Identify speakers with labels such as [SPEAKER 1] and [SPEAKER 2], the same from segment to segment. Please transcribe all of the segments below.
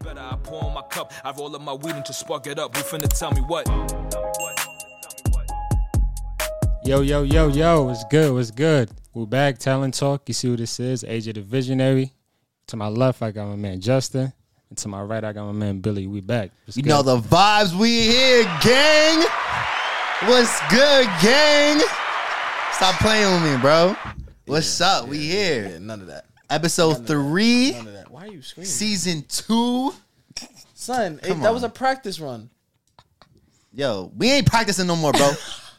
[SPEAKER 1] better. I pour on my cup, I roll up my weed and just spark it up. You finna tell me what?
[SPEAKER 2] Yo, yo, yo, yo, it's good, it's good. We're back, Talent Talk. You see who this is, Age of the Visionary. To my left, I got my man Justin. And to my right, I got my man Billy. We back. It's
[SPEAKER 3] You
[SPEAKER 2] good.
[SPEAKER 3] know the vibes. We here, gang. What's good, gang? Stop playing with me, bro. What's up? we here.
[SPEAKER 4] Yeah, none of that.
[SPEAKER 3] Episode three,
[SPEAKER 4] None of that. Why are you screaming?
[SPEAKER 3] season two.
[SPEAKER 4] Son, it,
[SPEAKER 3] Come
[SPEAKER 4] that was
[SPEAKER 3] on.
[SPEAKER 4] a practice run.
[SPEAKER 3] Yo, we ain't practicing no more, bro.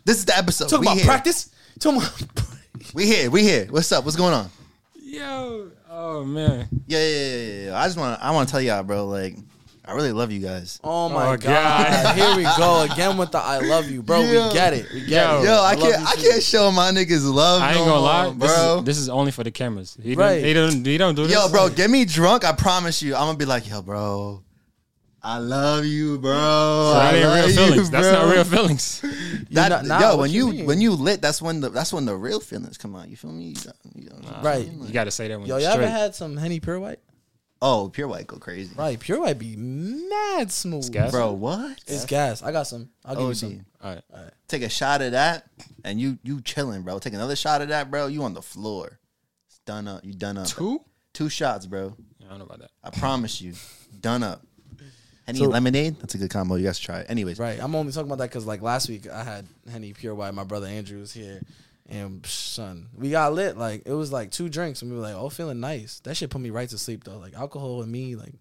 [SPEAKER 3] this is the episode.
[SPEAKER 4] Talking
[SPEAKER 3] we
[SPEAKER 4] about
[SPEAKER 3] here.
[SPEAKER 4] practice? Talking about
[SPEAKER 3] We here. We here. What's up? What's going on?
[SPEAKER 2] Yo, oh man.
[SPEAKER 3] Yeah, yeah, yeah, yeah, yeah. I just want. to I want to tell y'all, bro. Like, I really love you guys.
[SPEAKER 4] Oh my
[SPEAKER 2] Oh,
[SPEAKER 4] god.
[SPEAKER 2] God.
[SPEAKER 4] Here we go again with the I love you, bro.
[SPEAKER 3] Yo.
[SPEAKER 4] We get it. We get
[SPEAKER 2] Yo.
[SPEAKER 4] it.
[SPEAKER 3] Yo, I
[SPEAKER 4] love
[SPEAKER 3] can't.
[SPEAKER 4] you
[SPEAKER 3] I
[SPEAKER 4] too.
[SPEAKER 3] can't show my niggas love.
[SPEAKER 2] I ain't
[SPEAKER 3] no
[SPEAKER 2] gonna
[SPEAKER 3] more,
[SPEAKER 2] lie,
[SPEAKER 3] bro.
[SPEAKER 2] This is, this is only for the cameras. He
[SPEAKER 4] Right.
[SPEAKER 2] Don't, he don't. He don't do this.
[SPEAKER 3] Yo, bro, get me drunk. I promise you, I'm gonna be like, yo, bro, I love you, bro.
[SPEAKER 2] That
[SPEAKER 3] I
[SPEAKER 2] ain't
[SPEAKER 3] love
[SPEAKER 2] real
[SPEAKER 3] you,
[SPEAKER 2] feelings. That's not
[SPEAKER 3] bro."
[SPEAKER 2] real feelings.
[SPEAKER 3] That-
[SPEAKER 4] not- nah,
[SPEAKER 3] yo,
[SPEAKER 4] what
[SPEAKER 3] when
[SPEAKER 4] you
[SPEAKER 3] you,
[SPEAKER 4] mean?
[SPEAKER 3] when you lit, that's when the that's when the real feelings come out. You feel me? You got- you got-
[SPEAKER 4] Right.
[SPEAKER 2] You gotta say that when
[SPEAKER 4] Yo,
[SPEAKER 2] you're
[SPEAKER 4] y'all
[SPEAKER 2] straight.
[SPEAKER 4] ever had some Henny Pure White?
[SPEAKER 3] Oh, pure white go crazy,
[SPEAKER 4] Right, Pure White be mad smooth. It's
[SPEAKER 2] gas?
[SPEAKER 3] bro. What?
[SPEAKER 4] It's Oh, gas. I got some. I'll give you
[SPEAKER 3] OD.
[SPEAKER 4] some.
[SPEAKER 2] All right.
[SPEAKER 3] Take a shot of that, and you you chilling, bro. Take another shot of that, bro. You on the floor. It's done up. You done up.
[SPEAKER 2] Two?
[SPEAKER 3] Two shots, bro.
[SPEAKER 2] I don't know about that.
[SPEAKER 3] I promise you, done up. Henny
[SPEAKER 4] So-
[SPEAKER 3] and lemonade. That's a good combo. You guys should try it. Anyways,
[SPEAKER 4] Right. I'm only talking about that because like last week I had Henny Pure White. My brother Andrew was here, and psh, son, we got lit. Like it was like two drinks, and we were like, oh, feeling nice. That shit put me right to sleep though. Like alcohol and me, like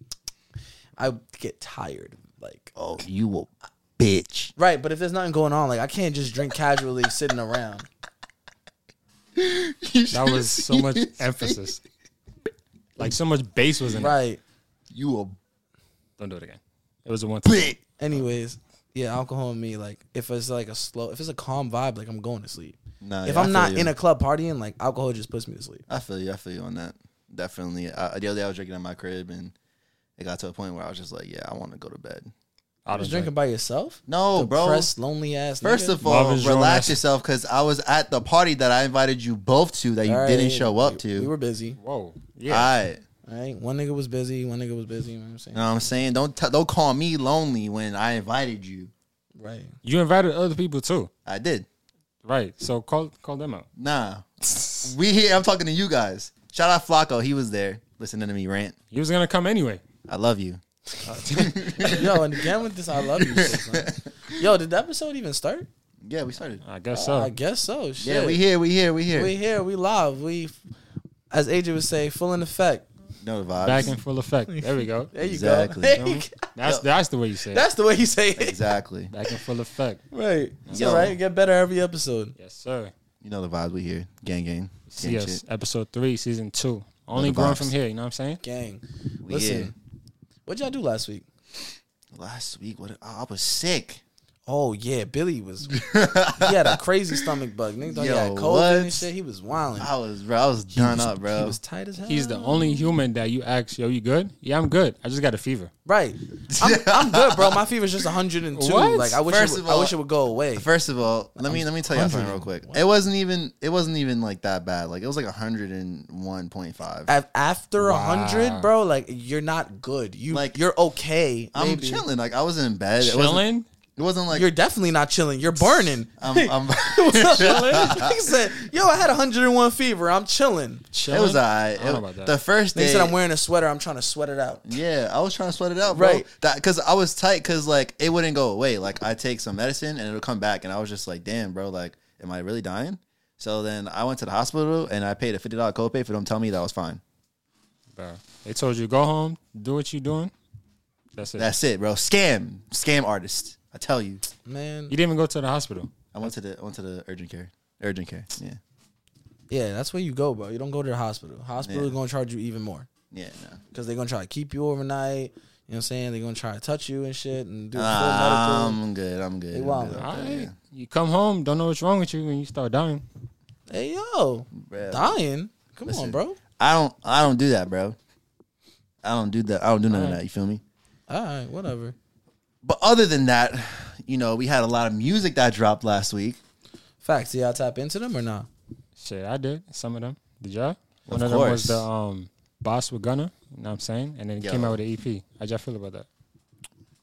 [SPEAKER 4] I get tired. Like
[SPEAKER 3] Oh, you a bitch.
[SPEAKER 4] right, but if there's nothing going on, like I can't just drink casually sitting around.
[SPEAKER 2] That was so much emphasis. Like so much bass was in it.
[SPEAKER 4] Right.
[SPEAKER 3] You a
[SPEAKER 2] Don't do it again. It was a one.
[SPEAKER 3] bitch.
[SPEAKER 4] Anyways, yeah, alcohol and me. Like if it's like a slow, if it's a calm vibe, like I'm going to sleep.
[SPEAKER 3] Nah,
[SPEAKER 4] if
[SPEAKER 3] yeah, I
[SPEAKER 4] I'm
[SPEAKER 3] feel
[SPEAKER 4] not
[SPEAKER 3] you.
[SPEAKER 4] in a club partying, like alcohol just puts me to sleep.
[SPEAKER 3] I feel you. I feel you on that. Definitely. Uh, the other day I was drinking at my crib and it got to a point where I was just like, yeah, I want to go to bed.
[SPEAKER 2] I
[SPEAKER 4] Just drinking by yourself.
[SPEAKER 3] No, bro.
[SPEAKER 4] Depressed, lonely ass.
[SPEAKER 3] First
[SPEAKER 4] nigga.
[SPEAKER 3] of all,
[SPEAKER 2] Love is your
[SPEAKER 3] relax
[SPEAKER 2] message.
[SPEAKER 3] yourself because I was at the party that I invited you both to that you
[SPEAKER 4] All
[SPEAKER 3] didn't
[SPEAKER 4] right.
[SPEAKER 3] show up
[SPEAKER 4] We-
[SPEAKER 3] to.
[SPEAKER 4] We were busy.
[SPEAKER 2] Whoa.
[SPEAKER 3] All
[SPEAKER 2] Yeah.
[SPEAKER 3] right.
[SPEAKER 4] All right. One nigga was busy. One nigga was busy. You know what I'm saying?
[SPEAKER 3] You know what I'm saying? Don't t- don't call me lonely when I invited you.
[SPEAKER 4] Right.
[SPEAKER 2] you invited other people too.
[SPEAKER 3] I did.
[SPEAKER 2] Right. So call call them out.
[SPEAKER 3] Nah. we here. I'm talking to you guys. Shout out Flacco. He was there listening to me rant.
[SPEAKER 2] He was gonna come anyway.
[SPEAKER 3] I love you.
[SPEAKER 4] Yo, and again with this, I love you. shit, son. Yo, did the episode even start?
[SPEAKER 3] Yeah, we started.
[SPEAKER 2] I guess
[SPEAKER 4] I
[SPEAKER 2] so.
[SPEAKER 4] guess so. Shit.
[SPEAKER 3] Yeah, we here. We here. We here.
[SPEAKER 4] We here. We live. We, as AJ would say, full in effect.
[SPEAKER 3] no vibes.
[SPEAKER 2] Back in full effect. There we go.
[SPEAKER 4] There you
[SPEAKER 3] Exactly.
[SPEAKER 4] go. There you
[SPEAKER 2] Mhm.
[SPEAKER 4] go.
[SPEAKER 2] That's that's the way you say it.
[SPEAKER 4] That's the way you say it.
[SPEAKER 3] exactly.
[SPEAKER 2] Back in full effect.
[SPEAKER 4] Right. It's
[SPEAKER 3] Yo.
[SPEAKER 4] all right. Get better every episode.
[SPEAKER 2] Yes, sir.
[SPEAKER 3] You know the vibes. We here. Gang, gang.
[SPEAKER 2] See
[SPEAKER 3] Gang
[SPEAKER 2] us.
[SPEAKER 3] shit.
[SPEAKER 2] Episode three, season two. Only
[SPEAKER 3] the
[SPEAKER 2] growing
[SPEAKER 3] vibes.
[SPEAKER 2] from here, you know what I'm saying?
[SPEAKER 4] Gang.
[SPEAKER 3] We
[SPEAKER 4] Listen. What'd y'all do last week?
[SPEAKER 3] here. Last week, what? I was sick.
[SPEAKER 4] Oh yeah, Billy was. he had a crazy stomach bug. Nigga thought he
[SPEAKER 3] Yo,
[SPEAKER 4] had COVID and
[SPEAKER 3] what?
[SPEAKER 4] shit. He was wilding.
[SPEAKER 3] I was, bro. I was done up, bro.
[SPEAKER 4] He was tight as hell.
[SPEAKER 2] He's the only human that you ask, yo, you good? Yeah, I'm good. I just got a fever.
[SPEAKER 4] Right. I'm, I'm good, bro. My fever's just 102.
[SPEAKER 2] What?
[SPEAKER 4] Like I wish
[SPEAKER 3] First
[SPEAKER 4] it
[SPEAKER 3] of
[SPEAKER 4] would, I
[SPEAKER 3] all-
[SPEAKER 4] wish it would go away.
[SPEAKER 3] First of all, let me let me tell you something real quick. It wasn't even it wasn't even like that bad. Like it was like hundred and one point five.
[SPEAKER 4] Af- After a
[SPEAKER 2] Wow.
[SPEAKER 4] 100, bro, like you're not good. You
[SPEAKER 3] Like,
[SPEAKER 4] you're okay.
[SPEAKER 3] I'm
[SPEAKER 4] maybe.
[SPEAKER 3] chilling. Like I was in bed. It wasn't,
[SPEAKER 2] Chilling?
[SPEAKER 3] it wasn't like
[SPEAKER 4] You're definitely not chilling. You're burning.
[SPEAKER 3] I'm. I'm
[SPEAKER 4] he said, "Yo, I had 101 fever. I'm chilling."
[SPEAKER 2] Chilling?
[SPEAKER 3] it was alright.
[SPEAKER 2] I don't know about that.
[SPEAKER 3] The first
[SPEAKER 4] They
[SPEAKER 3] day.
[SPEAKER 4] said I'm wearing a sweater. I'm trying to sweat it out.
[SPEAKER 3] Yeah, I was trying to sweat it out, bro.
[SPEAKER 4] Right.
[SPEAKER 3] That because I was tight, because like it wouldn't go away. Like I take some medicine and it'll come back, and I was just like, damn, bro, like, am I really dying? So then I went to the hospital and I paid a fifty dollar copay for them telling me that I was fine.
[SPEAKER 2] Bro. They told you go home, do what you doing. That's it.
[SPEAKER 3] That's it, bro. Scam, scam artist. I tell you,
[SPEAKER 4] Man,
[SPEAKER 2] you didn't even go to the hospital.
[SPEAKER 3] I went to the I went to the urgent care, urgent care. Yeah,
[SPEAKER 4] yeah, that's where you go, bro. You don't go to the hospital. Hospital
[SPEAKER 3] Yeah.
[SPEAKER 4] is gonna charge you even more
[SPEAKER 3] yeah, no.
[SPEAKER 4] because they're gonna try to keep you overnight. You know what I'm saying? They're gonna try to touch you and shit and do a full medical.
[SPEAKER 3] Um, I'm good. I'm good.
[SPEAKER 4] They
[SPEAKER 3] I'm
[SPEAKER 4] wild.
[SPEAKER 3] good.
[SPEAKER 2] All right.
[SPEAKER 3] Okay, yeah.
[SPEAKER 2] You come home, don't know what's wrong with you when you start dying.
[SPEAKER 4] Hey yo,
[SPEAKER 3] Bruh.
[SPEAKER 4] dying. Come on,
[SPEAKER 3] Listen.
[SPEAKER 4] bro.
[SPEAKER 3] I don't. I don't do that, bro. I don't do that. I don't do none of
[SPEAKER 2] Alright.
[SPEAKER 3] that. You feel me?
[SPEAKER 4] All right, whatever.
[SPEAKER 3] But other than that, you know, we had a lot of music that dropped last week.
[SPEAKER 4] Facts. Did y'all tap into them or not?
[SPEAKER 2] Shit, I did. Some of them. Did y'all?
[SPEAKER 3] Of
[SPEAKER 2] One of them was
[SPEAKER 3] course.
[SPEAKER 2] the um Boss with Gunna, you know what I'm saying? And then he came
[SPEAKER 3] Yo.
[SPEAKER 2] out with an EP. How'd y'all feel about that?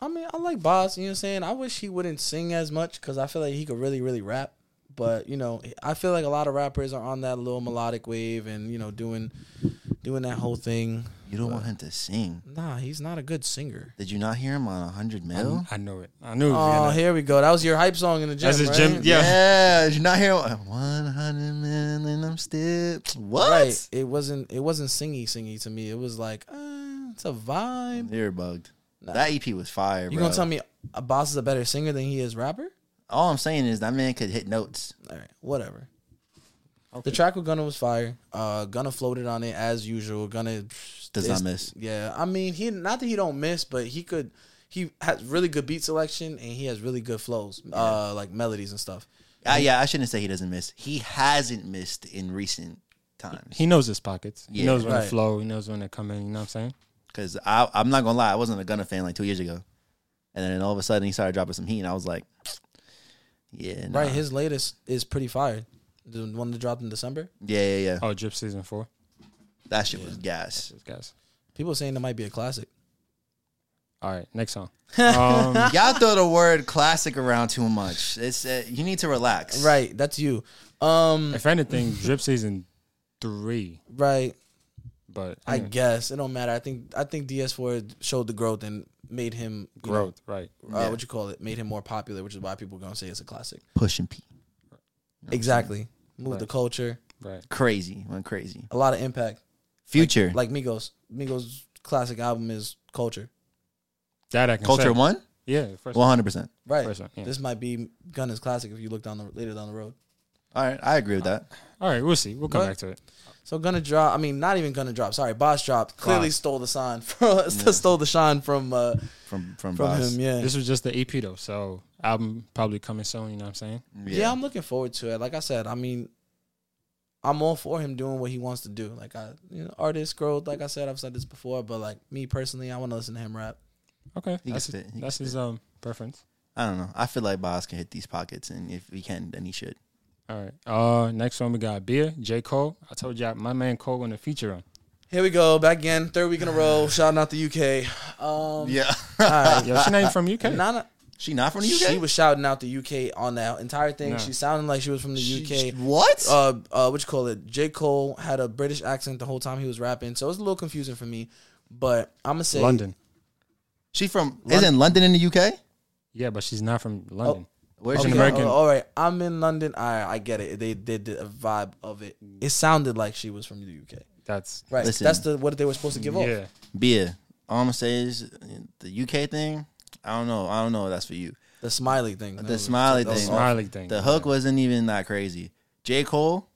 [SPEAKER 4] I mean, I like Boss. You know what I'm saying? I wish he wouldn't sing as much because I feel like he could really, really rap. But you know, I feel like a lot of rappers are on that little melodic wave and you know doing doing that whole thing.
[SPEAKER 3] You don't want him to sing.
[SPEAKER 4] Nah, he's not a good singer.
[SPEAKER 3] Did you not hear him on 100
[SPEAKER 4] Um,
[SPEAKER 3] mil?
[SPEAKER 2] I knew it. I knew it. was
[SPEAKER 4] Oh,
[SPEAKER 2] gonna-
[SPEAKER 4] here we go. That was your hype song in the gym.
[SPEAKER 2] That's his
[SPEAKER 4] right?
[SPEAKER 2] gym- yeah.
[SPEAKER 3] Yeah, did you not hear him? 100 mil and I'm still. What?
[SPEAKER 4] Right. It wasn't. It wasn't singy, singy to me. It was like uh, it's a vibe.
[SPEAKER 3] You're bugged. That EP was fire,
[SPEAKER 4] You
[SPEAKER 3] bro.
[SPEAKER 4] gonna tell me a boss is a better singer than he is rapper?
[SPEAKER 3] All I'm saying is that man could hit notes.
[SPEAKER 4] All right, whatever. The track with Gunna was fire. Uh, Gunna floated on it as usual. Gunna
[SPEAKER 3] Does not miss.
[SPEAKER 4] Yeah, I mean he not that he don't miss, but he could. He has really good beat selection and he has really good flows, uh, like melodies and stuff.
[SPEAKER 3] Uh, yeah, I shouldn't say he doesn't miss. He hasn't missed in recent times.
[SPEAKER 2] He knows his pockets. he
[SPEAKER 3] Yeah.
[SPEAKER 2] knows when
[SPEAKER 4] Right.
[SPEAKER 2] to flow. He knows when to come in. You know what I'm saying?
[SPEAKER 3] Because I'm not going to lie, I wasn't a Gunna fan like two years ago. And then all of a sudden he started dropping some heat, and I was like, yeah. nah.
[SPEAKER 4] Right, his latest is pretty fire. The one that dropped in December.
[SPEAKER 3] Yeah, yeah, yeah.
[SPEAKER 2] Oh, Drip season four.
[SPEAKER 3] That shit was gas.
[SPEAKER 2] Those guys.
[SPEAKER 4] People saying that might be a classic.
[SPEAKER 2] All right, next song. Um,
[SPEAKER 3] Y'all throw the word classic around too much. It's uh, You need to relax.
[SPEAKER 4] Right, that's you. Um,
[SPEAKER 2] if anything, Drip season three.
[SPEAKER 4] right.
[SPEAKER 2] But
[SPEAKER 4] I
[SPEAKER 3] Hmm.
[SPEAKER 2] mean,
[SPEAKER 4] guess it don't matter. I think I think DS4 showed the growth and made him you know,
[SPEAKER 2] growth, right?
[SPEAKER 4] uh, what you call it, made him more popular, which is why people gonna say it's a classic.
[SPEAKER 3] Push and pee.
[SPEAKER 4] Exactly, move the
[SPEAKER 2] Right.
[SPEAKER 4] culture,
[SPEAKER 2] Right.
[SPEAKER 3] Crazy. Went crazy.
[SPEAKER 4] a lot of impact.
[SPEAKER 3] Future.
[SPEAKER 4] Like Migos, Migos' classic album is Culture,
[SPEAKER 2] That I can say.
[SPEAKER 3] Culture One?
[SPEAKER 2] Yeah. First one.
[SPEAKER 3] 100%.
[SPEAKER 4] right?
[SPEAKER 2] First one, yeah.
[SPEAKER 4] This might be Gunna's classic if you look down the later down the road.
[SPEAKER 3] All right. I agree with that.
[SPEAKER 2] All right, we'll see. We'll come
[SPEAKER 4] What?
[SPEAKER 2] back to it.
[SPEAKER 4] So Gunna drop, I mean, not even Gunna drop. Sorry, Boss dropped. Clearly stole the sign from stole the shine from uh,
[SPEAKER 3] From from,
[SPEAKER 4] from
[SPEAKER 3] Boss.
[SPEAKER 4] him. Yeah,
[SPEAKER 2] This was just the EP though, so album probably coming soon. You know what I'm saying?
[SPEAKER 4] yeah, I'm looking forward to it. Like I said, I mean, I'm all for him doing what he wants to do. Like I, you know, artist growth. Like I said, I've said this before, but like me personally, I want to listen to him rap.
[SPEAKER 2] Okay,
[SPEAKER 3] He
[SPEAKER 2] that's,
[SPEAKER 3] gets it. He
[SPEAKER 2] that's
[SPEAKER 3] gets
[SPEAKER 2] his um preference.
[SPEAKER 3] I don't know. I feel like Boss can hit these pockets, and if he can, then he should.
[SPEAKER 2] All right. Uh, next one we got Beer J Cole. I told y'all my man Cole gonna feature him.
[SPEAKER 4] Here we go, back again, third week in a row. Shouting out the UK. Um,
[SPEAKER 3] Yeah.
[SPEAKER 4] all right.
[SPEAKER 2] Yo, she not even from UK.
[SPEAKER 4] Nana,
[SPEAKER 3] she not from the UK?
[SPEAKER 4] she was shouting out the UK on that entire thing.
[SPEAKER 2] No.
[SPEAKER 4] She sounded like she was from the UK.
[SPEAKER 3] What?
[SPEAKER 4] uh, uh, what you call it? J. Cole had a British accent the whole time he was rapping, so it was a little confusing for me. But I'm gonna say
[SPEAKER 2] London.
[SPEAKER 3] she from, isn't London in the UK?
[SPEAKER 2] Yeah, but she's not from London.
[SPEAKER 3] Where's
[SPEAKER 2] She's
[SPEAKER 3] she
[SPEAKER 2] an
[SPEAKER 4] Okay, uh,
[SPEAKER 3] from?
[SPEAKER 2] American.
[SPEAKER 4] all- all right, I'm in London. I I get it. They they did a vibe of it. It sounded like she was from the UK.
[SPEAKER 2] That's
[SPEAKER 4] Right.
[SPEAKER 3] Listen.
[SPEAKER 4] That's the what they were supposed to give off.
[SPEAKER 2] yeah.
[SPEAKER 3] Beer. All I'm going to say is uh, the UK thing, I don't know. I don't know if that's for you.
[SPEAKER 4] The smiley thing. That
[SPEAKER 3] The
[SPEAKER 4] was-
[SPEAKER 3] smiley
[SPEAKER 4] that was
[SPEAKER 3] thing.
[SPEAKER 4] awful.
[SPEAKER 2] Smiley thing.
[SPEAKER 3] The hook wasn't even that crazy. J. Cole,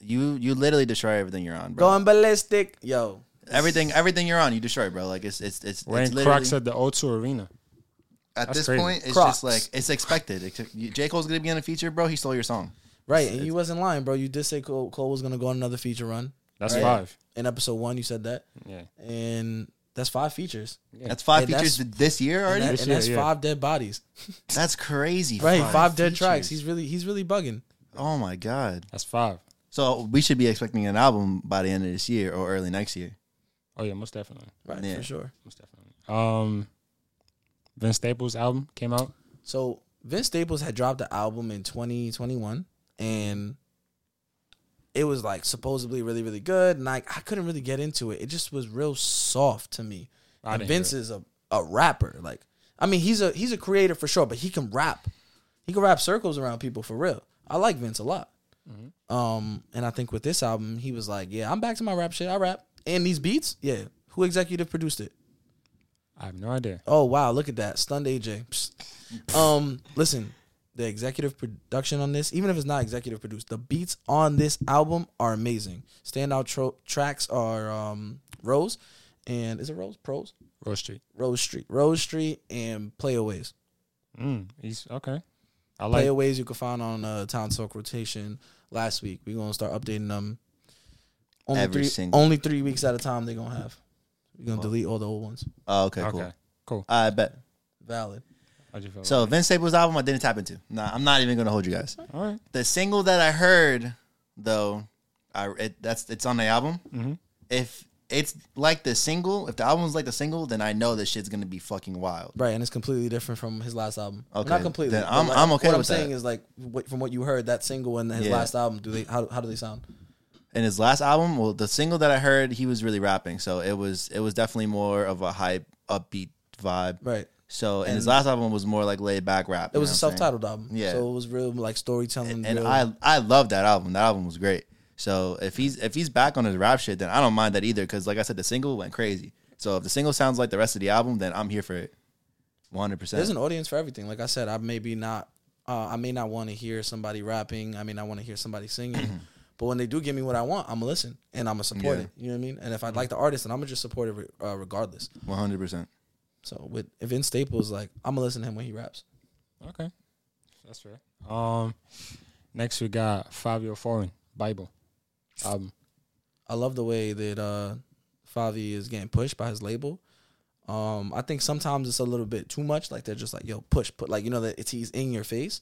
[SPEAKER 3] you you literally destroy everything you're on, bro.
[SPEAKER 4] Going ballistic, yo.
[SPEAKER 3] everything everything you're on, you destroy, bro. Like it's it's it's, it's
[SPEAKER 2] Wearing
[SPEAKER 3] literally
[SPEAKER 2] Crocs at the O2 Arena.
[SPEAKER 3] at this
[SPEAKER 2] crazy.
[SPEAKER 3] point. It's
[SPEAKER 4] Crocs.
[SPEAKER 3] just like it's expected. It's- you- J. Cole's gonna be on a feature, bro. He stole your song.
[SPEAKER 4] Right, and you wasn't lying, bro. You did say Cole, Cole was gonna go on another feature run.
[SPEAKER 2] That's
[SPEAKER 4] Right.
[SPEAKER 2] five.
[SPEAKER 4] In episode one, you said that,
[SPEAKER 2] Yeah.
[SPEAKER 4] and that's five features.
[SPEAKER 3] That's five
[SPEAKER 4] And
[SPEAKER 3] features this year
[SPEAKER 4] And,
[SPEAKER 3] already.
[SPEAKER 4] that-
[SPEAKER 2] This
[SPEAKER 4] and
[SPEAKER 2] year,
[SPEAKER 4] that's
[SPEAKER 2] yeah.
[SPEAKER 4] five dead bodies.
[SPEAKER 3] That's crazy.
[SPEAKER 4] Right, five, dead
[SPEAKER 3] features.
[SPEAKER 4] tracks. He's really he's really bugging.
[SPEAKER 3] oh my god.
[SPEAKER 2] That's five.
[SPEAKER 3] So we should be expecting an album by the end of this year or early next year.
[SPEAKER 2] Oh yeah, most definitely.
[SPEAKER 4] Right,
[SPEAKER 3] Yeah.
[SPEAKER 4] for sure.
[SPEAKER 2] Most definitely. Um Vince Staples album came out.
[SPEAKER 4] So Vince Staples had dropped the album in 2021 and it was like supposedly really really good and like I couldn't really get into it. It just was real soft to me.
[SPEAKER 2] I
[SPEAKER 4] And
[SPEAKER 2] didn't hear
[SPEAKER 4] Vince
[SPEAKER 2] it.
[SPEAKER 4] is a, a rapper. Like I mean he's a he's a creator for sure, but he can rap. He can rap circles around people for real. I like Vince a lot.
[SPEAKER 2] Mm-hmm.
[SPEAKER 4] Um and I think with this album he was like, yeah, I'm back to my rap shit. I rap. And these beats? Yeah. Who executive produced it?
[SPEAKER 2] I have no idea.
[SPEAKER 4] Oh wow, look at that. Stunned AJ. Psst. Um, listen, the executive production on this, even if it's not executive produced, the beats on this album are amazing. Standout tro- tracks are um Rose and is it Rose? Pros?
[SPEAKER 2] Rose Street.
[SPEAKER 4] Rose Street. Rose Street and Playaways.
[SPEAKER 2] Mm. He's okay. I like
[SPEAKER 4] Playaways you can find on uh Town Talk Rotation last week. We're gonna start updating them. Only
[SPEAKER 3] Every
[SPEAKER 4] three
[SPEAKER 3] single-
[SPEAKER 4] only three weeks at a time they're gonna have. We're gonna delete all the old ones.
[SPEAKER 3] Oh, okay,
[SPEAKER 2] Okay.
[SPEAKER 3] cool.
[SPEAKER 2] Cool.
[SPEAKER 3] I bet.
[SPEAKER 4] Valid.
[SPEAKER 2] How'd you feel?
[SPEAKER 3] So Vince Staples' album, I didn't tap into. Nah, I'm not even gonna hold you guys.
[SPEAKER 2] all right.
[SPEAKER 3] The
[SPEAKER 4] Mm-hmm.
[SPEAKER 3] single that I heard, though, I it, that's it's on the album. If it's like the single. If the album's like the single, then I know this shit's gonna be fucking wild.
[SPEAKER 4] Right, and it's completely different from his last album.
[SPEAKER 3] Okay,
[SPEAKER 4] not completely.
[SPEAKER 3] then
[SPEAKER 4] but,
[SPEAKER 3] I'm-
[SPEAKER 4] like,
[SPEAKER 3] I'm okay
[SPEAKER 4] What
[SPEAKER 3] with
[SPEAKER 4] I'm
[SPEAKER 3] that.
[SPEAKER 4] saying is like what, from what you heard that single and his
[SPEAKER 3] Yeah.
[SPEAKER 4] last album. Do they how, how do they sound?
[SPEAKER 3] And his last album, well, the single that I heard, he was really rapping, so it was it was definitely more of a hype, upbeat vibe.
[SPEAKER 4] Right.
[SPEAKER 3] So, and, his
[SPEAKER 4] And-
[SPEAKER 3] last album was more like laid back rap.
[SPEAKER 4] It
[SPEAKER 3] you
[SPEAKER 4] was
[SPEAKER 3] know
[SPEAKER 4] a
[SPEAKER 3] what I'm saying?
[SPEAKER 4] self-titled album.
[SPEAKER 3] Yeah.
[SPEAKER 4] So it was real like storytelling.
[SPEAKER 3] and
[SPEAKER 4] real-
[SPEAKER 3] I I love that album. That album was great. So if he's if he's back on his rap shit, then I don't mind that either. Because like I said, the single went crazy. So if the single sounds like the rest of the album, then I'm here for it, one hundred
[SPEAKER 4] there's an
[SPEAKER 3] percent.
[SPEAKER 4] audience for everything. Like I said, I maybe not. Uh, I may not want to hear somebody rapping. I may not want to hear somebody singing. but when they do give me what I want, I'm gonna listen and I'm gonna support
[SPEAKER 3] Yeah. Mm-hmm.
[SPEAKER 4] it. You know what I mean? And if I like the artist, then I'm gonna just support it re- uh, regardless.
[SPEAKER 3] One hundred percent.
[SPEAKER 4] So with if Vince Staples, like I'm gonna listen to him when he raps.
[SPEAKER 2] Okay, that's fair. Um, next we got Fabio Foreign Bible album.
[SPEAKER 4] I love the way that uh Favi is getting pushed by his label. Um, I think sometimes it's a little bit too much. Like they're just like, yo, push, put like you know that it's he's in your face.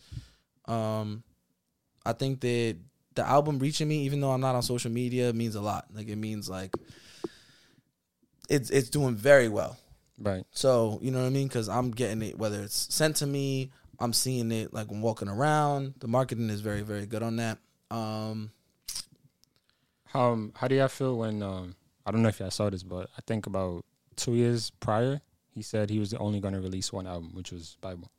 [SPEAKER 4] Um, I think that the album reaching me, even though I'm not on social media, means a lot. Like it means like it's it's doing very well.
[SPEAKER 2] Right.
[SPEAKER 4] So you know what I mean? Because I'm getting it, whether it's sent to me, I'm seeing it like I'm walking around. The marketing is very very good on that. Um,
[SPEAKER 2] How um, how do y'all feel when um I don't know if y'all saw this, but I think about two years prior he said he was only going to release one album, which was Bible.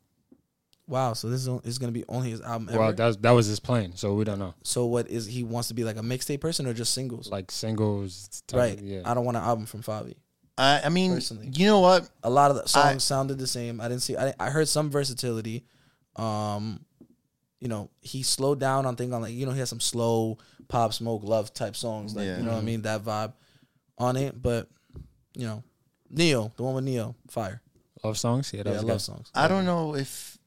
[SPEAKER 4] wow, so this is, on- this is gonna be only his album. Ever.
[SPEAKER 2] Well, that's that was his plan, so we don't know.
[SPEAKER 4] So what is he wants to be like a mixtape person or just singles?
[SPEAKER 2] Like singles, type,
[SPEAKER 4] right.
[SPEAKER 2] Yeah.
[SPEAKER 4] I don't want an album from Favi.
[SPEAKER 3] I I mean,
[SPEAKER 4] Personally.
[SPEAKER 3] you know what?
[SPEAKER 4] A lot of the songs
[SPEAKER 3] I-
[SPEAKER 4] sounded the same. I didn't see. I, didn't, I heard some versatility. Um, you know, he slowed down on things on like you know he has some slow pop smoke love type songs like
[SPEAKER 3] Yeah.
[SPEAKER 4] you know what I mean that vibe on it. But you know, Neo, the one with Neo, fire.
[SPEAKER 2] love songs. Yeah, that
[SPEAKER 4] Yeah, I
[SPEAKER 2] was
[SPEAKER 4] love
[SPEAKER 2] good.
[SPEAKER 4] songs.
[SPEAKER 3] I don't know if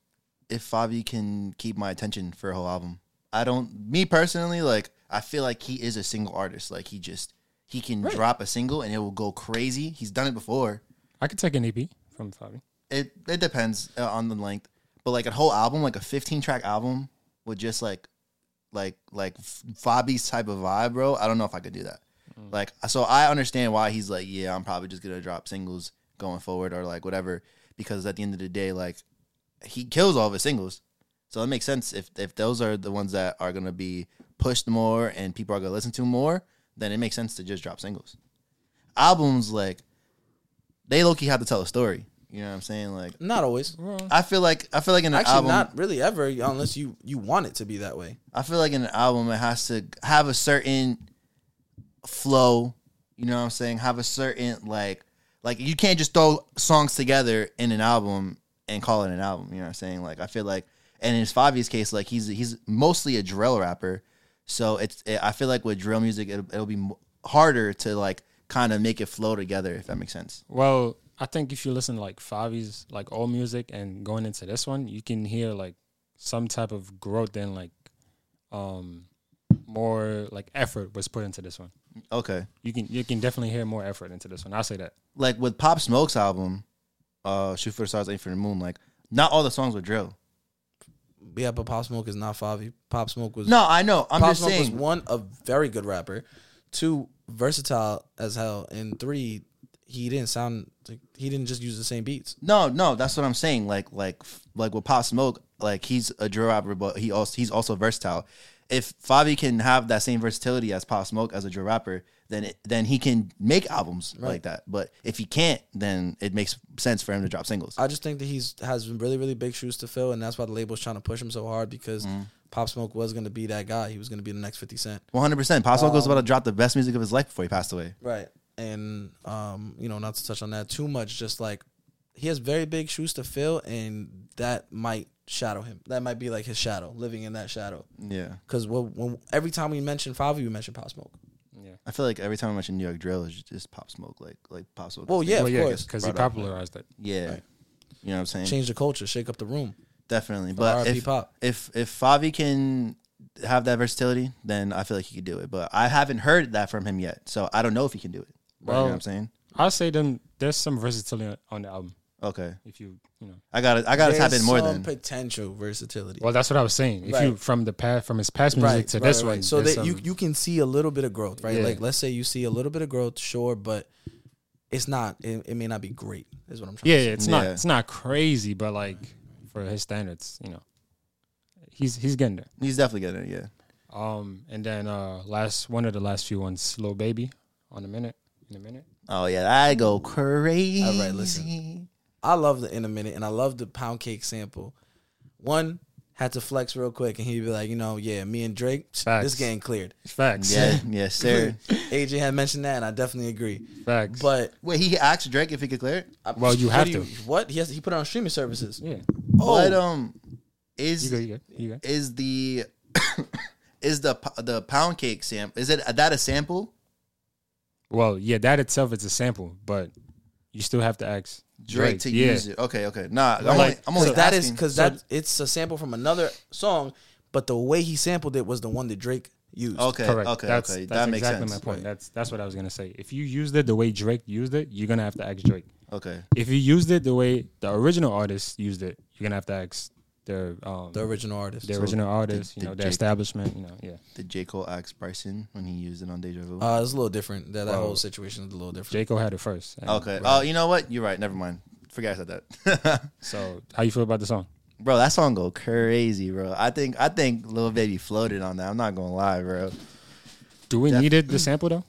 [SPEAKER 3] if Fabi can keep my attention for a whole album. I don't. Me personally, like I feel like he is a single artist. Like he just he can drop a single and it will go crazy. He's done it before.
[SPEAKER 2] I could take an EP from Fabio.
[SPEAKER 3] it it depends uh, on the length, but like a whole album, like a fifteen track album with just like like like F- Fabi's type of vibe, bro. I don't know if I could do that. Like, so I understand why he's like, yeah, I'm probably just gonna drop singles going forward or like whatever, because at the end of the day, like he kills all of his singles, so it makes sense if if those are the ones that are gonna be pushed more and people are gonna listen to more, then it makes sense to just drop singles. Albums like they low key have to tell a story. You know what I'm saying? Like
[SPEAKER 4] Not always.
[SPEAKER 3] I feel like I feel like in an
[SPEAKER 4] Actually,
[SPEAKER 3] album,
[SPEAKER 4] not really ever unless you you want it to be that way.
[SPEAKER 3] I feel like in an album it has to have a certain flow. You know what I'm saying? Have a certain like like you can't just throw songs together in an album and call it an album. You know what I'm saying? Like I feel like and in his Favi's case, like he's he's mostly a drill rapper, so it's it, I feel like with drill music it'll, it'll be m- harder to like kind of make it flow together if that makes sense.
[SPEAKER 2] Well, I think if you listen to like Favi's like old music and going into this one, you can hear like some type of growth and like um more like effort was put into this one.
[SPEAKER 3] Okay.
[SPEAKER 2] You can you can definitely hear more effort into this one. I'll say that.
[SPEAKER 3] like with Pop Smoke's album, uh, Shoot for the Stars, Aim for the Moon, like not all the songs were drill.
[SPEAKER 4] Yeah, but Pop Smoke is not Favi. Pop Smoke was
[SPEAKER 3] No, I know. I'm
[SPEAKER 4] Pop
[SPEAKER 3] just
[SPEAKER 4] Smoke was
[SPEAKER 3] saying.
[SPEAKER 4] one, a very good rapper. Two, versatile as hell. And three, he didn't sound like he didn't just use the same beats.
[SPEAKER 3] No, no, that's what I'm saying. Like, like, like with Pop Smoke, like he's a drill rapper, but he also he's also versatile. If Favi can have that same versatility as Pop Smoke as a drill rapper, then it, then he can make albums like that. But if he can't, then it makes sense for him to drop singles.
[SPEAKER 4] I just think that he's has really, really big shoes to fill, and that's why the label's trying to push him so hard because
[SPEAKER 2] Mm.
[SPEAKER 4] Pop Smoke was gonna be that guy. He was gonna be the next fifty cent.
[SPEAKER 3] 100. percent Pop Smoke was
[SPEAKER 4] Um,
[SPEAKER 3] about to drop the best music of his life before he passed away.
[SPEAKER 4] Right. And um, you know, not to touch on that too much, just like he has very big shoes to fill and that might shadow him. That might be like his shadow, living in that shadow.
[SPEAKER 3] Yeah,
[SPEAKER 4] Because when, when every time we mention Favi, we mention Pop Smoke.
[SPEAKER 3] I feel like every time I mention New York drill, it's just Pop Smoke, like like Pop Smoke.
[SPEAKER 4] Well, yeah,
[SPEAKER 2] well,
[SPEAKER 4] of
[SPEAKER 2] yeah,
[SPEAKER 4] course.
[SPEAKER 2] because he
[SPEAKER 3] Right up.
[SPEAKER 2] popularized it.
[SPEAKER 3] Yeah.
[SPEAKER 4] Right.
[SPEAKER 3] You know what I'm saying?
[SPEAKER 4] change the culture, shake up the room.
[SPEAKER 3] Definitely. But
[SPEAKER 4] R.I.P.
[SPEAKER 3] if,
[SPEAKER 4] Pop.
[SPEAKER 3] if if Favi can have that versatility, then I feel like he could do it. But I haven't heard that from him yet. So I don't know if he can do it. Right, you know
[SPEAKER 2] Well-
[SPEAKER 3] what I'm saying?
[SPEAKER 2] I'll say them. There's some versatility on the album.
[SPEAKER 3] Okay,
[SPEAKER 2] If you, you know,
[SPEAKER 3] I got to I got to
[SPEAKER 4] There's
[SPEAKER 3] tap in more
[SPEAKER 4] some
[SPEAKER 3] than
[SPEAKER 4] potential versatility.
[SPEAKER 2] well, that's what I was saying. If you
[SPEAKER 4] Right.
[SPEAKER 2] from the path from his past music to this one,
[SPEAKER 4] So
[SPEAKER 2] there's
[SPEAKER 4] that you
[SPEAKER 2] some-
[SPEAKER 4] you can see a little bit of growth, right?
[SPEAKER 2] Yeah.
[SPEAKER 4] Like let's say you see a little bit of growth, sure, but it's not. It, it may not be great. Is what I'm trying.
[SPEAKER 2] yeah,
[SPEAKER 4] to say.
[SPEAKER 2] yeah, it's not
[SPEAKER 3] Yeah.
[SPEAKER 2] it's not crazy, but like for his standards, you know, he's he's getting there.
[SPEAKER 3] he's definitely getting it. Yeah,
[SPEAKER 2] Um, and then uh, last one of the last few ones, Lil Baby, on a minute, in a minute.
[SPEAKER 3] oh yeah, I go crazy.
[SPEAKER 4] All right, listen. I love the in a minute, and I love the pound cake sample. One had to flex real quick, and he'd be like, you know, yeah, me and Drake,
[SPEAKER 2] Facts.
[SPEAKER 4] this game cleared.
[SPEAKER 2] Facts.
[SPEAKER 3] Yeah, yes, sir.
[SPEAKER 4] AJ had mentioned that, and I definitely agree.
[SPEAKER 2] Facts.
[SPEAKER 4] But
[SPEAKER 3] Wait, he asked Drake if he could clear it.
[SPEAKER 4] I-
[SPEAKER 2] Well, you
[SPEAKER 4] what
[SPEAKER 2] have
[SPEAKER 4] do
[SPEAKER 2] to.
[SPEAKER 4] What he has, he put it on streaming services.
[SPEAKER 2] yeah,
[SPEAKER 4] Oh,
[SPEAKER 3] But um,
[SPEAKER 2] you
[SPEAKER 3] is
[SPEAKER 2] go, you go, you go.
[SPEAKER 3] is the is the p- the pound cake sam? Is it that a sample?
[SPEAKER 2] Well, yeah, that itself is a sample, but you still have to ask
[SPEAKER 3] Drake to
[SPEAKER 2] yeah.
[SPEAKER 3] use it. Okay, okay. Nah, I'm only,
[SPEAKER 2] Like,
[SPEAKER 3] I'm
[SPEAKER 4] Because
[SPEAKER 3] only
[SPEAKER 4] that is
[SPEAKER 3] asking.
[SPEAKER 4] because that it's a sample from another song, but the way he sampled it was the one that Drake used.
[SPEAKER 3] okay,
[SPEAKER 2] Correct.
[SPEAKER 3] okay,
[SPEAKER 2] that's,
[SPEAKER 3] okay.
[SPEAKER 2] That's
[SPEAKER 3] that makes
[SPEAKER 2] exactly
[SPEAKER 3] sense.
[SPEAKER 2] my point.
[SPEAKER 4] Right.
[SPEAKER 2] That's that's what I was gonna say. If you used it the way Drake used it, you're gonna have to ask Drake.
[SPEAKER 3] Okay,
[SPEAKER 2] If you used it the way the original artist used it, you're gonna have to ask their um
[SPEAKER 4] The original artist.
[SPEAKER 2] the original artist,
[SPEAKER 3] did
[SPEAKER 2] you know, their
[SPEAKER 3] Jake-
[SPEAKER 2] establishment, you know, yeah.
[SPEAKER 3] did J Cole ask Bryson when he used it on Deja Vu?
[SPEAKER 4] uh, it's a little different. That, that
[SPEAKER 2] Well,
[SPEAKER 4] whole situation is a little different.
[SPEAKER 2] J. Cole had it first. and-
[SPEAKER 3] okay. Oh, you know what? You're right. Never mind. Forget I said that.
[SPEAKER 2] So how you feel about the song?
[SPEAKER 3] bro, that song go crazy, bro. I think I think Lil Baby floated on that. I'm not gonna lie, bro.
[SPEAKER 2] Do we needed the sample though?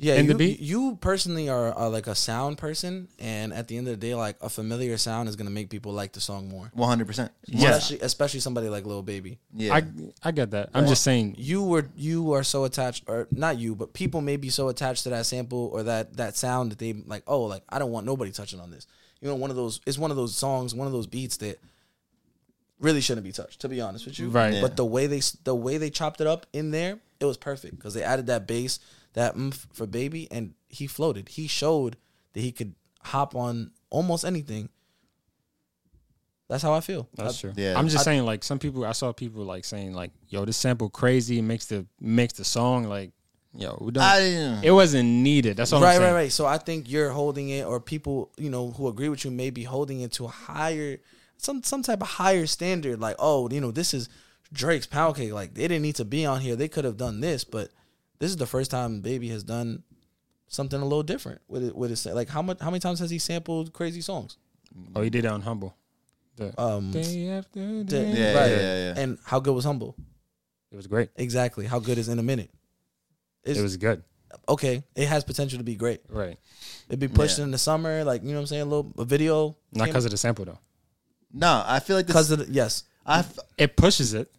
[SPEAKER 4] Yeah,
[SPEAKER 2] And
[SPEAKER 4] you,
[SPEAKER 2] the beat?
[SPEAKER 4] you personally are, are like a sound person, and at the end of the day, like a familiar sound is gonna make people like the song more.
[SPEAKER 3] 100. percent
[SPEAKER 2] Yeah.
[SPEAKER 4] Especially, especially somebody like Lil Baby.
[SPEAKER 3] Yeah.
[SPEAKER 2] I I get that. I'm just saying
[SPEAKER 4] You were you are so attached, or not you, but people may be so attached to that sample or that that sound that they like. Oh, like I don't want nobody touching on this. You know, one of those. It's one of those songs, one of those beats that really shouldn't be touched. To be honest with you,
[SPEAKER 2] Right.
[SPEAKER 4] But the way they the way they chopped it up in there, it was perfect because they added that bass, that mm for baby, and he floated. He showed that he could hop on almost anything. That's how I feel.
[SPEAKER 2] That's
[SPEAKER 4] I-
[SPEAKER 2] true.
[SPEAKER 3] Yeah.
[SPEAKER 2] I'm just saying, like some people, I saw people like saying, like, "Yo, this sample crazy it makes the makes the song like, yo, we don't."
[SPEAKER 3] I didn't-
[SPEAKER 2] it wasn't needed. That's all.
[SPEAKER 4] right,
[SPEAKER 2] I'm saying.
[SPEAKER 4] right, right. So I think you're holding it, or people you know who agree with you may be holding it to a higher, some some type of higher standard. Like, oh, you know, this is Drake's pound cake. Like, they didn't need to be on here. They could have done this, but this is the first time Baby has done something a little different with it. With his like, how much, how many times has he sampled crazy songs?
[SPEAKER 2] Oh, he did it on humble. The
[SPEAKER 4] Um,
[SPEAKER 2] day after
[SPEAKER 4] the-
[SPEAKER 2] day.
[SPEAKER 3] Yeah,
[SPEAKER 4] right.
[SPEAKER 3] yeah, yeah, yeah.
[SPEAKER 4] And how good was Humble?
[SPEAKER 2] It was great.
[SPEAKER 4] Exactly. How good is in a minute? It's,
[SPEAKER 2] It was good.
[SPEAKER 4] okay. It has potential to be great.
[SPEAKER 2] Right.
[SPEAKER 4] It'd be pushed
[SPEAKER 3] Yeah.
[SPEAKER 4] in the summer, like you know what I'm saying. A little a video,
[SPEAKER 2] Not because of the sample though.
[SPEAKER 3] No, I feel like this.
[SPEAKER 4] because of the, yes,
[SPEAKER 3] I f-
[SPEAKER 2] It pushes it,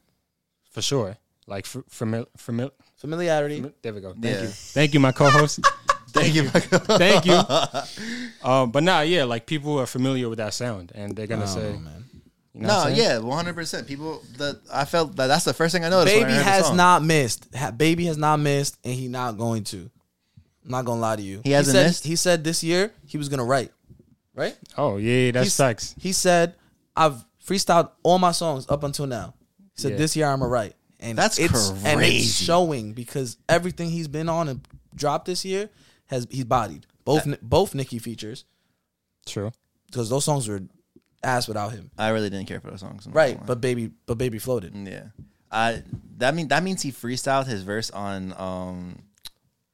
[SPEAKER 2] for sure. Like for familiar. Famil-
[SPEAKER 4] familiarity.
[SPEAKER 2] there we go. Thank
[SPEAKER 3] Yeah.
[SPEAKER 2] you. Thank you, my co-host.
[SPEAKER 3] thank you.
[SPEAKER 2] Thank you. Um, but nah, yeah, like people are familiar with that sound, and they're gonna
[SPEAKER 4] I
[SPEAKER 2] say,
[SPEAKER 4] don't know, man.
[SPEAKER 2] you know what
[SPEAKER 3] No,
[SPEAKER 2] I'm saying?
[SPEAKER 3] yeah, 100. percent People that I felt that that's the first thing I noticed. when I
[SPEAKER 4] Baby
[SPEAKER 3] heard the
[SPEAKER 4] has
[SPEAKER 3] song.
[SPEAKER 4] not missed. Ha- Baby has not missed, and he not going to. I'm not gonna lie to you.
[SPEAKER 3] He hasn't
[SPEAKER 4] said,
[SPEAKER 3] missed?
[SPEAKER 4] He said this year he was gonna write. Right?
[SPEAKER 2] Oh yeah, that
[SPEAKER 4] He s-
[SPEAKER 2] sucks.
[SPEAKER 4] He said, "I've freestyled all my songs up until now." He said,
[SPEAKER 2] Yeah.
[SPEAKER 4] "This year I'm gonna write," and
[SPEAKER 3] That's
[SPEAKER 4] it's, And
[SPEAKER 3] crazy.
[SPEAKER 4] it's showing because everything he's been on and dropped this year has he's bodied both Ni- both Nicki features
[SPEAKER 2] True.
[SPEAKER 4] because those songs were ass without him.
[SPEAKER 3] I really didn't care for those songs. I'm not
[SPEAKER 4] Right?
[SPEAKER 3] gonna lie.
[SPEAKER 4] But baby, but baby floated.
[SPEAKER 3] yeah, I that mean that means he freestyled his verse on um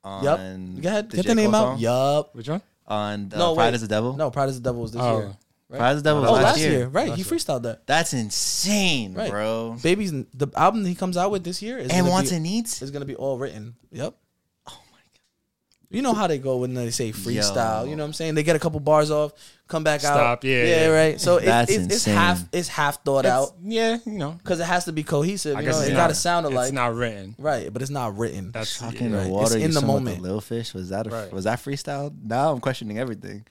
[SPEAKER 3] on
[SPEAKER 4] Yep. Go ahead.
[SPEAKER 3] the
[SPEAKER 4] Get
[SPEAKER 3] J.
[SPEAKER 4] the name
[SPEAKER 3] Cole
[SPEAKER 4] out.
[SPEAKER 3] song,
[SPEAKER 4] Yup.
[SPEAKER 2] Which one?
[SPEAKER 3] on uh,
[SPEAKER 4] No,
[SPEAKER 3] Pride
[SPEAKER 4] wait.
[SPEAKER 3] is the Devil.
[SPEAKER 4] No, Pride is the Devil was this
[SPEAKER 2] Oh.
[SPEAKER 4] year.
[SPEAKER 3] Pride is the Devil was
[SPEAKER 4] Oh, last,
[SPEAKER 3] last,
[SPEAKER 4] year.
[SPEAKER 3] year.
[SPEAKER 4] right? he freestyled that.
[SPEAKER 3] That's insane,
[SPEAKER 4] Right.
[SPEAKER 3] bro.
[SPEAKER 4] Baby's the album that he comes out with this year is
[SPEAKER 3] And
[SPEAKER 4] gonna
[SPEAKER 3] wants
[SPEAKER 4] be,
[SPEAKER 3] and needs.
[SPEAKER 4] is gonna be all written. Yep. Oh my god. You know how they go when they say freestyle.
[SPEAKER 3] Yo.
[SPEAKER 4] You know what I'm saying? They get a couple bars off, come back out.
[SPEAKER 2] Stop, yeah,
[SPEAKER 4] yeah,
[SPEAKER 2] yeah.
[SPEAKER 4] right. So it's,
[SPEAKER 3] That's
[SPEAKER 4] it's, it's
[SPEAKER 3] insane.
[SPEAKER 4] half it's half thought
[SPEAKER 2] That's-
[SPEAKER 4] out
[SPEAKER 2] Yeah, you know.
[SPEAKER 4] because it has to be cohesive.
[SPEAKER 2] I
[SPEAKER 4] You
[SPEAKER 2] guess
[SPEAKER 4] know,
[SPEAKER 2] it's
[SPEAKER 4] it
[SPEAKER 2] not-
[SPEAKER 4] got to sound alike,
[SPEAKER 2] It's not written.
[SPEAKER 4] right? But it's not written.
[SPEAKER 2] That's
[SPEAKER 3] Talking
[SPEAKER 2] yeah,
[SPEAKER 3] the
[SPEAKER 4] Right.
[SPEAKER 3] water,
[SPEAKER 4] It's
[SPEAKER 3] you
[SPEAKER 4] in the
[SPEAKER 3] sung with
[SPEAKER 4] moment.
[SPEAKER 3] The Lil Fish was that a,
[SPEAKER 2] Right.
[SPEAKER 3] was that freestyle? Now I'm questioning everything.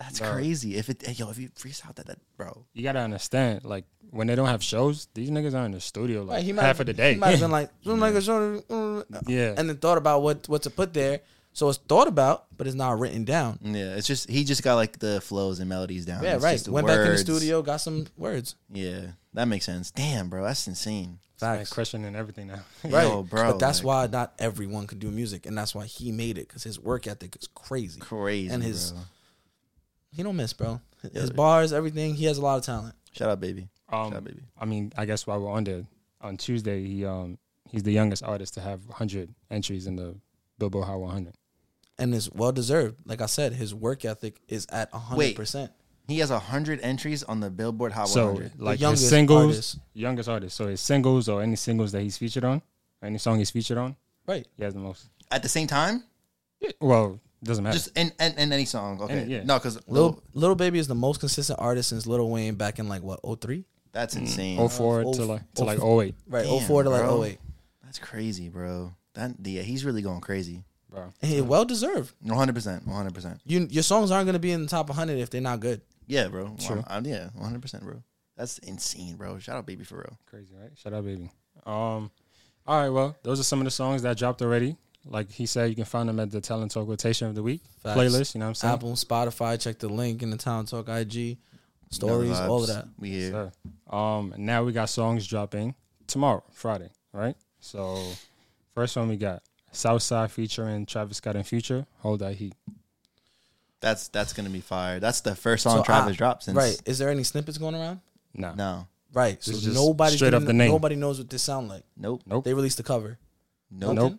[SPEAKER 3] That's
[SPEAKER 2] No.
[SPEAKER 3] crazy. If it yo, if you freestyle that, that bro,
[SPEAKER 2] you gotta understand. Like when they don't have shows, these niggas are in the studio like
[SPEAKER 4] Right, he might
[SPEAKER 2] half
[SPEAKER 4] have-
[SPEAKER 2] of the day.
[SPEAKER 4] He might have been like, "Some niggas shorter, uh,"
[SPEAKER 2] Yeah.
[SPEAKER 4] and then thought about what what to put there. So it's thought about, but it's not written down.
[SPEAKER 3] yeah, it's just he just got like the flows and melodies down.
[SPEAKER 4] Yeah,
[SPEAKER 3] It's
[SPEAKER 4] right.
[SPEAKER 3] just
[SPEAKER 4] Went back in the
[SPEAKER 3] words.
[SPEAKER 4] studio, got some words.
[SPEAKER 3] Yeah, that makes sense. Damn, bro, that's insane.
[SPEAKER 2] like
[SPEAKER 4] Facts.
[SPEAKER 2] questioning everything now.
[SPEAKER 4] Right.
[SPEAKER 3] Yo, bro,
[SPEAKER 4] but that's
[SPEAKER 3] like-
[SPEAKER 4] why not everyone could do music, and that's why he made it because his work ethic is crazy.
[SPEAKER 3] Crazy,
[SPEAKER 4] And his-
[SPEAKER 3] bro.
[SPEAKER 4] He don't miss, bro. His bars, everything. He has a lot of talent.
[SPEAKER 3] Shout out, baby.
[SPEAKER 2] Um,
[SPEAKER 3] Shout out, baby.
[SPEAKER 2] I mean, I guess while we're on there, on Tuesday, he um he's the youngest artist to have 100 entries in the Billboard Hot 100.
[SPEAKER 4] And it's well deserved. Like I said, his work ethic is at hundred
[SPEAKER 3] Wait.
[SPEAKER 4] percent.
[SPEAKER 3] He has hundred entries on the Billboard Hot
[SPEAKER 2] So
[SPEAKER 3] 100.
[SPEAKER 2] like his
[SPEAKER 4] youngest
[SPEAKER 2] singles,
[SPEAKER 4] artist.
[SPEAKER 2] youngest artist. So his singles or any singles that he's featured on, any song he's featured on,
[SPEAKER 4] Right.
[SPEAKER 2] he has the most.
[SPEAKER 3] At the same time,
[SPEAKER 2] Yeah, Well, doesn't matter.
[SPEAKER 3] just in, in, in any song. Okay,
[SPEAKER 2] Any- yeah.
[SPEAKER 3] no, because
[SPEAKER 4] Little Little Baby is the most consistent artist since Little Wayne back in like what 03?
[SPEAKER 3] that's insane.
[SPEAKER 2] 04
[SPEAKER 4] oh,
[SPEAKER 2] to like to
[SPEAKER 4] oh,
[SPEAKER 2] like 08,
[SPEAKER 4] Right,
[SPEAKER 3] Damn,
[SPEAKER 4] 04 to like
[SPEAKER 3] bro.
[SPEAKER 4] 08.
[SPEAKER 3] That's crazy, bro. That yeah, he's really going crazy.
[SPEAKER 2] bro.
[SPEAKER 4] And he well deserved.
[SPEAKER 3] One hundred percent, one hundred percent.
[SPEAKER 4] You your songs aren't gonna be in the top 100 if they're not good.
[SPEAKER 3] Yeah, bro. Wow. Uh, yeah, one hundred percent, bro. That's insane, bro. Shout out, baby, for real.
[SPEAKER 2] Crazy, right? Shut up, baby. Um, all right. Well, those are some of the songs that dropped already. Like he said, you can find them at the Talent Talk Rotation of the Week
[SPEAKER 4] Facts.
[SPEAKER 2] playlist. You know what I'm saying?
[SPEAKER 4] Apple, Spotify, check the link in the Town Talk IG, stories,
[SPEAKER 3] Another
[SPEAKER 4] all of
[SPEAKER 3] vibes.
[SPEAKER 4] that.
[SPEAKER 3] We here.
[SPEAKER 2] Sure. Um, and now we got songs dropping tomorrow, Friday, right? So, first one we got Southside featuring Travis Scott and Future, Hold That Heat.
[SPEAKER 3] That's that's gonna be fire. That's the first song
[SPEAKER 4] So,
[SPEAKER 3] Travis
[SPEAKER 4] I-
[SPEAKER 3] dropped since.
[SPEAKER 4] Right. Is there any snippets going around?
[SPEAKER 2] Nah.
[SPEAKER 3] No.
[SPEAKER 4] Right. So
[SPEAKER 2] This is just
[SPEAKER 4] nobody
[SPEAKER 2] straight
[SPEAKER 4] can-
[SPEAKER 2] off the name.
[SPEAKER 4] nobody knows what this sound like.
[SPEAKER 3] Nope.
[SPEAKER 2] Nope.
[SPEAKER 4] They released the cover.
[SPEAKER 3] Nope.
[SPEAKER 2] Nope.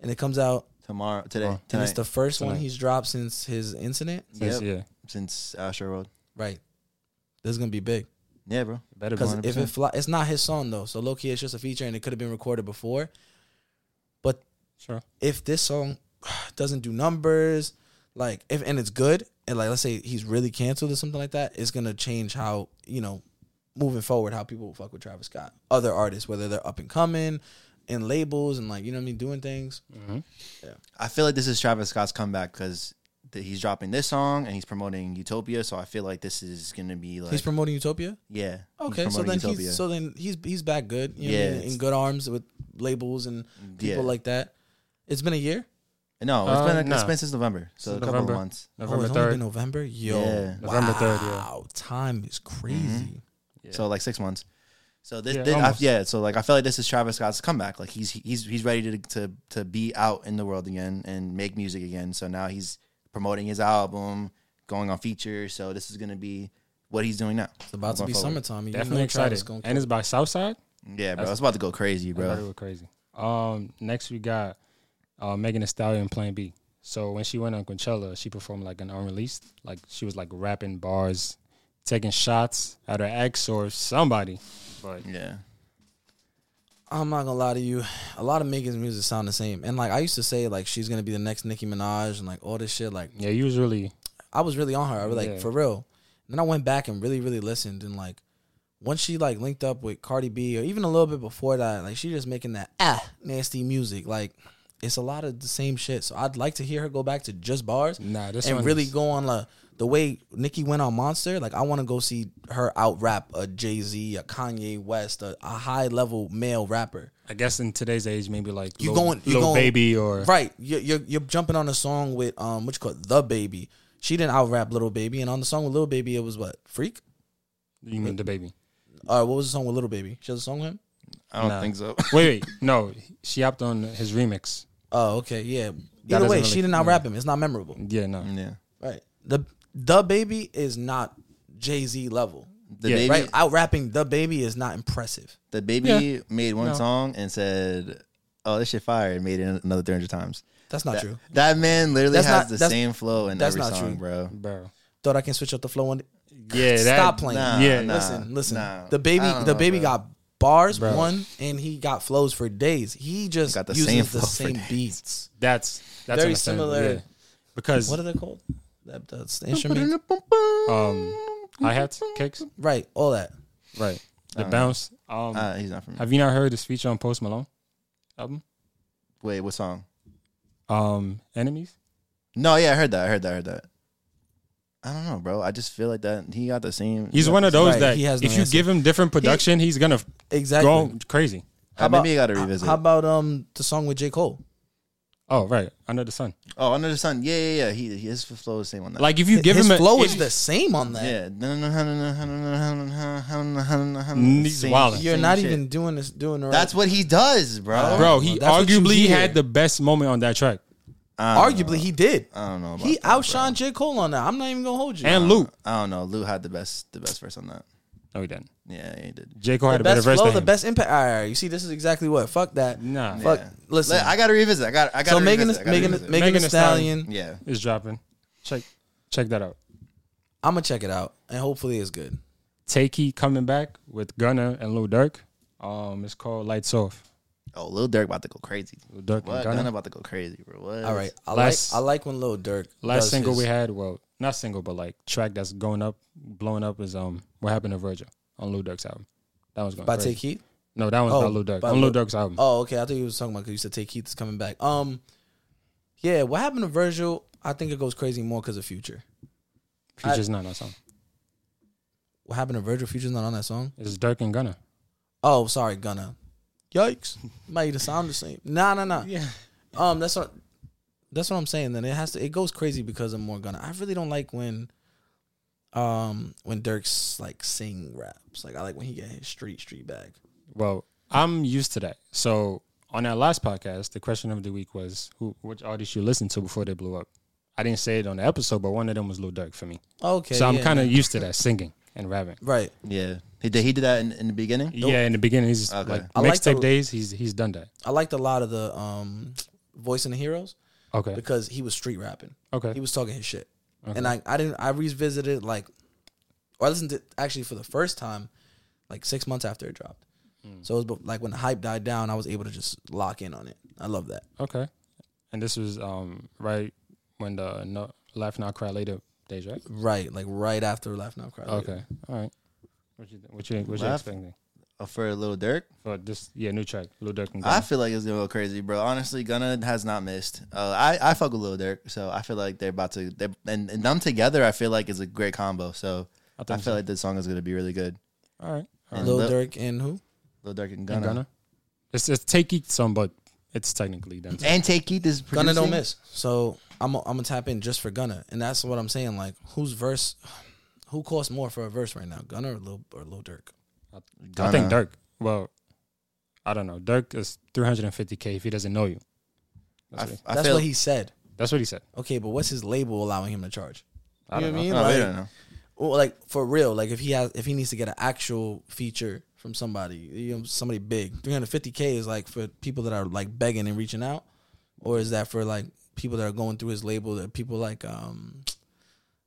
[SPEAKER 4] And it comes out
[SPEAKER 3] Tomorrow. Today.
[SPEAKER 2] Tomorrow.
[SPEAKER 4] and
[SPEAKER 3] Tonight.
[SPEAKER 4] it's the first one
[SPEAKER 2] Tonight.
[SPEAKER 4] he's dropped since his incident.
[SPEAKER 2] Since-
[SPEAKER 3] Yep.
[SPEAKER 2] Yeah.
[SPEAKER 3] Since uh, Sure Road.
[SPEAKER 4] Right. This is gonna be big.
[SPEAKER 3] Yeah, bro.
[SPEAKER 2] Better be.
[SPEAKER 4] Because if
[SPEAKER 3] 100%.
[SPEAKER 4] it fly, it's not his song though. So low key, it's just a feature, and it could have been recorded before. But
[SPEAKER 2] Sure.
[SPEAKER 4] if this song doesn't do numbers, like if and it's good, and like let's say he's really canceled or something like that, it's gonna change how you know moving forward how people fuck with Travis Scott, other artists, whether they're up and coming, and labels, and like you know what I mean, doing things.
[SPEAKER 3] I feel like this is Travis Scott's comeback because he's dropping this song and he's promoting Utopia. So I feel like this is gonna be like
[SPEAKER 4] he's promoting Utopia.
[SPEAKER 3] yeah. he's
[SPEAKER 4] Okay, so
[SPEAKER 3] promoting
[SPEAKER 4] then he's so then he's he's back good. You know
[SPEAKER 3] Yeah,
[SPEAKER 4] what I mean,
[SPEAKER 3] it's-
[SPEAKER 4] in good arms with labels and people
[SPEAKER 3] Yeah.
[SPEAKER 4] like that. It's been a year.
[SPEAKER 3] no, it's
[SPEAKER 2] Uh,
[SPEAKER 3] been it's
[SPEAKER 2] nah.
[SPEAKER 3] been since November. So
[SPEAKER 2] Since
[SPEAKER 3] a couple
[SPEAKER 2] November.
[SPEAKER 3] of months.
[SPEAKER 2] November
[SPEAKER 4] oh, it's only
[SPEAKER 2] 3rd.
[SPEAKER 4] been November. Yo,
[SPEAKER 3] Yeah.
[SPEAKER 2] November 3rd, yeah.
[SPEAKER 4] Wow, time is crazy.
[SPEAKER 3] So like six months. So this,
[SPEAKER 2] Yeah,
[SPEAKER 3] this I,
[SPEAKER 2] almost.
[SPEAKER 3] yeah. So like I feel like this is Travis Scott's comeback. Like he's he's he's ready to, to to be out in the world again and make music again. So now he's promoting his album, going on features. So this is gonna be what he's doing now.
[SPEAKER 4] It's about to
[SPEAKER 3] Going
[SPEAKER 4] be
[SPEAKER 3] forward.
[SPEAKER 4] summertime. You
[SPEAKER 2] Definitely
[SPEAKER 4] know Travis
[SPEAKER 2] excited.
[SPEAKER 4] gonna
[SPEAKER 2] and it's by Southside.
[SPEAKER 3] Yeah, bro. It's about to go crazy,
[SPEAKER 2] Bro.
[SPEAKER 3] bro.
[SPEAKER 2] Go crazy. Um, next we got uh, Megan Thee Stallion and Plan B. So when she went on Coachella, she performed like an unreleased, like she was like rapping bars, taking shots at her ex or somebody. But
[SPEAKER 3] Yeah.
[SPEAKER 4] I'm not gonna lie to you. A lot of Megan's music sound the same. And like I used to say, like she's gonna be the next Nicki Minaj and like all this shit. Like
[SPEAKER 2] yeah, usually
[SPEAKER 4] I was really on her. I was like
[SPEAKER 2] Yeah.
[SPEAKER 4] for real. And then I went back and really, really listened. And like once she like linked up with Cardi B or even a little bit before that, like she just making that ah nasty music. Like it's a lot of the same shit. So I'd like to hear her go back to just bars.
[SPEAKER 2] Nah, this
[SPEAKER 4] and
[SPEAKER 2] one
[SPEAKER 4] really
[SPEAKER 2] is-
[SPEAKER 4] go on like the way Nicki went on Monster. Like I want to go see her out rap a Jay Z, a Kanye West, a, a high level male rapper.
[SPEAKER 2] I guess in today's age, maybe like
[SPEAKER 4] You
[SPEAKER 2] Lil-
[SPEAKER 4] going, you
[SPEAKER 2] Lil
[SPEAKER 4] going,
[SPEAKER 2] baby or
[SPEAKER 4] right? You're, you're you're jumping on a song with um, what you call it, the baby. She didn't out rap little baby, and on the song with little baby, it was what freak.
[SPEAKER 2] you mean the baby?
[SPEAKER 4] Or what was the song with little baby? She has a song with him.
[SPEAKER 3] I don't
[SPEAKER 2] Nah.
[SPEAKER 3] think so.
[SPEAKER 2] Wait, wait, no, she opted on his remix.
[SPEAKER 4] Oh, okay, yeah.
[SPEAKER 2] That
[SPEAKER 4] Either
[SPEAKER 2] doesn't
[SPEAKER 4] way,
[SPEAKER 2] really-
[SPEAKER 4] she didn't out rap him. It's not memorable.
[SPEAKER 2] Yeah, no,
[SPEAKER 3] yeah.
[SPEAKER 4] Right. The the baby is not Jay Z level.
[SPEAKER 3] The
[SPEAKER 2] Yeah.
[SPEAKER 3] baby
[SPEAKER 4] Right. Out rapping the baby is not impressive.
[SPEAKER 3] the baby
[SPEAKER 2] Yeah.
[SPEAKER 3] made one
[SPEAKER 2] No.
[SPEAKER 3] song and said, Oh, this shit fire and made it another three hundred times.
[SPEAKER 4] That's not
[SPEAKER 3] that,
[SPEAKER 4] true.
[SPEAKER 3] That man literally
[SPEAKER 4] That's
[SPEAKER 3] has
[SPEAKER 4] not-
[SPEAKER 3] the
[SPEAKER 4] that's-
[SPEAKER 3] same flow in
[SPEAKER 4] that's
[SPEAKER 3] every
[SPEAKER 4] not
[SPEAKER 3] song,
[SPEAKER 4] true.
[SPEAKER 3] bro.
[SPEAKER 2] bro.
[SPEAKER 4] Thought I can switch up the flow one. day.
[SPEAKER 2] Yeah, that,
[SPEAKER 4] Stop playing.
[SPEAKER 3] Nah,
[SPEAKER 2] Yeah.
[SPEAKER 3] nah,
[SPEAKER 4] listen, listen.
[SPEAKER 3] nah.
[SPEAKER 4] the baby,
[SPEAKER 3] I don't
[SPEAKER 4] the
[SPEAKER 3] know,
[SPEAKER 4] baby
[SPEAKER 3] bro.
[SPEAKER 4] got bars
[SPEAKER 2] Bro.
[SPEAKER 4] one, and he got flows for days. He just
[SPEAKER 3] Got the
[SPEAKER 4] uses
[SPEAKER 3] same
[SPEAKER 4] the
[SPEAKER 3] flow for
[SPEAKER 4] same
[SPEAKER 3] days.
[SPEAKER 4] beats.
[SPEAKER 2] That's that's
[SPEAKER 4] Very
[SPEAKER 2] understandable,
[SPEAKER 4] similar.
[SPEAKER 2] yeah. because
[SPEAKER 4] What are they called? That, that's the instrument,
[SPEAKER 2] um hi hats, kicks,
[SPEAKER 4] right? All that.
[SPEAKER 2] right? The bounce.
[SPEAKER 4] Mm.
[SPEAKER 2] Um,
[SPEAKER 3] Uh, he's not from.
[SPEAKER 2] have you not heard this feature on Post Malone album?
[SPEAKER 3] Wait, what song?
[SPEAKER 2] Um, enemies.
[SPEAKER 3] No, yeah, I heard that. I heard that. I heard that. I don't know, bro. I just feel like that he got the same.
[SPEAKER 2] He's one of those
[SPEAKER 4] Right,
[SPEAKER 2] that
[SPEAKER 4] he has no
[SPEAKER 2] if you
[SPEAKER 4] answer.
[SPEAKER 2] give him different production, he's gonna f-
[SPEAKER 4] Exactly.
[SPEAKER 2] go crazy.
[SPEAKER 3] Uh,
[SPEAKER 4] about-
[SPEAKER 3] maybe I got to revisit.
[SPEAKER 4] How about um the song with J Cole?
[SPEAKER 2] Oh, right, under the sun.
[SPEAKER 3] oh, Under the Sun. Yeah, yeah, yeah. He his flow is the same on that.
[SPEAKER 2] Like if you give
[SPEAKER 4] His
[SPEAKER 2] him a
[SPEAKER 4] flow
[SPEAKER 2] if-
[SPEAKER 4] is the same on that.
[SPEAKER 3] yeah.
[SPEAKER 2] He's
[SPEAKER 3] He's
[SPEAKER 2] wildin'.
[SPEAKER 4] You're not even doing this, doing the right.
[SPEAKER 3] That's what he does, bro.
[SPEAKER 2] bro. He
[SPEAKER 4] That's what you
[SPEAKER 2] arguably
[SPEAKER 4] hear.
[SPEAKER 2] had the best moment on that track.
[SPEAKER 4] Arguably, he did.
[SPEAKER 3] I don't know. About
[SPEAKER 4] He
[SPEAKER 3] that,
[SPEAKER 4] outshined J. Cole on that. I'm not even gonna hold you.
[SPEAKER 2] And Luke.
[SPEAKER 3] I don't know. Lou had the best the best verse on that.
[SPEAKER 2] No, he didn't.
[SPEAKER 3] Yeah, he did.
[SPEAKER 2] J. Cole had a better
[SPEAKER 4] best
[SPEAKER 2] verse
[SPEAKER 4] flow,
[SPEAKER 2] than
[SPEAKER 4] the
[SPEAKER 2] him.
[SPEAKER 4] best impact. All right, all right, you see, this is exactly what. Fuck that.
[SPEAKER 2] Nah.
[SPEAKER 4] Fuck.
[SPEAKER 3] Yeah.
[SPEAKER 4] Listen.
[SPEAKER 3] Let- I gotta revisit. I got. I gotta
[SPEAKER 4] so Megan,
[SPEAKER 3] revisit. I gotta
[SPEAKER 4] Megan,
[SPEAKER 3] revisit.
[SPEAKER 4] Megan,
[SPEAKER 2] Megan
[SPEAKER 4] Thee
[SPEAKER 2] Thee Stallion.
[SPEAKER 4] Stallion.
[SPEAKER 3] Yeah.
[SPEAKER 2] It's dropping. Check check that out.
[SPEAKER 4] I'm gonna check it out, and hopefully it's good.
[SPEAKER 2] Takey coming back with Gunna and Lil Durk. Um, it's called Lights Off.
[SPEAKER 3] Oh, Lil Durk about to go crazy.
[SPEAKER 2] Lil Durk and
[SPEAKER 3] What?
[SPEAKER 2] Gunna.
[SPEAKER 3] Gunna about to go crazy, bro. What?
[SPEAKER 4] All right, I
[SPEAKER 2] Last-
[SPEAKER 4] like I like when Lil Durk.
[SPEAKER 2] Last
[SPEAKER 4] does
[SPEAKER 2] single
[SPEAKER 4] his-
[SPEAKER 2] we had, well, not single, but like track that's going up, blowing up is um, what happened to Virgil on Lil Durk's album. That was going
[SPEAKER 4] by
[SPEAKER 2] crazy.
[SPEAKER 4] Take Heat.
[SPEAKER 2] No, that one's
[SPEAKER 4] Oh,
[SPEAKER 2] by Lil Durk.
[SPEAKER 4] by
[SPEAKER 2] on Lil
[SPEAKER 4] Lil-
[SPEAKER 2] Durk's album.
[SPEAKER 4] Oh, okay. I thought you was talking about because you said Take Heat is coming back. Um, yeah. What happened to Virgil? I think it goes crazy more because of Future.
[SPEAKER 2] Future's not on that song.
[SPEAKER 4] What happened to Virgil? Future's not on that song.
[SPEAKER 2] It's Durk and Gunna.
[SPEAKER 4] Oh, sorry, Gunna. Yikes! Might even sound the same. Nah, nah, nah.
[SPEAKER 2] Yeah.
[SPEAKER 4] Um, that's what that's what I'm saying. Then it has to it goes crazy because of more Gunna. I really don't like when um when Dirk's like sing raps. Like I like when he get his street street back.
[SPEAKER 2] Well, I'm used to that. So on that last podcast, the question of the week was who, which artist you listened to before they blew up. I didn't say it on the episode, but one of them was Lil Durk for me.
[SPEAKER 4] Okay.
[SPEAKER 2] so I'm
[SPEAKER 4] yeah,
[SPEAKER 2] kind of
[SPEAKER 4] yeah.
[SPEAKER 2] used to that singing and rapping.
[SPEAKER 4] right.
[SPEAKER 3] Yeah. He did. He did that in, in the beginning.
[SPEAKER 2] Yeah, in the beginning, he's
[SPEAKER 3] Okay.
[SPEAKER 2] like
[SPEAKER 4] I like
[SPEAKER 2] mixtape
[SPEAKER 4] the-
[SPEAKER 2] days. He's he's done that.
[SPEAKER 4] I liked a lot of the um voice in the heroes
[SPEAKER 2] Okay,
[SPEAKER 4] because he was street rapping. He
[SPEAKER 2] okay,
[SPEAKER 4] was talking his shit.
[SPEAKER 2] Okay.
[SPEAKER 4] And I I didn't I revisited like or I listened to it actually for the first time like 6 months after it dropped.
[SPEAKER 2] Mm.
[SPEAKER 4] So it was bef- like when the hype died down, I was able to just lock in on it. I love that.
[SPEAKER 2] okay. And this was um right when the no, laugh now cry later days, right?
[SPEAKER 4] Right, like right after Laugh Now Cry. Later.
[SPEAKER 2] Okay, all right. What you what you what you
[SPEAKER 3] Laugh.
[SPEAKER 2] expecting
[SPEAKER 3] Uh, For Lil Durk,
[SPEAKER 2] for this? Yeah, new track, Lil Durk and
[SPEAKER 3] I
[SPEAKER 2] Gunna.
[SPEAKER 3] feel like it's gonna go crazy, bro. Honestly, Gunna has not missed. Uh, I I fuck with Lil Durk, so I feel like they're about to. They, and and them together, I feel like is a great combo. So
[SPEAKER 2] I
[SPEAKER 3] I
[SPEAKER 2] think
[SPEAKER 3] feel
[SPEAKER 2] so.
[SPEAKER 3] like this song is gonna be really good.
[SPEAKER 2] All right, all right.
[SPEAKER 3] And
[SPEAKER 4] Lil
[SPEAKER 3] Lil-
[SPEAKER 4] Durk and who?
[SPEAKER 3] Lil Durk and
[SPEAKER 2] And
[SPEAKER 3] Gunna.
[SPEAKER 2] Gunna. It's it's takey some, but it's technically done.
[SPEAKER 3] And Take Keith is producing.
[SPEAKER 4] Gunna don't miss. So I'm i I'm gonna tap in just for Gunna, and that's what I'm saying. Like, whose verse? Who costs more for a verse right now, Gunna or Lil or Lil Durk?
[SPEAKER 2] I think
[SPEAKER 3] Gunna.
[SPEAKER 2] Dirk. Well, I don't know. Dirk is 350k if he doesn't know you. That's,
[SPEAKER 3] I,
[SPEAKER 2] what, he,
[SPEAKER 3] I
[SPEAKER 4] that's
[SPEAKER 3] feel.
[SPEAKER 4] what he said.
[SPEAKER 2] that's what he said.
[SPEAKER 4] Okay, but what's his label allowing him to charge?
[SPEAKER 2] I
[SPEAKER 4] you
[SPEAKER 2] don't
[SPEAKER 4] know what I mean?
[SPEAKER 3] no, we
[SPEAKER 4] like,
[SPEAKER 3] don't Oh, know.
[SPEAKER 4] well, like for real. Like if he has, if he needs to get an actual feature from somebody, you know, somebody big, 350k is like for people that are like begging and reaching out, or is that for like people that are going through his label, that people like um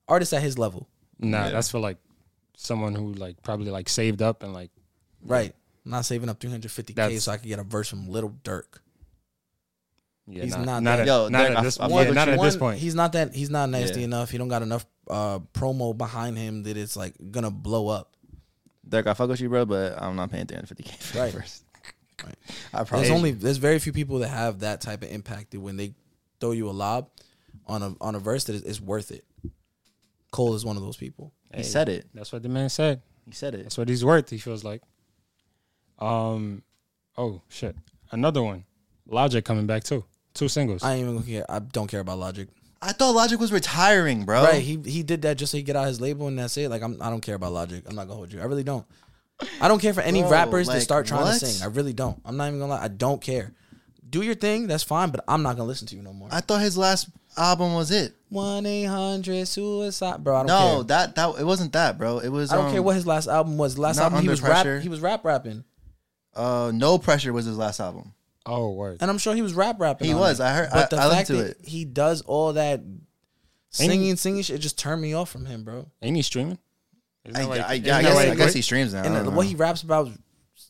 [SPEAKER 4] artists at his level,
[SPEAKER 2] Nah,
[SPEAKER 3] Yeah.
[SPEAKER 2] that's for like someone who like probably like saved up and like
[SPEAKER 4] right? I'm not saving up 350k
[SPEAKER 2] That's-
[SPEAKER 4] so I could get a verse from Little Dirk.
[SPEAKER 2] yeah,
[SPEAKER 4] He's
[SPEAKER 2] not, not
[SPEAKER 4] not that-
[SPEAKER 2] at,
[SPEAKER 3] Yo,
[SPEAKER 2] not
[SPEAKER 3] Dirk,
[SPEAKER 2] at
[SPEAKER 3] I-
[SPEAKER 2] this,
[SPEAKER 3] I
[SPEAKER 2] yeah,
[SPEAKER 3] fuck with
[SPEAKER 2] not
[SPEAKER 3] you.
[SPEAKER 2] at this
[SPEAKER 4] One,
[SPEAKER 2] point.
[SPEAKER 4] he's not that he's not nasty
[SPEAKER 3] Yeah.
[SPEAKER 4] enough. He don't got enough uh promo behind him that it's like gonna blow up.
[SPEAKER 3] Dirk, I fuck with you, bro, but I'm not paying 350k for
[SPEAKER 4] Right.
[SPEAKER 3] right. first. I probably
[SPEAKER 4] There's only there's very few people that have that type of impact that when they throw you a lob on a on a verse that is it's worth it. Cole is one of those people.
[SPEAKER 3] he said it.
[SPEAKER 2] That's what the man said.
[SPEAKER 3] He said it.
[SPEAKER 2] That's what he's worth. He feels like. Um, oh shit, another one. Logic coming back too. Two singles.
[SPEAKER 4] I ain't even gonna care. I don't care about Logic.
[SPEAKER 3] I thought Logic was retiring, bro.
[SPEAKER 4] Right? He he did that just so he get out his label and that's it. Like I'm I don't care about Logic. I'm not gonna hold you. I really don't. I don't care for any
[SPEAKER 3] Bro,
[SPEAKER 4] rappers that
[SPEAKER 3] like,
[SPEAKER 4] start trying
[SPEAKER 3] what?
[SPEAKER 4] to sing. I really don't. I'm not even gonna lie. I don't care. Do your thing. That's fine. But I'm not gonna listen to you no more.
[SPEAKER 3] I thought his last album was it.
[SPEAKER 4] One eight hundred suicide, bro. I don't
[SPEAKER 3] No,
[SPEAKER 4] care.
[SPEAKER 3] that that it wasn't that, bro. It was.
[SPEAKER 4] I don't
[SPEAKER 3] um,
[SPEAKER 4] care what his last album was. Last
[SPEAKER 3] Not
[SPEAKER 4] album he
[SPEAKER 3] Under
[SPEAKER 4] was
[SPEAKER 3] Pressure.
[SPEAKER 4] rap. He was rap rapping,
[SPEAKER 3] Uh, no pressure was his last album.
[SPEAKER 2] oh word.
[SPEAKER 4] and I'm sure he was rap rapping.
[SPEAKER 3] He
[SPEAKER 4] on
[SPEAKER 3] was.
[SPEAKER 4] it.
[SPEAKER 3] I heard-
[SPEAKER 4] But
[SPEAKER 3] I-
[SPEAKER 4] the
[SPEAKER 3] I listened
[SPEAKER 4] fact
[SPEAKER 3] to
[SPEAKER 4] that he does all that singing, singing shit, it just turned me off from him, bro.
[SPEAKER 2] Ain't he streaming? Isn't
[SPEAKER 3] I,
[SPEAKER 2] that like-
[SPEAKER 3] I, I
[SPEAKER 2] isn't
[SPEAKER 3] guess,
[SPEAKER 2] that
[SPEAKER 3] I
[SPEAKER 2] like-
[SPEAKER 3] guess he streams now. I
[SPEAKER 4] And
[SPEAKER 3] don't
[SPEAKER 4] the-
[SPEAKER 3] know.
[SPEAKER 4] what he raps about, is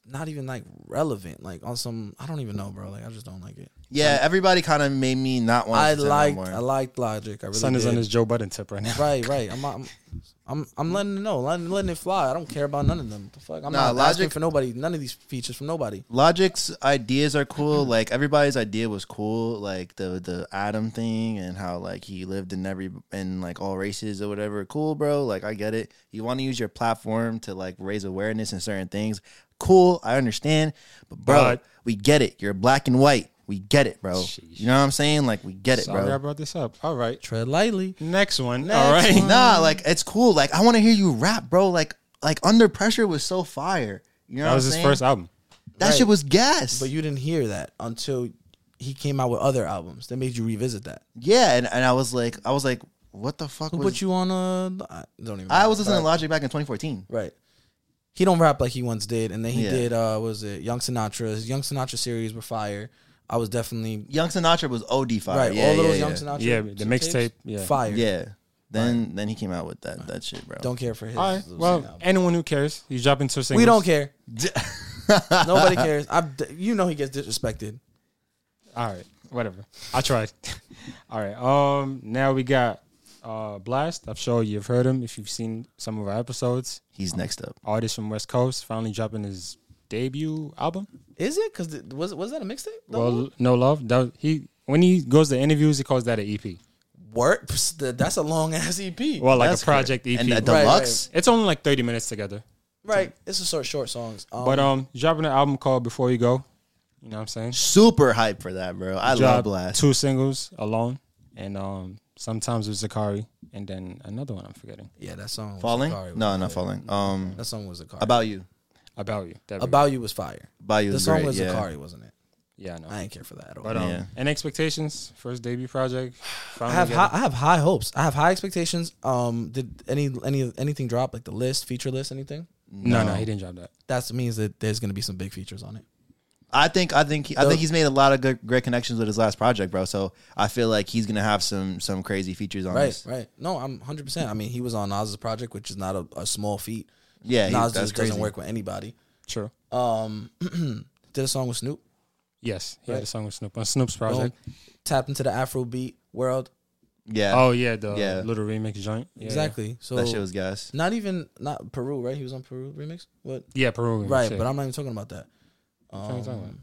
[SPEAKER 4] not even like relevant. Like on some, I don't even know, bro. Like I just don't like it.
[SPEAKER 3] yeah, everybody kind of made me not want.
[SPEAKER 4] I
[SPEAKER 3] to listen
[SPEAKER 4] liked,
[SPEAKER 3] No more.
[SPEAKER 4] I liked Logic. I really
[SPEAKER 2] Son is on
[SPEAKER 4] did.
[SPEAKER 2] his Joe Budden tip right now.
[SPEAKER 4] Right, right. I'm, I'm, I'm, I'm letting it know. Letting, letting it fly. I don't care about none of them. The fuck. I'm
[SPEAKER 3] Nah,
[SPEAKER 4] not asking
[SPEAKER 3] Logic-
[SPEAKER 4] for nobody. None of these features from nobody.
[SPEAKER 3] Logic's ideas are cool. Like everybody's idea was cool. Like the the Adam thing and how like he lived in every in like all races or whatever. Cool, bro. Like I get it. You want to use your platform to like raise awareness in certain things. Cool, I understand. But bro,
[SPEAKER 2] But-
[SPEAKER 3] we get it. You're black and white. We get it, bro. You know what I'm saying? Like we get it,
[SPEAKER 2] Sorry I
[SPEAKER 3] bro.
[SPEAKER 2] brought this up. All right.
[SPEAKER 4] Tread lightly.
[SPEAKER 2] Next one. All right.
[SPEAKER 3] Nah, like it's cool. Like I want to hear you rap, bro. Like like under pressure was so fire. You know
[SPEAKER 2] That
[SPEAKER 3] what
[SPEAKER 2] was
[SPEAKER 3] I'm
[SPEAKER 2] his
[SPEAKER 3] saying?
[SPEAKER 2] first album.
[SPEAKER 3] That
[SPEAKER 4] Right.
[SPEAKER 3] shit was gas.
[SPEAKER 4] But you didn't hear that until he came out with other albums that made you revisit that.
[SPEAKER 3] Yeah, and, and I was like, I was like, what the fuck?
[SPEAKER 4] Who
[SPEAKER 3] was,
[SPEAKER 4] put you on uh I don't even
[SPEAKER 3] I
[SPEAKER 4] remember.
[SPEAKER 3] was listening to Logic back in 2014.
[SPEAKER 4] Right. He don't rap like he once did, and then he
[SPEAKER 3] Yeah.
[SPEAKER 4] did uh what was it Young Sinatra? His Young Sinatra series were fire. I was definitely
[SPEAKER 3] Young Sinatra was OD fire.
[SPEAKER 4] right.
[SPEAKER 3] yeah,
[SPEAKER 4] all of
[SPEAKER 3] yeah,
[SPEAKER 4] those
[SPEAKER 3] yeah.
[SPEAKER 4] Young Sinatra
[SPEAKER 2] Yeah, the
[SPEAKER 4] tapes,
[SPEAKER 2] mixtape, yeah.
[SPEAKER 4] fire.
[SPEAKER 3] Yeah. Then then he came out with that that shit, bro.
[SPEAKER 4] Don't care for his.
[SPEAKER 2] All right.
[SPEAKER 4] little
[SPEAKER 2] Well,
[SPEAKER 4] album.
[SPEAKER 2] anyone who cares, he's dropping two singles.
[SPEAKER 4] we don't care. Nobody cares. I, you know he gets disrespected.
[SPEAKER 2] All right, whatever. I tried. All right. Um. Now we got uh Blast. I'm sure you've heard him if you've seen some of our episodes.
[SPEAKER 3] He's next up.
[SPEAKER 2] Artist from West Coast finally dropping his debut album.
[SPEAKER 4] Is it? Because was was that a mixtape? The
[SPEAKER 2] well,
[SPEAKER 4] one?
[SPEAKER 2] no love. That was- he when he goes to interviews, he calls that an EP.
[SPEAKER 4] Work. Psst, th- That's a long ass E EP.
[SPEAKER 2] Well, like
[SPEAKER 3] That's
[SPEAKER 2] a project E
[SPEAKER 3] great.
[SPEAKER 2] EP.
[SPEAKER 3] And a
[SPEAKER 4] Right, right.
[SPEAKER 3] deluxe.
[SPEAKER 2] it's only like 30 minutes together.
[SPEAKER 4] right. It's a short, short songs. Um,
[SPEAKER 2] But um, dropping an album called Before You Go. You know what I'm saying?
[SPEAKER 3] Super hype for that, bro. I love
[SPEAKER 2] Dropped
[SPEAKER 3] Blast.
[SPEAKER 2] Two singles alone, and um, sometimes with Zakari, and then another one I'm forgetting.
[SPEAKER 4] yeah, that song. Was
[SPEAKER 3] Falling?
[SPEAKER 4] Zakari was
[SPEAKER 3] No,
[SPEAKER 4] fire.
[SPEAKER 3] not falling. Um,
[SPEAKER 4] That song was Zakari.
[SPEAKER 3] about you.
[SPEAKER 2] About you. That'd be-
[SPEAKER 4] About you was fire.
[SPEAKER 3] About you.
[SPEAKER 4] The
[SPEAKER 3] is
[SPEAKER 4] song
[SPEAKER 3] great,
[SPEAKER 4] was
[SPEAKER 3] yeah.
[SPEAKER 4] Zakari, wasn't it?
[SPEAKER 2] yeah, I know.
[SPEAKER 4] I ain't care for that at all.
[SPEAKER 2] But um,
[SPEAKER 3] Yeah.
[SPEAKER 2] and expectations, first debut project.
[SPEAKER 4] I
[SPEAKER 2] finally
[SPEAKER 4] have
[SPEAKER 2] getting-
[SPEAKER 4] high, I have high hopes. I have high expectations. Um, did any any anything drop like the list, feature list, anything?
[SPEAKER 2] no, no, he didn't drop that.
[SPEAKER 4] That means that there's gonna be some big features on it.
[SPEAKER 3] I think I think he, I
[SPEAKER 4] The-
[SPEAKER 3] think he's made a lot of good, great connections with his last project, bro. So I feel like he's gonna have some some crazy features on
[SPEAKER 4] Right,
[SPEAKER 3] this.
[SPEAKER 4] right. No, I'm 100. percent I mean, he was on Nas's project, which is not a, a small feat.
[SPEAKER 3] Yeah, he,
[SPEAKER 4] Nas
[SPEAKER 3] that's
[SPEAKER 4] just doesn't
[SPEAKER 3] crazy.
[SPEAKER 4] work with anybody.
[SPEAKER 2] True.
[SPEAKER 4] Um, did a song with Snoop.
[SPEAKER 2] Yes, he had
[SPEAKER 4] Right.
[SPEAKER 2] a song with Snoop on Snoop's project.
[SPEAKER 4] Boom. Tapped into the Afrobeat world.
[SPEAKER 3] Yeah,
[SPEAKER 2] Oh yeah, the
[SPEAKER 3] Yeah.
[SPEAKER 2] little remix joint. Yeah,
[SPEAKER 4] exactly. So
[SPEAKER 2] Oh,
[SPEAKER 3] that shit was gas.
[SPEAKER 4] not even not Peru, right? He was on Peru remix. What?
[SPEAKER 2] Yeah, yeah Peru. remix,
[SPEAKER 4] Right,
[SPEAKER 2] yeah.
[SPEAKER 4] but I'm not even talking about that.
[SPEAKER 2] What are you talking
[SPEAKER 4] Um,
[SPEAKER 2] about?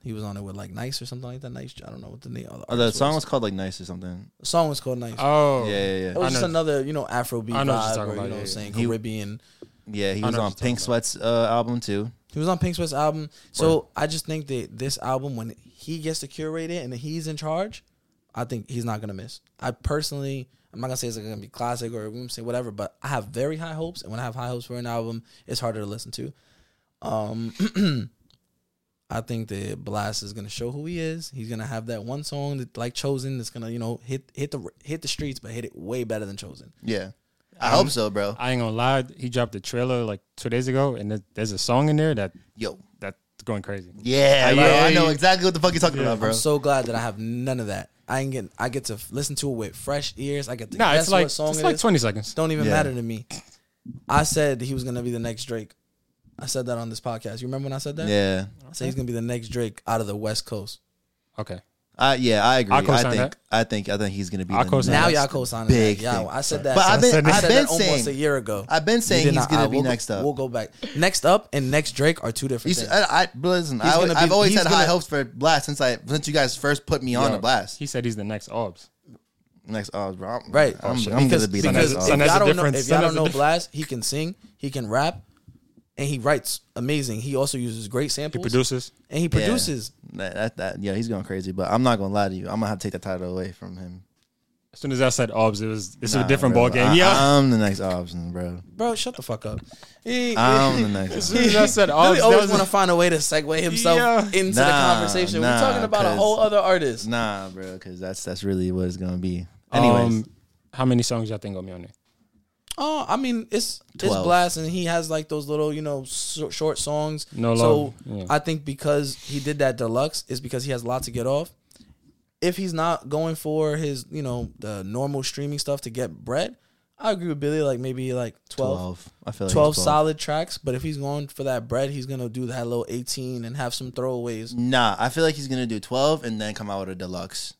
[SPEAKER 4] he was on it with like Nice or something like that. Nice, I don't know what the name. Of the
[SPEAKER 3] Oh, the
[SPEAKER 4] artist
[SPEAKER 3] song was called like nice or something.
[SPEAKER 4] The song was called Nice.
[SPEAKER 2] Oh
[SPEAKER 3] Yeah, yeah,
[SPEAKER 4] it
[SPEAKER 3] yeah.
[SPEAKER 4] was
[SPEAKER 2] I
[SPEAKER 4] just
[SPEAKER 2] know-
[SPEAKER 4] another, you know, Afrobeat
[SPEAKER 2] I know what you're
[SPEAKER 4] vibe,
[SPEAKER 2] talking
[SPEAKER 4] or, you
[SPEAKER 2] about,
[SPEAKER 4] know what
[SPEAKER 2] yeah,
[SPEAKER 4] I'm
[SPEAKER 2] yeah.
[SPEAKER 4] saying,
[SPEAKER 3] He-
[SPEAKER 4] Caribbean.
[SPEAKER 3] Yeah, he
[SPEAKER 2] I
[SPEAKER 3] was
[SPEAKER 2] know
[SPEAKER 3] on
[SPEAKER 2] what you're talking
[SPEAKER 3] Pink Sweat's uh, album too.
[SPEAKER 4] He was on Pink Sweat's album, so I just think that this album, when he gets to curate it and he's in charge, I think he's not gonna miss. I personally, I'm not gonna say it's gonna be classic or I'm gonna say whatever, but I have very high hopes, and when I have high hopes for an album, it's harder to listen to. Um, I think that Blast is gonna show who he is. He's gonna have that one song that like Chosen that's gonna you know hit hit the hit the streets, but hit it way better than Chosen.
[SPEAKER 3] Yeah, I
[SPEAKER 2] Um,
[SPEAKER 3] hope so, bro.
[SPEAKER 2] I ain't gonna lie. He dropped the trailer like two days ago, and there- there's a song in there that
[SPEAKER 3] Yo,
[SPEAKER 2] that's going crazy.
[SPEAKER 3] yeah,
[SPEAKER 2] I-
[SPEAKER 3] bro,
[SPEAKER 2] yeah,
[SPEAKER 3] I know
[SPEAKER 2] yeah.
[SPEAKER 3] exactly what the fuck you're talking about, bro.
[SPEAKER 4] I'm so glad that I have none of that. I ain't get I get to f- listen to it with fresh ears. I get to
[SPEAKER 2] Nah,
[SPEAKER 4] guess
[SPEAKER 2] it's like
[SPEAKER 4] what song
[SPEAKER 2] it's
[SPEAKER 4] it
[SPEAKER 2] like
[SPEAKER 4] is.
[SPEAKER 2] 20 seconds.
[SPEAKER 4] Don't even
[SPEAKER 3] Yeah.
[SPEAKER 4] matter to me. I said he was gonna be the next Drake. I said that on this podcast. You remember when I said that?
[SPEAKER 3] yeah,
[SPEAKER 4] I said he's gonna be the next Drake out of the West Coast.
[SPEAKER 2] Okay.
[SPEAKER 3] I yeah, I agree.
[SPEAKER 2] I
[SPEAKER 3] I,
[SPEAKER 2] co-sign
[SPEAKER 3] think
[SPEAKER 2] that.
[SPEAKER 3] I think I think he's gonna be.
[SPEAKER 2] I
[SPEAKER 3] the
[SPEAKER 2] co-sign
[SPEAKER 3] next-
[SPEAKER 4] now y'all co-signing
[SPEAKER 3] big
[SPEAKER 4] that. Yeah,
[SPEAKER 3] thing.
[SPEAKER 4] I said that.
[SPEAKER 3] But I've been-
[SPEAKER 4] I said
[SPEAKER 3] I've been
[SPEAKER 4] that almost
[SPEAKER 3] saying-
[SPEAKER 4] a year ago.
[SPEAKER 3] I've been
[SPEAKER 4] You
[SPEAKER 3] saying
[SPEAKER 4] did
[SPEAKER 3] he's
[SPEAKER 4] not-
[SPEAKER 3] gonna
[SPEAKER 4] I-
[SPEAKER 3] be
[SPEAKER 4] we'll go-
[SPEAKER 3] next up.
[SPEAKER 4] We'll go back. Next up and next Drake are two different
[SPEAKER 3] He's,
[SPEAKER 4] things.
[SPEAKER 3] I, I but listen. I,
[SPEAKER 4] gonna be-
[SPEAKER 3] have always
[SPEAKER 4] he's
[SPEAKER 3] had high
[SPEAKER 4] gonna-
[SPEAKER 3] hopes for Blast since I since you guys first put me on
[SPEAKER 2] Yo,
[SPEAKER 3] the Blast.
[SPEAKER 2] He said he's the next Orbs.
[SPEAKER 3] Next, oh, bro, I'm,
[SPEAKER 4] Right.
[SPEAKER 3] I'm,
[SPEAKER 4] Because-
[SPEAKER 3] I'm
[SPEAKER 4] because
[SPEAKER 3] gonna be uh, the
[SPEAKER 4] because
[SPEAKER 3] next.
[SPEAKER 2] Oz.
[SPEAKER 4] if
[SPEAKER 2] And that's
[SPEAKER 3] Oz.
[SPEAKER 4] y'all
[SPEAKER 2] the
[SPEAKER 4] don't know,
[SPEAKER 2] difference.
[SPEAKER 4] if y'all
[SPEAKER 2] And that's
[SPEAKER 4] don't know
[SPEAKER 2] the
[SPEAKER 4] Blast, he can sing, he can rap, and he writes amazing. He also uses great
[SPEAKER 2] He
[SPEAKER 4] samples.
[SPEAKER 2] produces.
[SPEAKER 4] and he
[SPEAKER 3] Yeah.
[SPEAKER 4] produces.
[SPEAKER 3] That,
[SPEAKER 4] e-
[SPEAKER 3] that, that, yeah, he's going crazy, but I'm not gonna lie to you. I'm gonna have to take that title away from him.
[SPEAKER 2] As soon as I said Orbs, it was it's
[SPEAKER 3] Nah,
[SPEAKER 2] a different
[SPEAKER 3] bro. Uh-uh.
[SPEAKER 2] ball game.
[SPEAKER 3] I,
[SPEAKER 2] yeah.
[SPEAKER 3] I'm the next option, bro.
[SPEAKER 4] Bro, shut the fuck up. He,
[SPEAKER 3] I'm the next.
[SPEAKER 2] soon as I said Orbs,
[SPEAKER 4] Billy
[SPEAKER 2] that
[SPEAKER 4] always
[SPEAKER 2] was-
[SPEAKER 4] want to find a way to segue himself
[SPEAKER 2] Yeah.
[SPEAKER 4] into the
[SPEAKER 3] Nah,
[SPEAKER 4] conversation. We're
[SPEAKER 3] nah,
[SPEAKER 4] talking about a
[SPEAKER 3] 'cause-
[SPEAKER 4] whole other artist.
[SPEAKER 3] Nah, bro, because that's that's really what it's gonna be. Anyways,
[SPEAKER 2] Um, how many songs y'all think gonna be on there?
[SPEAKER 4] Oh, I mean, it's it's
[SPEAKER 3] Twelve.
[SPEAKER 4] blast, and he has like those little, you know, so, short songs.
[SPEAKER 2] No
[SPEAKER 4] so
[SPEAKER 2] love, yeah.
[SPEAKER 4] I think because he did that deluxe is because he has a lot to get off. If he's not going for his, you know, the normal streaming stuff to get bread, I agree with Billy. Like maybe like 12, 12,
[SPEAKER 3] I feel like it's
[SPEAKER 4] solid tracks. But if he's going for that bread, he's gonna do that little eighteen and have some throwaways.
[SPEAKER 3] Nah, I feel like he's gonna do twelve and then come out with a deluxe.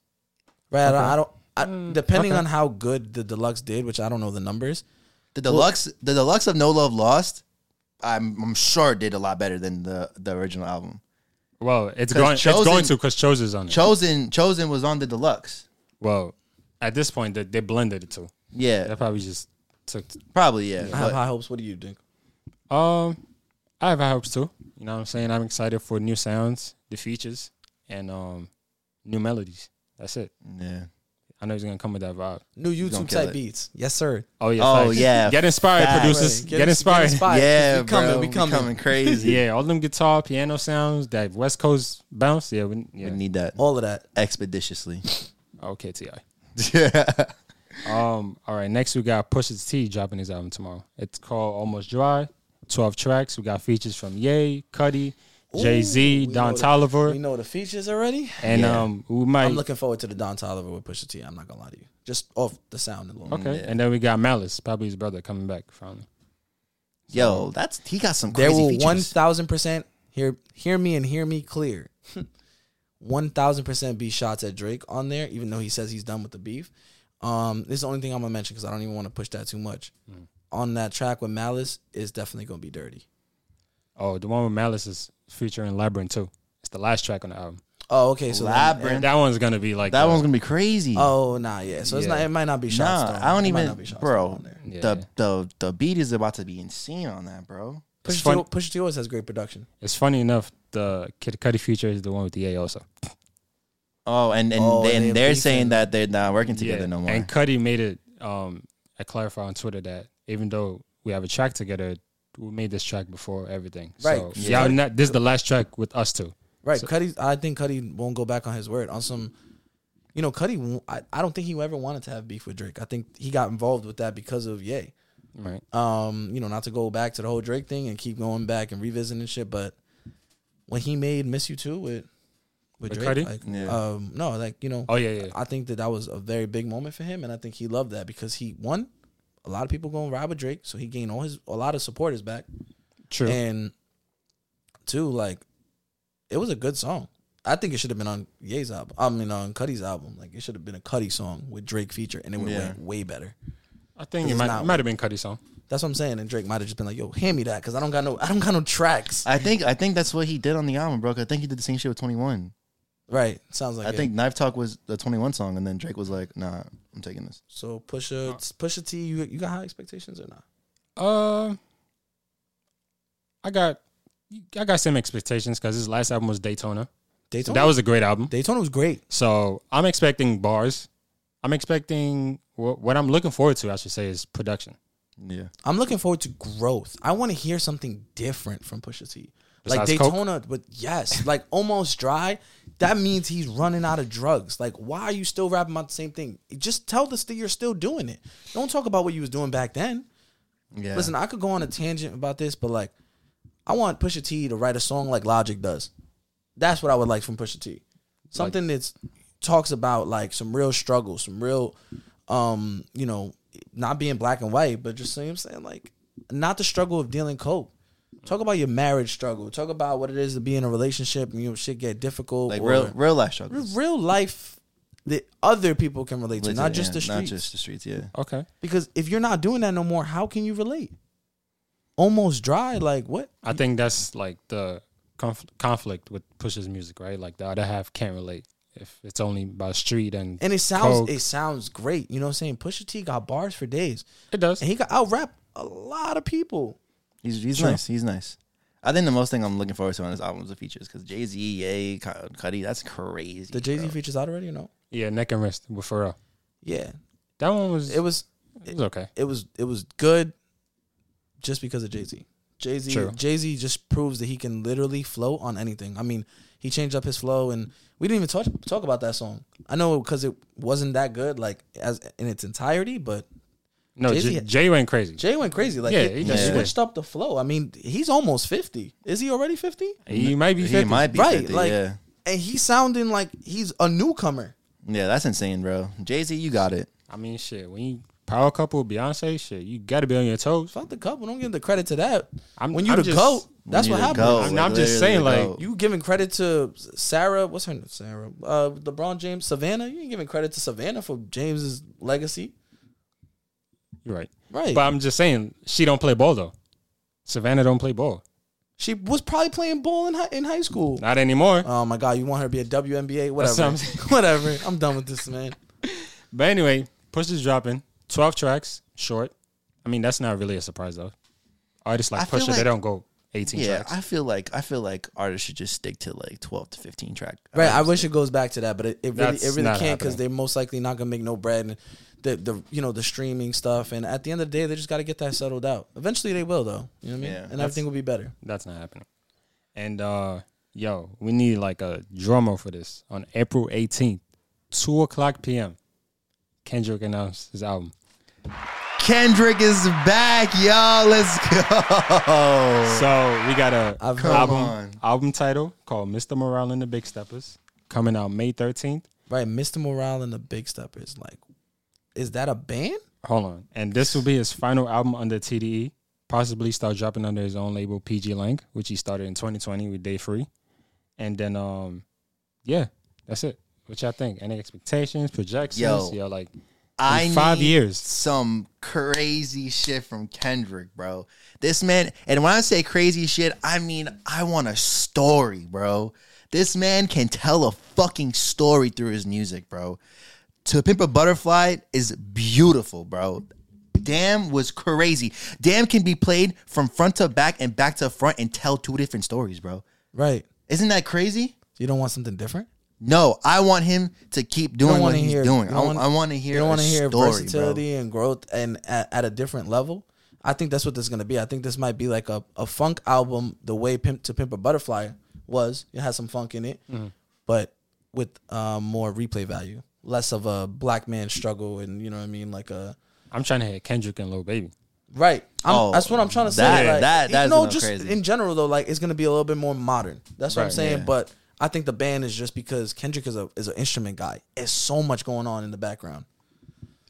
[SPEAKER 4] Right? I don't- I don't. I,
[SPEAKER 2] Mm,
[SPEAKER 4] depending on how good the deluxe did, which I don't know the numbers.
[SPEAKER 3] The deluxe, the deluxe of No Love Lost, I'm I'm sure did a lot better than the the original album.
[SPEAKER 2] Well, it's
[SPEAKER 3] 'Cause
[SPEAKER 2] going
[SPEAKER 3] Chosen-
[SPEAKER 2] it's going to because Chose is on it.
[SPEAKER 3] Chosen, Chosen was on the deluxe.
[SPEAKER 2] well, at this point, they, they blended it too.
[SPEAKER 3] Yeah,
[SPEAKER 2] That probably just took.
[SPEAKER 3] probably yeah.
[SPEAKER 4] I have
[SPEAKER 3] but-
[SPEAKER 4] high hopes. What do you think?
[SPEAKER 2] Um, I have high hopes too. You know what I'm saying? I'm excited for new sounds, the features, and um, new melodies. That's it.
[SPEAKER 3] yeah.
[SPEAKER 2] I know he's gonna come with that vibe.
[SPEAKER 3] gonna
[SPEAKER 4] New YouTube
[SPEAKER 3] kill
[SPEAKER 4] type
[SPEAKER 3] it.
[SPEAKER 4] beats. Yes, sir.
[SPEAKER 2] Oh yeah.
[SPEAKER 3] Oh,
[SPEAKER 2] facts.
[SPEAKER 3] yeah.
[SPEAKER 2] Get inspired,
[SPEAKER 3] Facts.
[SPEAKER 2] producers.
[SPEAKER 4] Get
[SPEAKER 2] Get,
[SPEAKER 4] ins- get
[SPEAKER 2] inspired.
[SPEAKER 4] inspired.
[SPEAKER 3] Yeah,
[SPEAKER 4] We coming,
[SPEAKER 3] bro,
[SPEAKER 4] we
[SPEAKER 3] we coming,
[SPEAKER 4] coming.
[SPEAKER 3] crazy.
[SPEAKER 2] Yeah, all them guitar, piano sounds, that West Coast bounce. Yeah, we, yeah.
[SPEAKER 3] we need that
[SPEAKER 4] All of that.
[SPEAKER 3] expeditiously.
[SPEAKER 2] okay, Ti.
[SPEAKER 3] yeah,
[SPEAKER 2] Um, all right. Next, we got Pusha T dropping his album tomorrow. It's called Almost Dry. Twelve tracks. We got features from Ye, Cuddy, Jay Z,
[SPEAKER 4] we
[SPEAKER 2] Don
[SPEAKER 4] know the-
[SPEAKER 2] Tolliver,
[SPEAKER 4] We know the features already.
[SPEAKER 2] and
[SPEAKER 3] Yeah.
[SPEAKER 2] um, we might.
[SPEAKER 4] I'm looking forward to the Don Tolliver with Pusha T. I'm not gonna lie to you. Just off the sound alone.
[SPEAKER 2] okay,
[SPEAKER 3] Yeah.
[SPEAKER 2] and then we got Malice, probably his brother, coming back finally.
[SPEAKER 3] yo, that's he got some
[SPEAKER 4] There
[SPEAKER 3] crazy
[SPEAKER 4] will
[SPEAKER 3] features.
[SPEAKER 4] one thousand percent hear hear me and hear me clear. One thousand percent be shots at Drake on there, even though he says he's done with the beef. Um, this is the only thing I'm gonna mention because I don't even want to push that too much.
[SPEAKER 3] Hmm.
[SPEAKER 4] On that track with Malice is definitely gonna be dirty.
[SPEAKER 2] Oh, the one with Malice is featuring Labyrinth too. It's the last track on the album.
[SPEAKER 4] Oh, okay. So then-
[SPEAKER 3] Labyrinth.
[SPEAKER 2] That one's gonna be like
[SPEAKER 3] That
[SPEAKER 2] the-
[SPEAKER 3] one's gonna be crazy.
[SPEAKER 4] oh, nah, yeah. So it's not. It might not be shots.
[SPEAKER 3] nah,
[SPEAKER 4] though.
[SPEAKER 3] I don't
[SPEAKER 4] It might
[SPEAKER 3] even,
[SPEAKER 4] not be shots though
[SPEAKER 3] bro.
[SPEAKER 4] on there.
[SPEAKER 2] Yeah.
[SPEAKER 3] The the the beat is about to be insane on that, bro.
[SPEAKER 2] It's
[SPEAKER 4] Pusha
[SPEAKER 2] fun-
[SPEAKER 4] T, Pusha T always has great production.
[SPEAKER 2] It's funny enough, the Kid Cudi feature is the one with the A also.
[SPEAKER 3] Oh, and and,
[SPEAKER 4] Oh,
[SPEAKER 3] they, and
[SPEAKER 4] and they're
[SPEAKER 3] they're,
[SPEAKER 4] beefing.
[SPEAKER 3] saying that they're not working together no more.
[SPEAKER 2] And Cudi made it. Um, I clarify on Twitter that even though we have a track together, we made this track before everything. So
[SPEAKER 4] Right.
[SPEAKER 2] yeah,
[SPEAKER 4] Yeah.
[SPEAKER 2] not, this is the last track with us two.
[SPEAKER 4] Right,
[SPEAKER 2] So-
[SPEAKER 4] Cuddy. I think Cuddy won't go back on his word on some. You know, Cuddy. won't- I, I don't think he ever wanted to have beef with Drake. I think he got involved with that because of Ye.
[SPEAKER 2] Right.
[SPEAKER 4] Um, you know, not to go back to the whole Drake thing and keep going back and revisiting shit, but when he made "Miss You Too" with with,
[SPEAKER 2] With
[SPEAKER 4] Drake,
[SPEAKER 2] Cudi?
[SPEAKER 4] like,
[SPEAKER 3] Yeah.
[SPEAKER 4] um, no, like you know,
[SPEAKER 2] Oh yeah, yeah.
[SPEAKER 4] I think that that was a very big moment for him, and I think he loved that because he won. A lot of people going to ride with Drake, so he gained all his a lot of supporters back.
[SPEAKER 2] True.
[SPEAKER 4] And two, like, it was a good song. I think it should have been on Ye's album. I mean, on Cuddy's album. Like, it should have been a Cuddy song with Drake feature, and it would have
[SPEAKER 3] Yeah.
[SPEAKER 4] went way better.
[SPEAKER 2] I think it
[SPEAKER 4] it's
[SPEAKER 2] might,
[SPEAKER 4] not-
[SPEAKER 2] might have been Cudi's song.
[SPEAKER 4] That's what I'm saying. And Drake might have just been like, "Yo, hand me that," because I don't got no, I don't got no tracks.
[SPEAKER 3] I think I think that's what he did on the album, bro. 'cause I think he did the same shit with Twenty One.
[SPEAKER 4] right? Sounds like
[SPEAKER 3] I
[SPEAKER 4] it.
[SPEAKER 3] think Knife Talk was the Twenty One song, and then Drake was like, "Nah, I'm taking this."
[SPEAKER 4] so. Pusha, Pusha T, you you got high expectations or not?
[SPEAKER 2] Uh, I got I got some expectations because his last album was Daytona. So
[SPEAKER 4] Daytona.
[SPEAKER 2] that was a great album.
[SPEAKER 4] Daytona was great.
[SPEAKER 2] So I'm expecting bars. I'm expecting what, what I'm looking forward to. I should say is production.
[SPEAKER 3] Yeah,
[SPEAKER 4] I'm looking forward to growth. I want to hear something different from Pusha T. Like
[SPEAKER 2] Besides coke?
[SPEAKER 4] Daytona, but yes, like almost dry. That means he's running out of drugs. Like, why are you still rapping about the same thing? Just tell us that you're still doing it. Don't talk about what you was doing back then.
[SPEAKER 3] yeah.
[SPEAKER 4] Listen, I could go on a tangent about this, but like, I want Pusha T to write a song like Logic does. That's what I would like from Pusha T. Something that's talks about like some real struggle, some real, um, you know, not being black and white, but just you know what I'm saying like, not the struggle of dealing coke. Talk about your marriage struggle. Talk about what it is to be in a relationship and you know shit get difficult.
[SPEAKER 3] like
[SPEAKER 4] or
[SPEAKER 3] real real life
[SPEAKER 4] real,
[SPEAKER 3] struggles,
[SPEAKER 4] real life that other people can relate to,
[SPEAKER 3] Legit,
[SPEAKER 4] not just
[SPEAKER 3] yeah,
[SPEAKER 4] the
[SPEAKER 3] not
[SPEAKER 4] streets.
[SPEAKER 3] just the streets. Yeah,
[SPEAKER 2] Okay.
[SPEAKER 4] Because if you're not doing that no more, how can you relate? Almost dry, like what?
[SPEAKER 2] I think that's like the conf- conflict with Pusha's music, right? Like the other half can't relate if it's only about street and
[SPEAKER 4] And it sounds
[SPEAKER 2] coke.
[SPEAKER 4] it sounds great. You know what I'm saying? Pusha T got bars for days.
[SPEAKER 2] it does.
[SPEAKER 4] And he got out rap a lot of people.
[SPEAKER 3] he's he's
[SPEAKER 2] Sure.
[SPEAKER 3] nice. He's nice. I think the most thing I'm looking forward to on this album is the features because Jay Z, Ye, Cuddy, that's crazy.
[SPEAKER 4] The Jay Z
[SPEAKER 3] bro.
[SPEAKER 4] features out already, you know?
[SPEAKER 2] Yeah, neck and wrist with Pharrell.
[SPEAKER 4] Yeah.
[SPEAKER 2] That one was
[SPEAKER 4] It
[SPEAKER 2] it,
[SPEAKER 4] was
[SPEAKER 2] was okay.
[SPEAKER 4] it was it was good just because of Jay Z. Jay Z
[SPEAKER 2] True.
[SPEAKER 4] Jay Z just proves that he can literally flow on anything. I mean, he changed up his flow, and we didn't even talk talk about that song. I know because it wasn't that good, like as in its entirety, but
[SPEAKER 2] No,
[SPEAKER 4] Jay-Z
[SPEAKER 2] J-
[SPEAKER 4] had-
[SPEAKER 2] Jay went crazy.
[SPEAKER 4] Jay went crazy. Like
[SPEAKER 2] Yeah,
[SPEAKER 4] he,
[SPEAKER 2] he
[SPEAKER 4] he
[SPEAKER 3] did.
[SPEAKER 4] switched up the flow. I mean, he's almost fifty. Is he already fifty?
[SPEAKER 2] he might be. 50.
[SPEAKER 3] He might be
[SPEAKER 4] Right,
[SPEAKER 3] 50,
[SPEAKER 4] like-
[SPEAKER 3] yeah,
[SPEAKER 4] And he's sounding like he's a newcomer.
[SPEAKER 3] yeah. That's insane, bro. Jay Z, you got it.
[SPEAKER 2] I mean, shit. When you power couple Beyonce, shit, you got to be on your toes.
[SPEAKER 4] Fuck the couple. Don't give the credit to that.
[SPEAKER 2] I'm-
[SPEAKER 4] when you
[SPEAKER 2] I'm
[SPEAKER 4] the
[SPEAKER 2] just-
[SPEAKER 4] goat, that's
[SPEAKER 3] you
[SPEAKER 4] what
[SPEAKER 3] the
[SPEAKER 4] happened.
[SPEAKER 3] GOAT,
[SPEAKER 2] I'm- I'm
[SPEAKER 3] like,
[SPEAKER 2] just saying,
[SPEAKER 3] literally
[SPEAKER 2] like,
[SPEAKER 3] the
[SPEAKER 4] You giving credit to Sarah? What's her name? Sarah. Uh, LeBron James, Savannah. You ain't giving credit to Savannah for James's legacy,
[SPEAKER 2] You're right.
[SPEAKER 4] right?
[SPEAKER 2] But I'm just saying, she don't play ball though. Savannah don't play ball.
[SPEAKER 4] she was probably playing ball in high, in high school.
[SPEAKER 2] Not anymore.
[SPEAKER 3] Uh.
[SPEAKER 4] Oh my god, you want her to be a WNBA?
[SPEAKER 2] That's
[SPEAKER 4] Whatever,
[SPEAKER 2] what I'm saying.
[SPEAKER 4] whatever. I'm done with this, man.
[SPEAKER 2] But anyway, Push is dropping. Twelve tracks, short. I mean, that's not really a surprise though. Artists like
[SPEAKER 3] I feel
[SPEAKER 2] Pusha, they
[SPEAKER 3] like-
[SPEAKER 2] don't go 18
[SPEAKER 3] yeah,
[SPEAKER 2] tracks.
[SPEAKER 3] I feel like I feel like artists should just stick to like twelve to fifteen track.
[SPEAKER 4] Right. I wish it goes back to that, but it, it really
[SPEAKER 2] That's
[SPEAKER 4] it really
[SPEAKER 2] not
[SPEAKER 4] can't because
[SPEAKER 2] happening.
[SPEAKER 4] they're most likely not gonna make no bread and the the you know the streaming stuff. And at the end of the day, they just got to get that settled out. Eventually, they will though. You know what I mean?
[SPEAKER 3] Yeah.
[SPEAKER 4] and everything will be better.
[SPEAKER 2] That's not happening. And uh yo, we need like a drummer for this on April 18th, 2 o'clock p.m. Kendrick announced his album.
[SPEAKER 3] Kendrick is back, y'all. Let's go.
[SPEAKER 2] So we got a
[SPEAKER 4] I've heard-
[SPEAKER 2] album
[SPEAKER 3] on.
[SPEAKER 2] album title called Mr. Morale and the Big Steppers coming out May 13th.
[SPEAKER 4] Right. Mr. Morale and the Big Steppers. Like, is that a band?
[SPEAKER 2] Hold on. And this will be his final album under TDE. Possibly start dropping under his own label PG Link, which he started in 2020 with Day Free. And then um yeah, that's it. What y'all think? Any expectations, projections?
[SPEAKER 3] Yo.
[SPEAKER 2] yo like
[SPEAKER 3] I
[SPEAKER 2] in five
[SPEAKER 3] need
[SPEAKER 2] years.
[SPEAKER 3] Some crazy shit from Kendrick, bro. This man, and when I say crazy shit, I mean I want a story, bro. This man can tell a fucking story through his music, bro. To Pimp a Butterfly is beautiful, bro. Damn was crazy. Damn can be played from front to back and back to front and tell two different stories, bro.
[SPEAKER 4] Right.
[SPEAKER 3] Isn't that crazy?
[SPEAKER 4] You don't want something different.
[SPEAKER 3] No, I want him to keep doing
[SPEAKER 4] don't
[SPEAKER 3] what
[SPEAKER 4] want to
[SPEAKER 3] he's
[SPEAKER 4] hear.
[SPEAKER 3] doing.
[SPEAKER 4] you
[SPEAKER 3] I,
[SPEAKER 4] don't
[SPEAKER 3] I want to hear.
[SPEAKER 4] You don't
[SPEAKER 3] a
[SPEAKER 4] wanna hear
[SPEAKER 3] story,
[SPEAKER 4] versatility and growth and at, at a different level. I think that's what this is going to be. I think this might be like a, a funk album, the way Pimp to Pimp a Butterfly was. It has some funk in it,
[SPEAKER 3] Mm-hmm.
[SPEAKER 4] but with um, more replay value, less of a black man struggle, and you know what I mean, like a
[SPEAKER 2] I'm trying to hear Kendrick and Lil Baby.
[SPEAKER 4] right. I'm,
[SPEAKER 3] Oh,
[SPEAKER 4] that's what I'm trying to say.
[SPEAKER 3] that-
[SPEAKER 4] like,
[SPEAKER 3] that- that's
[SPEAKER 4] you know,
[SPEAKER 3] not
[SPEAKER 4] just
[SPEAKER 3] crazy.
[SPEAKER 4] in general though, like it's going to be a little bit more modern. That's what I'm
[SPEAKER 2] Right,
[SPEAKER 4] saying.
[SPEAKER 3] yeah.
[SPEAKER 4] But I think the band is just because Kendrick is a is an instrument guy. There's so much going on in the background.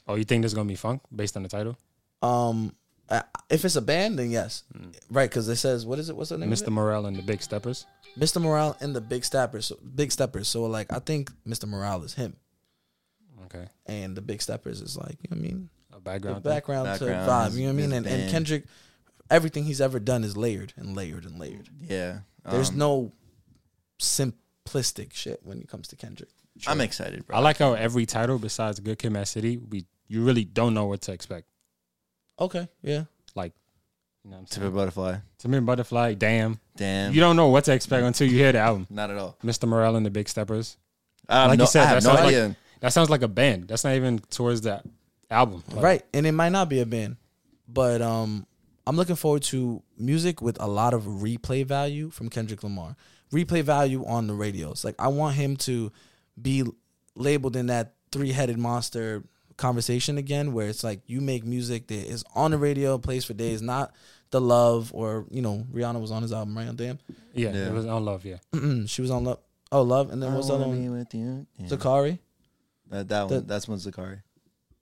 [SPEAKER 2] Oh, you think there's gonna be funk based on the title?
[SPEAKER 4] Um, I- if it's a band, then yes,
[SPEAKER 3] Mm.
[SPEAKER 4] right? Because it says what is it? What's the name?
[SPEAKER 2] Mr.
[SPEAKER 4] Mr.
[SPEAKER 2] Morale and the Big Steppers.
[SPEAKER 4] Mr. Morale and the Big Steppers. So, Big Steppers. So like, I think Mr. Morale is him,
[SPEAKER 2] Okay.
[SPEAKER 4] and the Big Steppers is like you know what I mean.
[SPEAKER 2] A
[SPEAKER 4] The
[SPEAKER 2] background. thing.
[SPEAKER 4] background,
[SPEAKER 3] Background,
[SPEAKER 4] to vibe,
[SPEAKER 3] his-
[SPEAKER 4] you know what I mean?
[SPEAKER 3] his
[SPEAKER 4] And, and
[SPEAKER 3] band.
[SPEAKER 4] Kendrick, everything he's ever done is layered and layered and layered.
[SPEAKER 3] bro. Yeah,
[SPEAKER 4] There's
[SPEAKER 3] um,
[SPEAKER 4] no simplistic shit when it comes to Kendrick.
[SPEAKER 3] I'm excited, bro.
[SPEAKER 2] I like how every title besides Good Kid, Mad City, we you really don't know what to expect.
[SPEAKER 4] Okay, yeah,
[SPEAKER 2] Like, you know what I'm
[SPEAKER 3] Super
[SPEAKER 2] saying?
[SPEAKER 3] Butterfly.
[SPEAKER 2] To me, Butterfly, damn.
[SPEAKER 3] Damn,
[SPEAKER 2] You don't know what to expect until you hear the album.
[SPEAKER 3] not at all.
[SPEAKER 2] Mr. Morale and the Big Steppers.
[SPEAKER 3] I have
[SPEAKER 2] Like
[SPEAKER 3] no,
[SPEAKER 2] you said,
[SPEAKER 3] I have
[SPEAKER 2] that
[SPEAKER 3] no
[SPEAKER 2] sounds like-
[SPEAKER 3] idea.
[SPEAKER 2] That sounds like a band. That's not even towards that album. Like,
[SPEAKER 4] right. And it might not be a band, but um, I'm looking forward to music with a lot of replay value from Kendrick Lamar. Replay value on the radios. Like I want him to be labeled in that three-headed monster conversation again, where it's like you make music that is on the radio, plays for days, not the love or you know Rihanna was on his album right on damn.
[SPEAKER 2] Yeah,
[SPEAKER 3] Yeah.
[SPEAKER 2] It was on Love. Yeah.
[SPEAKER 4] she was on love. Oh, love, and then what's the
[SPEAKER 3] I
[SPEAKER 4] other
[SPEAKER 3] wanna be
[SPEAKER 4] one?
[SPEAKER 3] with you. Yeah.
[SPEAKER 4] Zakari.
[SPEAKER 3] that, that one.
[SPEAKER 4] the-
[SPEAKER 3] That's one Zakari.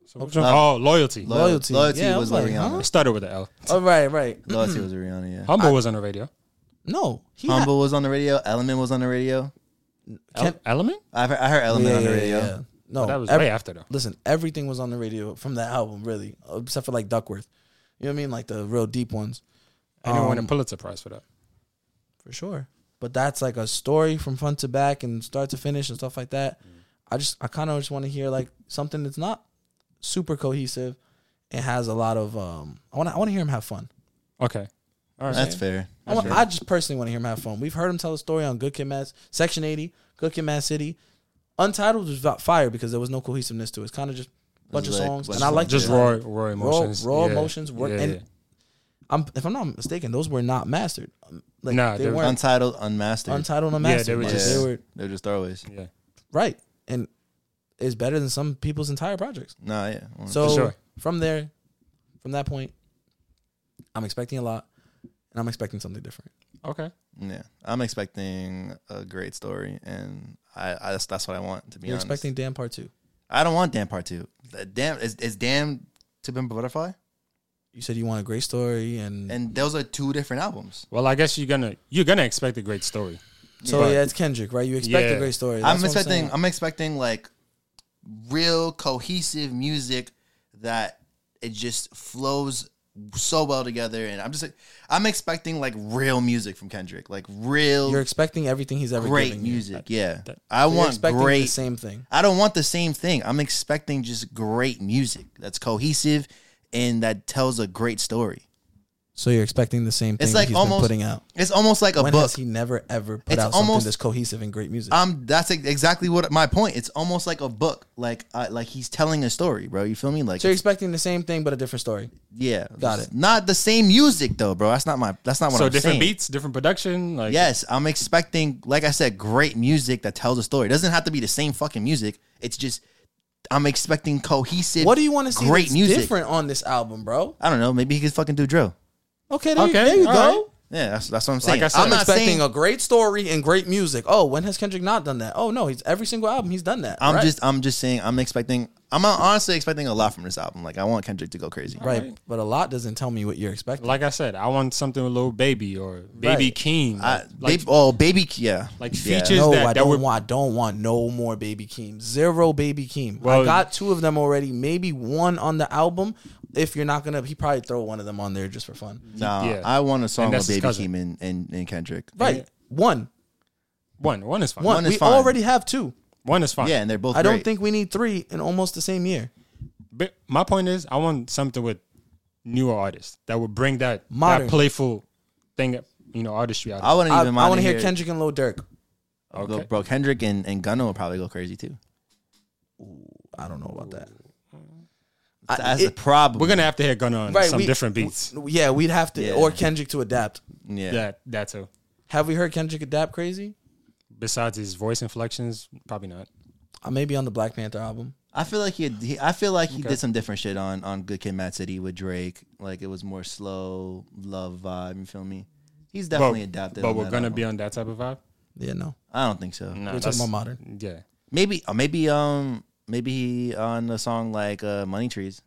[SPEAKER 2] So which one- oh, loyalty.
[SPEAKER 3] Lo-
[SPEAKER 4] Loyalty.
[SPEAKER 3] Loyalty
[SPEAKER 4] Yeah, I
[SPEAKER 3] was
[SPEAKER 4] was like,
[SPEAKER 3] Rihanna.
[SPEAKER 4] huh?
[SPEAKER 2] it started with the L.
[SPEAKER 4] Oh, right, right.
[SPEAKER 3] Loyalty was Rihanna. Yeah.
[SPEAKER 2] Humble was on the radio.
[SPEAKER 4] No, he had-
[SPEAKER 3] Humble was on the radio. Element was on the radio.
[SPEAKER 2] El-
[SPEAKER 4] Ken-
[SPEAKER 2] Element.
[SPEAKER 3] I heard, I heard Element on the radio.
[SPEAKER 4] No,
[SPEAKER 2] that was
[SPEAKER 4] Oh, every-
[SPEAKER 2] way after though.
[SPEAKER 4] listen, everything was on the radio from that album, really, except for like Duckworth. You know what I mean? Like the real deep ones.
[SPEAKER 2] I didn't win a
[SPEAKER 4] Um,
[SPEAKER 2] Pulitzer Prize for that.
[SPEAKER 4] for sure. But that's like a story from front to back and start to finish and stuff like that.
[SPEAKER 3] Mm.
[SPEAKER 4] I just, I kind of just want to hear like something that's not super cohesive. It has a lot of, um, I want to, I want to hear him have fun.
[SPEAKER 2] Okay. All right.
[SPEAKER 3] That's fair.
[SPEAKER 4] I, want, I just personally want to hear him have fun. We've heard him tell a story on Good Kid, Mad Section Eighty, Good Kid, Mad City. Untitled was about fire because there was no cohesiveness to it. It's kind of just a bunch of
[SPEAKER 3] like-
[SPEAKER 4] songs,
[SPEAKER 3] bunch
[SPEAKER 4] and
[SPEAKER 3] of
[SPEAKER 4] I
[SPEAKER 3] songs.
[SPEAKER 4] like
[SPEAKER 2] just
[SPEAKER 4] the
[SPEAKER 2] raw,
[SPEAKER 4] sound.
[SPEAKER 2] raw
[SPEAKER 4] Raw-
[SPEAKER 2] emotions.
[SPEAKER 4] raw
[SPEAKER 2] Yeah.
[SPEAKER 4] emotions work.
[SPEAKER 2] Yeah,
[SPEAKER 4] and
[SPEAKER 2] yeah.
[SPEAKER 4] I'm, if I'm not mistaken, those were not mastered. Um, Like
[SPEAKER 2] Nah,
[SPEAKER 4] they,
[SPEAKER 2] they were-
[SPEAKER 4] weren't
[SPEAKER 3] Untitled, unmastered.
[SPEAKER 4] untitled,
[SPEAKER 2] Yeah,
[SPEAKER 4] or
[SPEAKER 2] they
[SPEAKER 4] mastered.
[SPEAKER 2] were
[SPEAKER 4] Like,
[SPEAKER 2] just-
[SPEAKER 4] they were
[SPEAKER 3] They're just throwaways.
[SPEAKER 2] yeah.
[SPEAKER 4] right, and it's better than some people's entire projects.
[SPEAKER 3] Nah, yeah. Well,
[SPEAKER 4] So
[SPEAKER 2] sure.
[SPEAKER 4] from there, from that point, I'm expecting a lot, and I'm expecting something different.
[SPEAKER 2] Okay.
[SPEAKER 3] yeah, I'm expecting a great story, and I, I that's, that's what I want to be
[SPEAKER 4] You're
[SPEAKER 3] honest.
[SPEAKER 4] expecting Damn Part Two.
[SPEAKER 3] I don't want Damn Part Two. That Damn is is Damn to Pimp a Butterfly,
[SPEAKER 4] You said you want a great story, and,
[SPEAKER 3] and those are two different albums.
[SPEAKER 2] Well, I guess you're gonna you're gonna expect a great story.
[SPEAKER 4] so
[SPEAKER 2] but-
[SPEAKER 4] yeah, it's Kendrick, right? You expect
[SPEAKER 2] Yeah.
[SPEAKER 4] a great story. That's
[SPEAKER 3] I'm
[SPEAKER 4] what
[SPEAKER 3] expecting. I'm,
[SPEAKER 4] saying.
[SPEAKER 3] expecting like real cohesive music that it just flows so well together. And I'm just. I'm expecting like real music from Kendrick, like real
[SPEAKER 4] you're expecting everything he's ever
[SPEAKER 3] great
[SPEAKER 4] given you.
[SPEAKER 3] music. yeah,
[SPEAKER 4] So
[SPEAKER 3] I
[SPEAKER 4] you're
[SPEAKER 3] want
[SPEAKER 4] expecting the
[SPEAKER 3] great.
[SPEAKER 4] same thing.
[SPEAKER 3] I don't want the same thing. I'm expecting just great music that's cohesive and that tells a great story.
[SPEAKER 4] So you're expecting the same thing
[SPEAKER 3] It's like
[SPEAKER 4] he's
[SPEAKER 3] almost
[SPEAKER 4] been putting out.
[SPEAKER 3] It's almost like a
[SPEAKER 4] when
[SPEAKER 3] book.
[SPEAKER 4] has he never ever put
[SPEAKER 3] It's
[SPEAKER 4] out something
[SPEAKER 3] almost-
[SPEAKER 4] that's cohesive and great music?
[SPEAKER 3] um, that's ex- exactly what my point. It's almost like a book. Like, uh, like he's telling a story, bro. You feel me? Like,
[SPEAKER 4] so you're
[SPEAKER 3] it's-
[SPEAKER 4] expecting the same thing but a different story.
[SPEAKER 3] yeah,
[SPEAKER 4] Got
[SPEAKER 3] It's
[SPEAKER 4] it.
[SPEAKER 3] Not the same music though, bro. That's not my. That's not what
[SPEAKER 2] so
[SPEAKER 3] I'm
[SPEAKER 2] different
[SPEAKER 3] saying.
[SPEAKER 2] beats, different production. Like
[SPEAKER 3] Yes, I'm expecting, like I said, great music that tells a story. It doesn't have to be the same fucking music. It's just I'm expecting cohesive.
[SPEAKER 4] What do you want to see
[SPEAKER 3] Great
[SPEAKER 4] that's
[SPEAKER 3] music.
[SPEAKER 4] different on this album, bro?
[SPEAKER 3] I don't know. Maybe he could fucking do drill.
[SPEAKER 4] Okay, there, you-
[SPEAKER 2] Okay,
[SPEAKER 4] there you go.
[SPEAKER 2] all right.
[SPEAKER 3] Yeah, that's that's what I'm saying.
[SPEAKER 2] Like I said,
[SPEAKER 3] I'm not
[SPEAKER 4] expecting
[SPEAKER 3] saying.
[SPEAKER 4] a great story and great music. Oh, when has Kendrick not done that? Oh no, he's every single album he's done that.
[SPEAKER 3] I'm
[SPEAKER 4] right.
[SPEAKER 3] just. I'm just saying. I'm expecting. I'm honestly expecting a lot from this album. Like I want Kendrick to go crazy.
[SPEAKER 4] right, but a lot doesn't tell me what you're expecting.
[SPEAKER 2] like I said, I want something with Lil Baby or Baby
[SPEAKER 4] Right.
[SPEAKER 2] Keem.
[SPEAKER 3] I,
[SPEAKER 2] like,
[SPEAKER 3] baby, oh, baby, yeah.
[SPEAKER 2] like
[SPEAKER 3] Yeah.
[SPEAKER 2] features
[SPEAKER 4] no,
[SPEAKER 2] that,
[SPEAKER 4] I
[SPEAKER 2] that
[SPEAKER 4] don't
[SPEAKER 2] would
[SPEAKER 4] want. I don't want no more Baby Keem. Zero Baby Keem.
[SPEAKER 2] Well-
[SPEAKER 4] I got two of them already. Maybe one on the album. If you're not gonna, he probably throw one of them on there just for fun.
[SPEAKER 3] Nah,
[SPEAKER 2] Yeah.
[SPEAKER 3] I want a song
[SPEAKER 2] And
[SPEAKER 3] with
[SPEAKER 2] that's his
[SPEAKER 3] Baby
[SPEAKER 2] cousin.
[SPEAKER 3] Keem and, and, and Kendrick.
[SPEAKER 4] Right, one,
[SPEAKER 2] one. One is fine.
[SPEAKER 4] one.
[SPEAKER 2] One,
[SPEAKER 3] One is
[SPEAKER 4] we
[SPEAKER 3] fine.
[SPEAKER 4] already have two.
[SPEAKER 2] is fine.
[SPEAKER 3] Yeah, and they're both.
[SPEAKER 4] I don't
[SPEAKER 3] great.
[SPEAKER 4] think we need three in almost the same year.
[SPEAKER 2] But my point is, I want something with newer artists that would bring that
[SPEAKER 4] Modern.
[SPEAKER 2] that playful thing, you know, artistry out.
[SPEAKER 3] I
[SPEAKER 2] Of
[SPEAKER 3] wouldn't
[SPEAKER 4] I,
[SPEAKER 3] even mind.
[SPEAKER 4] want to
[SPEAKER 3] to
[SPEAKER 4] hear, Kendrick and Lil Durk.
[SPEAKER 2] Okay.
[SPEAKER 3] Bro, bro, Kendrick and, and Gunna will probably go crazy too.
[SPEAKER 4] I don't know about that.
[SPEAKER 3] That's
[SPEAKER 4] it-
[SPEAKER 3] the problem.
[SPEAKER 2] it. We're gonna have to hear Gunna on
[SPEAKER 4] Right,
[SPEAKER 2] some
[SPEAKER 4] we-
[SPEAKER 2] different beats.
[SPEAKER 4] w- Yeah, we'd have to,
[SPEAKER 3] Yeah.
[SPEAKER 4] or Kendrick to adapt.
[SPEAKER 3] yeah.
[SPEAKER 2] that that too.
[SPEAKER 4] Have we heard Kendrick adapt crazy?
[SPEAKER 2] Besides his voice inflections, probably not.
[SPEAKER 4] Uh, maybe on the Black Panther album.
[SPEAKER 3] I feel like he, had, he I feel like he did some different shit on on Good Kid, Mad City with Drake. Like it was more slow love vibe. You feel me? He's
[SPEAKER 2] But,
[SPEAKER 3] definitely adapted.
[SPEAKER 2] but
[SPEAKER 3] on
[SPEAKER 2] we're
[SPEAKER 3] that
[SPEAKER 2] gonna
[SPEAKER 3] album.
[SPEAKER 2] be on that type of vibe.
[SPEAKER 4] Yeah, no.
[SPEAKER 3] I don't think so.
[SPEAKER 2] No,
[SPEAKER 4] We're talking
[SPEAKER 2] that's-
[SPEAKER 4] about modern.
[SPEAKER 2] Yeah,
[SPEAKER 3] Maybe or maybe um maybe he on a song like uh Money Trees.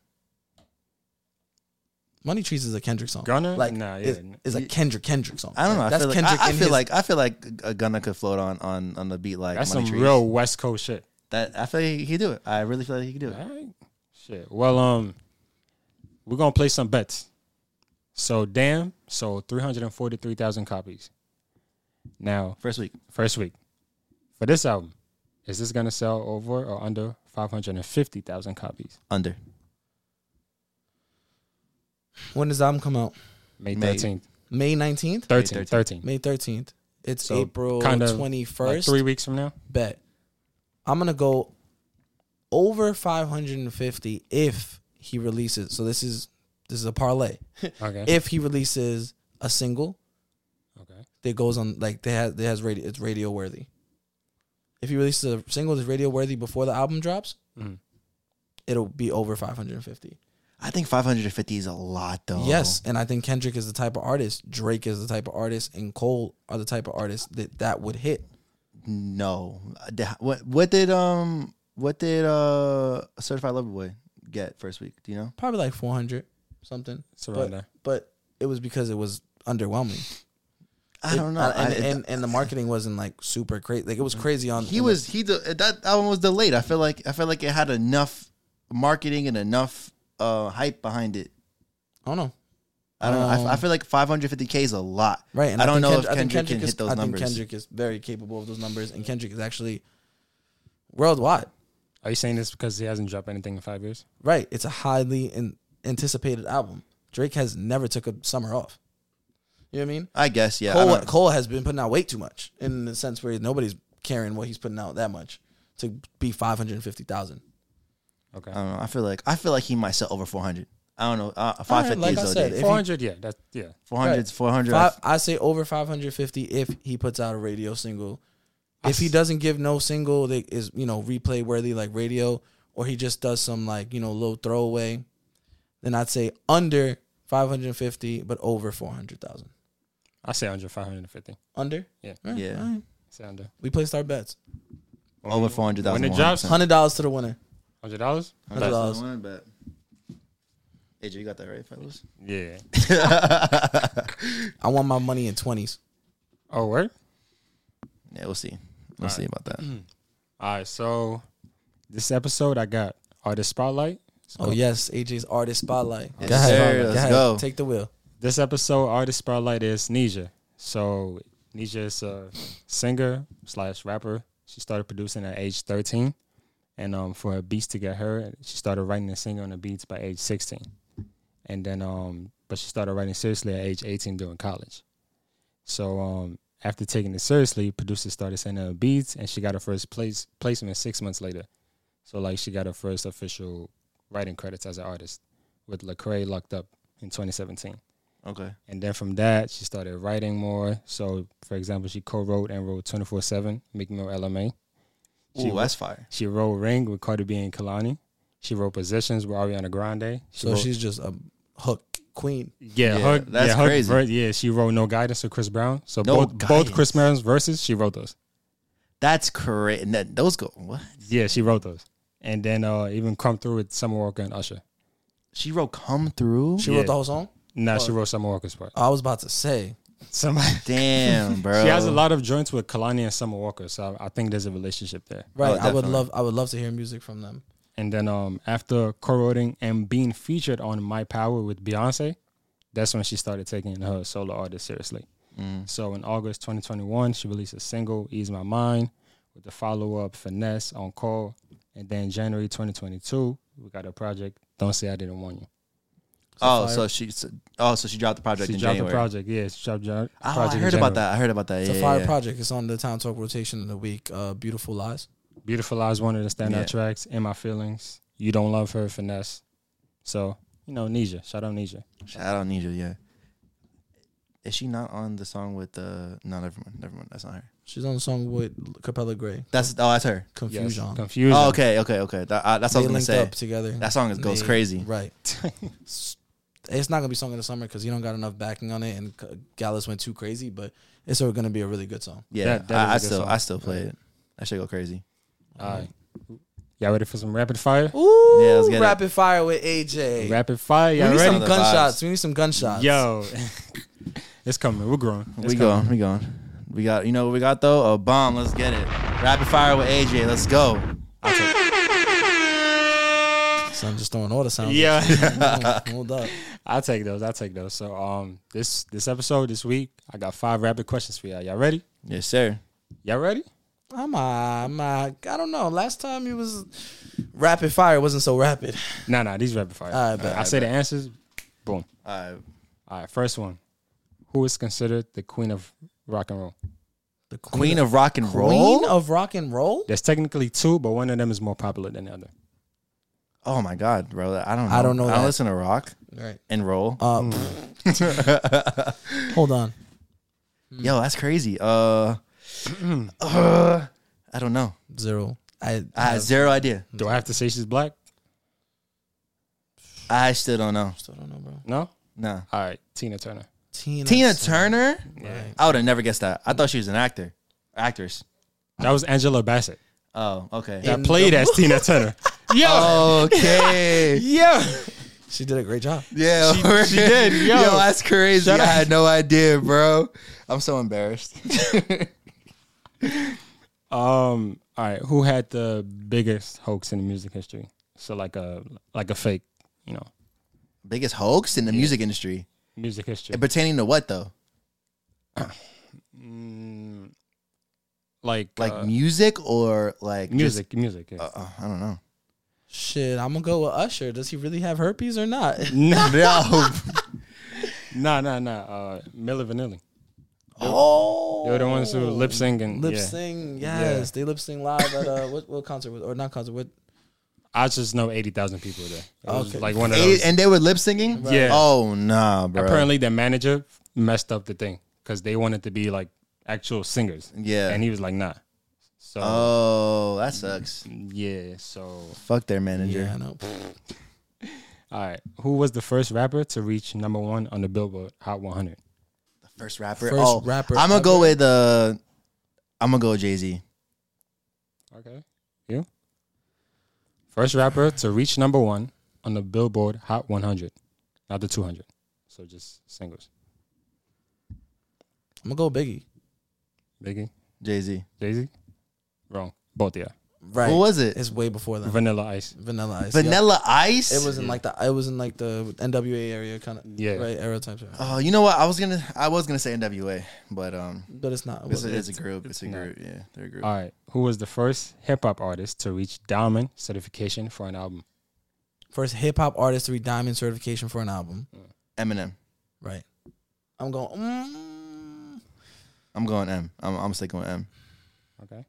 [SPEAKER 4] Money Trees is a Kendrick song.
[SPEAKER 2] Gunna?
[SPEAKER 4] Like,
[SPEAKER 2] Nah, yeah.
[SPEAKER 4] it's, it's a Kendrick Kendrick song.
[SPEAKER 3] I don't know. I
[SPEAKER 4] That's
[SPEAKER 3] feel like
[SPEAKER 4] Kendrick.
[SPEAKER 3] I, I
[SPEAKER 4] in
[SPEAKER 3] feel
[SPEAKER 4] his-
[SPEAKER 3] like I feel like a Gunna could float on on on the beat like
[SPEAKER 2] that's
[SPEAKER 3] Money
[SPEAKER 2] some
[SPEAKER 3] Trees.
[SPEAKER 2] real West Coast shit.
[SPEAKER 3] That I feel like he could do it. I really feel like he could do it.
[SPEAKER 2] All right, shit. Well, um, we're gonna play some bets. So damn, so three hundred and forty-three thousand copies. Now,
[SPEAKER 3] First week.
[SPEAKER 2] first week for this album, is this gonna sell over or under five hundred and fifty thousand copies?
[SPEAKER 3] Under.
[SPEAKER 4] when does the album come out?
[SPEAKER 2] May
[SPEAKER 3] May.
[SPEAKER 2] thirteenth,
[SPEAKER 4] May 19th?
[SPEAKER 2] 13,
[SPEAKER 3] 13th.
[SPEAKER 2] 13.
[SPEAKER 4] May 13th. It's
[SPEAKER 2] So,
[SPEAKER 4] April
[SPEAKER 2] kinda like
[SPEAKER 4] 21st.
[SPEAKER 2] Like three weeks from now.
[SPEAKER 4] Bet. I'm going to go over 550 if he releases. So this is this is a parlay.
[SPEAKER 2] Okay.
[SPEAKER 4] If he releases a single
[SPEAKER 2] okay.
[SPEAKER 4] that goes on like they has they has radio it's radio worthy. If he releases a single that's radio worthy before the album drops,
[SPEAKER 2] Mhm.
[SPEAKER 4] it'll be over 550.
[SPEAKER 3] I think 550 is a lot
[SPEAKER 2] Oh.
[SPEAKER 3] though.
[SPEAKER 4] Yes, and I think Kendrick is the type of artist, Drake is the type of artist, and Cole are the type of artists that that would hit.
[SPEAKER 3] No. Da- What what did um what did uh Certified Lover Boy get first week? Do you know?
[SPEAKER 4] Probably like 400 something.
[SPEAKER 2] It's around
[SPEAKER 4] But,
[SPEAKER 2] there.
[SPEAKER 4] but it was because it was underwhelming.
[SPEAKER 3] I
[SPEAKER 4] It- uh,
[SPEAKER 3] don't know.
[SPEAKER 4] And,
[SPEAKER 3] I- it-
[SPEAKER 4] and and the marketing wasn't like super crazy. Like it was crazy on
[SPEAKER 3] he
[SPEAKER 4] in the-
[SPEAKER 3] was he de- that album was delayed. I feel like I feel like it had enough marketing and enough uh hype behind it.
[SPEAKER 4] I don't know.
[SPEAKER 3] I don't know. I f-
[SPEAKER 4] Um,
[SPEAKER 3] I, feel like 550k is a lot.
[SPEAKER 4] Right. And
[SPEAKER 3] I don't
[SPEAKER 4] think
[SPEAKER 3] know
[SPEAKER 4] Kend-
[SPEAKER 3] if
[SPEAKER 4] I think
[SPEAKER 3] Kendrick can
[SPEAKER 4] is,
[SPEAKER 3] hit those
[SPEAKER 4] I
[SPEAKER 3] numbers.
[SPEAKER 4] think Kendrick is very capable of those numbers, and Kendrick is actually worldwide.
[SPEAKER 2] Are you saying this because he hasn't dropped anything in five years?
[SPEAKER 4] Right. It's a highly in, anticipated album. Drake has never took a summer off. You know what I mean?
[SPEAKER 3] I guess yeah. I
[SPEAKER 4] Cole,
[SPEAKER 3] don't-
[SPEAKER 4] Cole has been putting out way too much in the sense where nobody's carrying what he's putting out that much to be 550,000.
[SPEAKER 2] Okay.
[SPEAKER 3] I don't know. I feel like I feel like he might sell over 400. I don't know. Uh, 550
[SPEAKER 4] like I
[SPEAKER 3] is
[SPEAKER 4] said,
[SPEAKER 3] though.
[SPEAKER 4] if-
[SPEAKER 2] Four hundred. Yeah. That's yeah.
[SPEAKER 3] 400 is 400.
[SPEAKER 4] Five, I say over 550 if he puts out a radio single. If he doesn't give no single that is, you know, replay worthy like radio, or he just does some like, you know, little throwaway, then I'd say under 550, but over 400,000.
[SPEAKER 2] I say under five hundred and fifty.
[SPEAKER 4] Under?
[SPEAKER 2] Yeah.
[SPEAKER 4] All right,
[SPEAKER 3] Yeah.
[SPEAKER 4] all right.
[SPEAKER 2] Say under.
[SPEAKER 4] We placed our bets.
[SPEAKER 3] over 400,000.
[SPEAKER 2] When it drops,
[SPEAKER 4] $100 to the winner.
[SPEAKER 2] Hundred dollars.
[SPEAKER 4] $100. $100.
[SPEAKER 3] but AJ, you got that right, fellas?
[SPEAKER 2] Yeah.
[SPEAKER 4] I want my money in 20s.
[SPEAKER 2] Oh, word.
[SPEAKER 3] Yeah, we'll see. We'll see about that.
[SPEAKER 2] Mm. All right. So this episode, I got artist spotlight.
[SPEAKER 4] Oh yes, AJ's artist spotlight.
[SPEAKER 3] Yes, sir. Let's go.
[SPEAKER 4] Take the wheel.
[SPEAKER 2] This episode, artist spotlight is Nisha. So Nisha is a singer slash rapper. She started producing at age thirteen, and um, for her beats to get her, she started writing and singing on the beats by age sixteen, and then um, but she started writing seriously at age 18 during college. So um, after taking it seriously, producers started sending her beats, and she got her first place placement six months later. So like she got her first official writing credits as an artist with Lecrae locked up in 2017.
[SPEAKER 3] Okay.
[SPEAKER 2] And then from that, she started writing more. So, for example, she co-wrote and wrote 24/7 Meek Mill LMA. She
[SPEAKER 3] Ooh, that's fire.
[SPEAKER 2] She wrote Ring with Cardi B and Kalani. She wrote Positions with Ariana Grande. She
[SPEAKER 4] So
[SPEAKER 2] wrote,
[SPEAKER 4] she's just a hook queen.
[SPEAKER 2] yeah,
[SPEAKER 3] Yeah,
[SPEAKER 2] her,
[SPEAKER 3] that's
[SPEAKER 2] yeah, her
[SPEAKER 3] crazy.
[SPEAKER 2] ver- yeah, she wrote No Guidance with Chris Brown. So
[SPEAKER 3] No
[SPEAKER 2] both both Chris
[SPEAKER 3] Guidance.
[SPEAKER 2] Brown's verses, she wrote those.
[SPEAKER 3] That's crazy. And then those go what?
[SPEAKER 2] Yeah, she wrote those. And then uh, even come through with Summer Walker and Usher.
[SPEAKER 3] She wrote "Come Through."
[SPEAKER 4] She
[SPEAKER 2] Yeah.
[SPEAKER 4] wrote the whole song.
[SPEAKER 2] Nah, she wrote Summer Walker's part.
[SPEAKER 4] I was about to say.
[SPEAKER 2] Somebody,
[SPEAKER 3] Damn, bro.
[SPEAKER 2] she has a lot of joints with Kalani and Summer Walker, so I, I think there's a relationship there.
[SPEAKER 3] Oh,
[SPEAKER 4] Right. I would
[SPEAKER 3] definitely.
[SPEAKER 4] love. I would love to hear music from them.
[SPEAKER 2] And then um, after co-writing and being featured on My Power with Beyonce, that's when she started taking her solo artist seriously.
[SPEAKER 3] Mm.
[SPEAKER 2] So in August 2021, she released a single, Ease My Mind, with the follow-up Finesse on Call. And then January 2022, we got a project, Don't Say I Didn't Warn You.
[SPEAKER 3] Oh, so she. so- Oh, so she dropped the project
[SPEAKER 2] she
[SPEAKER 3] in
[SPEAKER 2] dropped
[SPEAKER 3] January.
[SPEAKER 2] the project, yeah. She dropped the project
[SPEAKER 3] Oh, I
[SPEAKER 2] in
[SPEAKER 3] heard about
[SPEAKER 2] January.
[SPEAKER 3] that. I heard about that.
[SPEAKER 4] It's
[SPEAKER 3] yeah,
[SPEAKER 4] a fire
[SPEAKER 3] yeah.
[SPEAKER 4] project. It's on the Town Talk rotation of the week. Uh, Beautiful Lies.
[SPEAKER 2] Beautiful Eyes, one of the standout
[SPEAKER 3] Yeah.
[SPEAKER 2] tracks, In My Feelings, You Don't Love Her, Finesse. So, you know, Nisha, shout out Nisha.
[SPEAKER 3] I don't need you. Yeah. Is she not on the song with uh No, never mind. Never mind. That's not her.
[SPEAKER 4] She's on the song with Capella Gray.
[SPEAKER 3] That's oh, that's her.
[SPEAKER 2] Yes,
[SPEAKER 4] Confusion.
[SPEAKER 2] Confusion.
[SPEAKER 3] Oh, okay, okay, okay. That, uh, that's what I
[SPEAKER 4] They
[SPEAKER 3] was gonna
[SPEAKER 4] linked
[SPEAKER 3] say.
[SPEAKER 4] up together.
[SPEAKER 3] That song is, goes
[SPEAKER 4] They-
[SPEAKER 3] crazy.
[SPEAKER 4] Right. it's it's not gonna be song of the summer because you don't got enough backing on it, and G- Gallus went too crazy. But it's gonna be a really good song.
[SPEAKER 3] Yeah,
[SPEAKER 2] That- that is
[SPEAKER 3] I, I
[SPEAKER 2] a good
[SPEAKER 3] still
[SPEAKER 2] song.
[SPEAKER 3] I still play it. That should go crazy.
[SPEAKER 2] All right. Y'all ready for some rapid fire?
[SPEAKER 4] Ooh,
[SPEAKER 3] Yeah, let's get it.
[SPEAKER 4] rapid fire with AJ.
[SPEAKER 2] Rapid fire,
[SPEAKER 4] we
[SPEAKER 2] y'all
[SPEAKER 4] need
[SPEAKER 3] Some
[SPEAKER 2] ready?
[SPEAKER 4] some
[SPEAKER 3] of the
[SPEAKER 4] gunshots.
[SPEAKER 3] vibes.
[SPEAKER 4] We need some gunshots.
[SPEAKER 2] Yo, it's coming. We're growing. It's
[SPEAKER 3] we
[SPEAKER 2] coming.
[SPEAKER 3] going, we going. We got you know what we got though? A bomb. Let's get it. Rapid fire with AJ. Let's go.
[SPEAKER 4] so I'm just throwing all the sounds.
[SPEAKER 2] Yeah,
[SPEAKER 4] hold up.
[SPEAKER 2] I'll take those. I'll take those. So, um, this this episode this week, I got five rapid questions for y'all. Y'all ready?
[SPEAKER 3] Yes, sir.
[SPEAKER 2] Y'all ready?
[SPEAKER 4] I'm a, I'm a, I don't know. Last time it was rapid fire. It wasn't so rapid.
[SPEAKER 2] Nah, nah. These rapid fire.
[SPEAKER 4] All right, bet.
[SPEAKER 2] I say the answers. Boom.
[SPEAKER 3] Uh,
[SPEAKER 2] All right. First one. Who is considered the queen of rock and roll?
[SPEAKER 4] The queen,
[SPEAKER 3] Queen of rock and roll.
[SPEAKER 4] Queen of rock and roll.
[SPEAKER 2] There's technically two, but one of them is more popular than the other.
[SPEAKER 3] oh my god, bro. I don't. Know.
[SPEAKER 4] I don't know
[SPEAKER 3] I don't
[SPEAKER 4] that.
[SPEAKER 3] listen to rock
[SPEAKER 4] Right.
[SPEAKER 3] and roll.
[SPEAKER 4] Uh, pfft. hold on.
[SPEAKER 3] Yo, that's crazy. Uh, uh, I don't know.
[SPEAKER 4] Zero. I,
[SPEAKER 3] I had zero idea.
[SPEAKER 2] Do I have to say she's black?
[SPEAKER 3] I still don't know.
[SPEAKER 4] still don't know, bro.
[SPEAKER 2] No.
[SPEAKER 3] Nah.
[SPEAKER 2] All right. Tina Turner.
[SPEAKER 4] Tina.
[SPEAKER 3] Tina
[SPEAKER 4] Turner.
[SPEAKER 3] Turner.
[SPEAKER 4] Right.
[SPEAKER 3] I would have never guessed that. I thought she was an actor, actress.
[SPEAKER 2] That was Angela Bassett.
[SPEAKER 3] Oh, okay.
[SPEAKER 2] That played as Tina Turner. Yo.
[SPEAKER 3] Okay.
[SPEAKER 2] Yeah.
[SPEAKER 4] She did a great job.
[SPEAKER 3] Yeah,
[SPEAKER 2] she did. Yo.
[SPEAKER 3] that's crazy.
[SPEAKER 2] Shut
[SPEAKER 3] I
[SPEAKER 2] up.
[SPEAKER 3] had no idea, bro. I'm so embarrassed.
[SPEAKER 2] Um. All right. Who had the biggest hoax in music history? So like a like a fake, you know,
[SPEAKER 3] Biggest hoax in the music industry.
[SPEAKER 2] music history.
[SPEAKER 3] And pertaining to what though?
[SPEAKER 2] Mm, like
[SPEAKER 3] Like
[SPEAKER 2] uh,
[SPEAKER 3] music or like just-
[SPEAKER 2] music, music. Yeah.
[SPEAKER 3] uh, I don't know.
[SPEAKER 4] Shit, I'm gonna go with Usher. Does he really have herpes or not?
[SPEAKER 2] no,
[SPEAKER 3] No.
[SPEAKER 2] no, no, no. Uh, Milli Vanilli.
[SPEAKER 4] Oh,
[SPEAKER 2] They were the ones who lip sync and
[SPEAKER 4] lip
[SPEAKER 2] yeah.
[SPEAKER 4] sing.
[SPEAKER 2] Yeah.
[SPEAKER 4] Yes, they lip sing live at uh, what, what concert was or not concert? What
[SPEAKER 2] I just know eighty thousand people there. It was
[SPEAKER 4] Okay.
[SPEAKER 2] like one of
[SPEAKER 3] Eight-
[SPEAKER 2] those.
[SPEAKER 3] and they were lip singing.
[SPEAKER 2] Right. Yeah.
[SPEAKER 3] Oh nah, bro.
[SPEAKER 2] Apparently, their manager messed up the thing because they wanted to be like actual singers,
[SPEAKER 3] Yeah.
[SPEAKER 2] and he was like, nah. So
[SPEAKER 3] oh, that sucks.
[SPEAKER 2] yeah, so
[SPEAKER 3] Fuck their manager.
[SPEAKER 4] yeah, I know.
[SPEAKER 2] All right. Who was the first rapper to reach number one on the Billboard Hot 100?
[SPEAKER 3] First rapper.
[SPEAKER 4] First
[SPEAKER 3] oh,
[SPEAKER 4] rapper
[SPEAKER 3] I'm gonna
[SPEAKER 4] ever.
[SPEAKER 3] go with uh, I'm gonna go Jay Z.
[SPEAKER 2] Okay. You? First rapper to reach number one on the Billboard Hot 100, not the 200. So just singles.
[SPEAKER 4] I'm gonna go Biggie.
[SPEAKER 2] Biggie,
[SPEAKER 3] Jay Z.
[SPEAKER 2] Daisy? Wrong. Both, yeah.
[SPEAKER 4] Right.
[SPEAKER 3] Who was it?
[SPEAKER 4] It's way before that.
[SPEAKER 2] Vanilla Ice.
[SPEAKER 4] Vanilla Ice.
[SPEAKER 3] Vanilla Ice.
[SPEAKER 4] yeah. It was in like the it was in like the NWA area kind of
[SPEAKER 2] Yeah.
[SPEAKER 4] right era type. Of,
[SPEAKER 3] Oh, you know what? I was gonna I was gonna say NWA, but um,
[SPEAKER 4] but it's not. It
[SPEAKER 3] it's a,
[SPEAKER 4] wasn't.
[SPEAKER 3] it's a group. It's a group. Yeah, they're a group.
[SPEAKER 2] All right. Who was the first hip hop artist to reach diamond certification for an album?
[SPEAKER 4] First hip hop artist to read diamond certification for an album.
[SPEAKER 3] Eminem.
[SPEAKER 4] Right. I'm going. Mm.
[SPEAKER 3] I'm going M. I'm, I'm sticking with M.
[SPEAKER 2] Okay.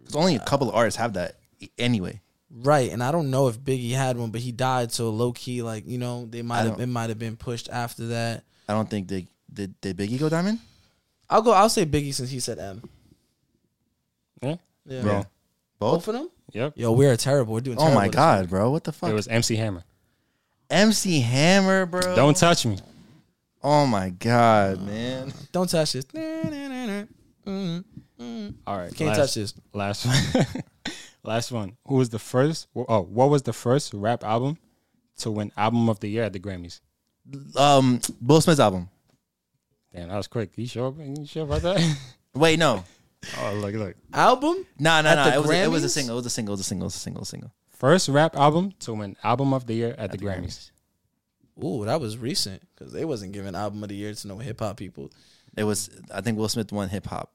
[SPEAKER 3] Because only a couple of artists have that i- anyway.
[SPEAKER 4] Right, and I don't know if Biggie had one, but he died, so low key, like you know, they might have
[SPEAKER 3] don't-
[SPEAKER 4] it might have been pushed after that.
[SPEAKER 3] I don't think they did. Did Biggie go diamond?
[SPEAKER 4] I'll go. I'll say Biggie since he said M.
[SPEAKER 2] Yeah.
[SPEAKER 4] Yeah,
[SPEAKER 3] Bro,
[SPEAKER 4] both
[SPEAKER 3] both.
[SPEAKER 4] of them.
[SPEAKER 2] Yep.
[SPEAKER 4] Yo, we are terrible. We're doing.
[SPEAKER 3] Oh
[SPEAKER 4] terrible
[SPEAKER 3] my
[SPEAKER 4] this
[SPEAKER 3] god, bro! What the fuck?
[SPEAKER 2] It was MC Hammer.
[SPEAKER 3] MC Hammer, bro.
[SPEAKER 2] Don't touch me.
[SPEAKER 3] Oh my god,
[SPEAKER 4] Uh,
[SPEAKER 3] man.
[SPEAKER 4] week. Don't touch this. Nah, nah, nah, nah. Mm, mm.
[SPEAKER 2] All right.
[SPEAKER 4] Can't
[SPEAKER 2] last,
[SPEAKER 4] touch this.
[SPEAKER 2] Last one. last one. Who was the first? Oh, what was the first rap album to win album of the year at the Grammys?
[SPEAKER 3] Um, Will Smith's album.
[SPEAKER 2] Damn, that was quick. You sure? You sure about that?
[SPEAKER 3] Wait, no,
[SPEAKER 2] oh, look, look.
[SPEAKER 4] Album.
[SPEAKER 3] no, no,
[SPEAKER 4] At
[SPEAKER 3] no.
[SPEAKER 4] the
[SPEAKER 3] It was, a, it was a
[SPEAKER 4] Grammys?
[SPEAKER 3] single. It was a single. It was a single. It was a single. it was a single.
[SPEAKER 2] First rap album to win album of the year at, the, Grammys.
[SPEAKER 4] Ooh, that was recent because they wasn't giving album of the year to no hip hop people.
[SPEAKER 3] It was. I think Will Smith won hip hop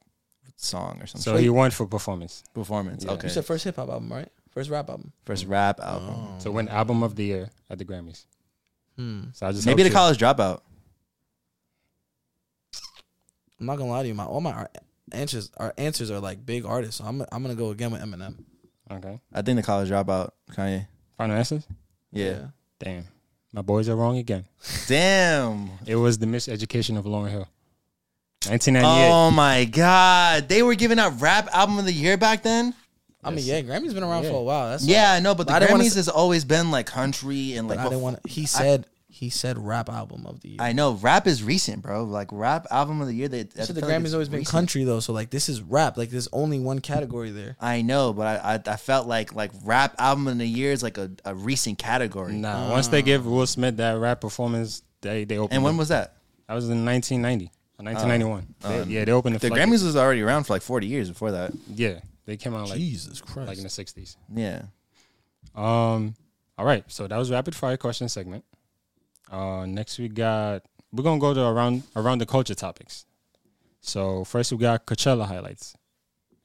[SPEAKER 3] song or something.
[SPEAKER 2] So he won for performance
[SPEAKER 3] Performance. Okay. Oh.
[SPEAKER 4] You said Oh. first hip hop album, right? First rap album.
[SPEAKER 3] First rap album.
[SPEAKER 2] to win album of the year at the Grammys.
[SPEAKER 4] Hmm.
[SPEAKER 2] So I just
[SPEAKER 3] Maybe the
[SPEAKER 2] helped
[SPEAKER 3] college dropout.
[SPEAKER 4] I'm not gonna lie to you. My all my ar- answers, our answers are like big artists. So I'm I'm gonna go again with Eminem.
[SPEAKER 2] you. Okay.
[SPEAKER 3] I think the college dropout. Kanye.
[SPEAKER 2] Final answers.
[SPEAKER 3] Yeah.
[SPEAKER 2] Damn, my boys are wrong again.
[SPEAKER 3] Damn.
[SPEAKER 2] It was the miseducation of Lauren Hill. 1998.
[SPEAKER 3] Oh my god. They were giving out rap album of the year back then.
[SPEAKER 4] I mean, yeah, Grammy's been around
[SPEAKER 2] Yeah.
[SPEAKER 4] for a while. That's
[SPEAKER 3] Yeah, I know, but the
[SPEAKER 4] But I didn't wanna
[SPEAKER 3] Grammys
[SPEAKER 4] s-
[SPEAKER 3] has always been like country and like.
[SPEAKER 4] But I didn't
[SPEAKER 3] bef-
[SPEAKER 4] want. He said he said rap album of the year.
[SPEAKER 3] I know rap is recent, bro. Like rap album of the year. They I
[SPEAKER 4] so the
[SPEAKER 3] feel like
[SPEAKER 4] Grammys
[SPEAKER 3] it's
[SPEAKER 4] always been
[SPEAKER 3] recent.
[SPEAKER 4] country though. So like this is rap. Like there's only one category there.
[SPEAKER 3] I know, but I, I I felt like like rap album of the year is like a, a recent category.
[SPEAKER 2] Nah, once they give Will Smith that rap performance, they they opened.
[SPEAKER 3] And when
[SPEAKER 2] it.
[SPEAKER 3] was that?
[SPEAKER 2] that was in 1990, or 1991. They- yeah, they opened the,
[SPEAKER 3] Oh, The
[SPEAKER 2] floodgate.
[SPEAKER 3] Grammys was already around for like forty years before that.
[SPEAKER 2] Yeah, they came out like
[SPEAKER 4] Jesus Christ.
[SPEAKER 2] like in the 60s.
[SPEAKER 3] Yeah.
[SPEAKER 2] Um, all right, so that was rapid fire question segment. Uh, next we got we're gonna go to around around the culture topics. So first we got Coachella highlights.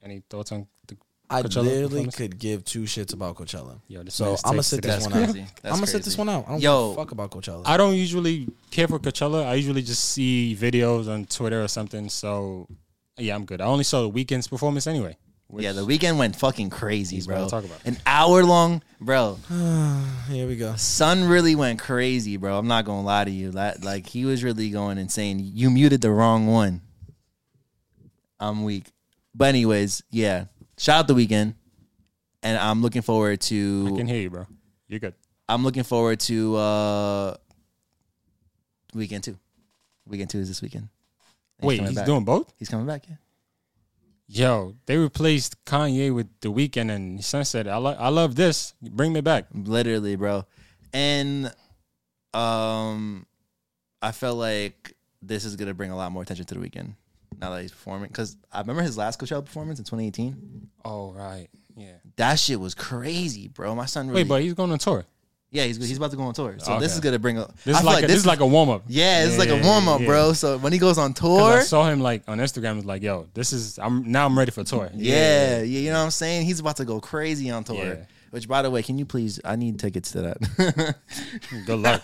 [SPEAKER 2] Any thoughts on the
[SPEAKER 4] I
[SPEAKER 2] Coachella
[SPEAKER 4] literally
[SPEAKER 2] performance?
[SPEAKER 4] could give two shits about Coachella.
[SPEAKER 2] Yo, this
[SPEAKER 4] so
[SPEAKER 2] man's
[SPEAKER 4] I'm gonna
[SPEAKER 2] takes
[SPEAKER 4] sit
[SPEAKER 2] today.
[SPEAKER 4] this
[SPEAKER 3] That's
[SPEAKER 4] one out.
[SPEAKER 3] crazy.
[SPEAKER 4] I'm
[SPEAKER 3] That's
[SPEAKER 4] gonna sit
[SPEAKER 3] crazy.
[SPEAKER 4] this one out. I don't
[SPEAKER 3] Yo.
[SPEAKER 4] give a fuck about Coachella.
[SPEAKER 2] I don't usually care for Coachella. I usually just see videos on Twitter or something. So yeah, I'm good. I only saw the weekend's performance anyway. which-
[SPEAKER 3] yeah, the weekend went fucking crazy,
[SPEAKER 2] what
[SPEAKER 3] bro.
[SPEAKER 2] I'll talk about.
[SPEAKER 3] An hour long, bro.
[SPEAKER 4] Here we go.
[SPEAKER 3] Sun really went crazy, bro. I'm not gonna lie to you. That like he was really going insane. You muted the wrong one. I'm weak. But anyways, yeah. Shout out the weekend. And I'm looking forward to
[SPEAKER 2] I can hear you, bro. You're good.
[SPEAKER 3] I'm looking forward to uh weekend two. Weekend two is this weekend. And
[SPEAKER 2] Wait,
[SPEAKER 3] coming
[SPEAKER 2] he's
[SPEAKER 3] back.
[SPEAKER 2] doing both.
[SPEAKER 3] He's coming back. Yeah,
[SPEAKER 2] Yo, they replaced Kanye with The Weeknd and Sunset. I lo- I love this. Bring me back.
[SPEAKER 3] literally, bro. And um, I felt like this is gonna bring a lot more attention to the weekend now that he's performing. Because I remember his last Coachella performance in 2018.
[SPEAKER 2] Oh right, yeah.
[SPEAKER 3] That shit was crazy, bro. My son. Really,
[SPEAKER 2] Wait, but he's going on tour.
[SPEAKER 3] yeah, he's he's about to go on tour, so this
[SPEAKER 2] Okay.
[SPEAKER 3] is gonna bring a.
[SPEAKER 2] This is
[SPEAKER 3] I feel
[SPEAKER 2] like, a, this is like a warm up.
[SPEAKER 3] yeah, this is like a warm up, bro. So when he goes on tour,
[SPEAKER 2] I saw him like on Instagram. Was like, yo, this is. I'm now. I'm ready for tour.
[SPEAKER 3] Yeah, yeah, you know what I'm saying? He's about to go crazy on tour.
[SPEAKER 2] Yeah.
[SPEAKER 3] Which by the way, can you please I need tickets to that.
[SPEAKER 2] Good luck.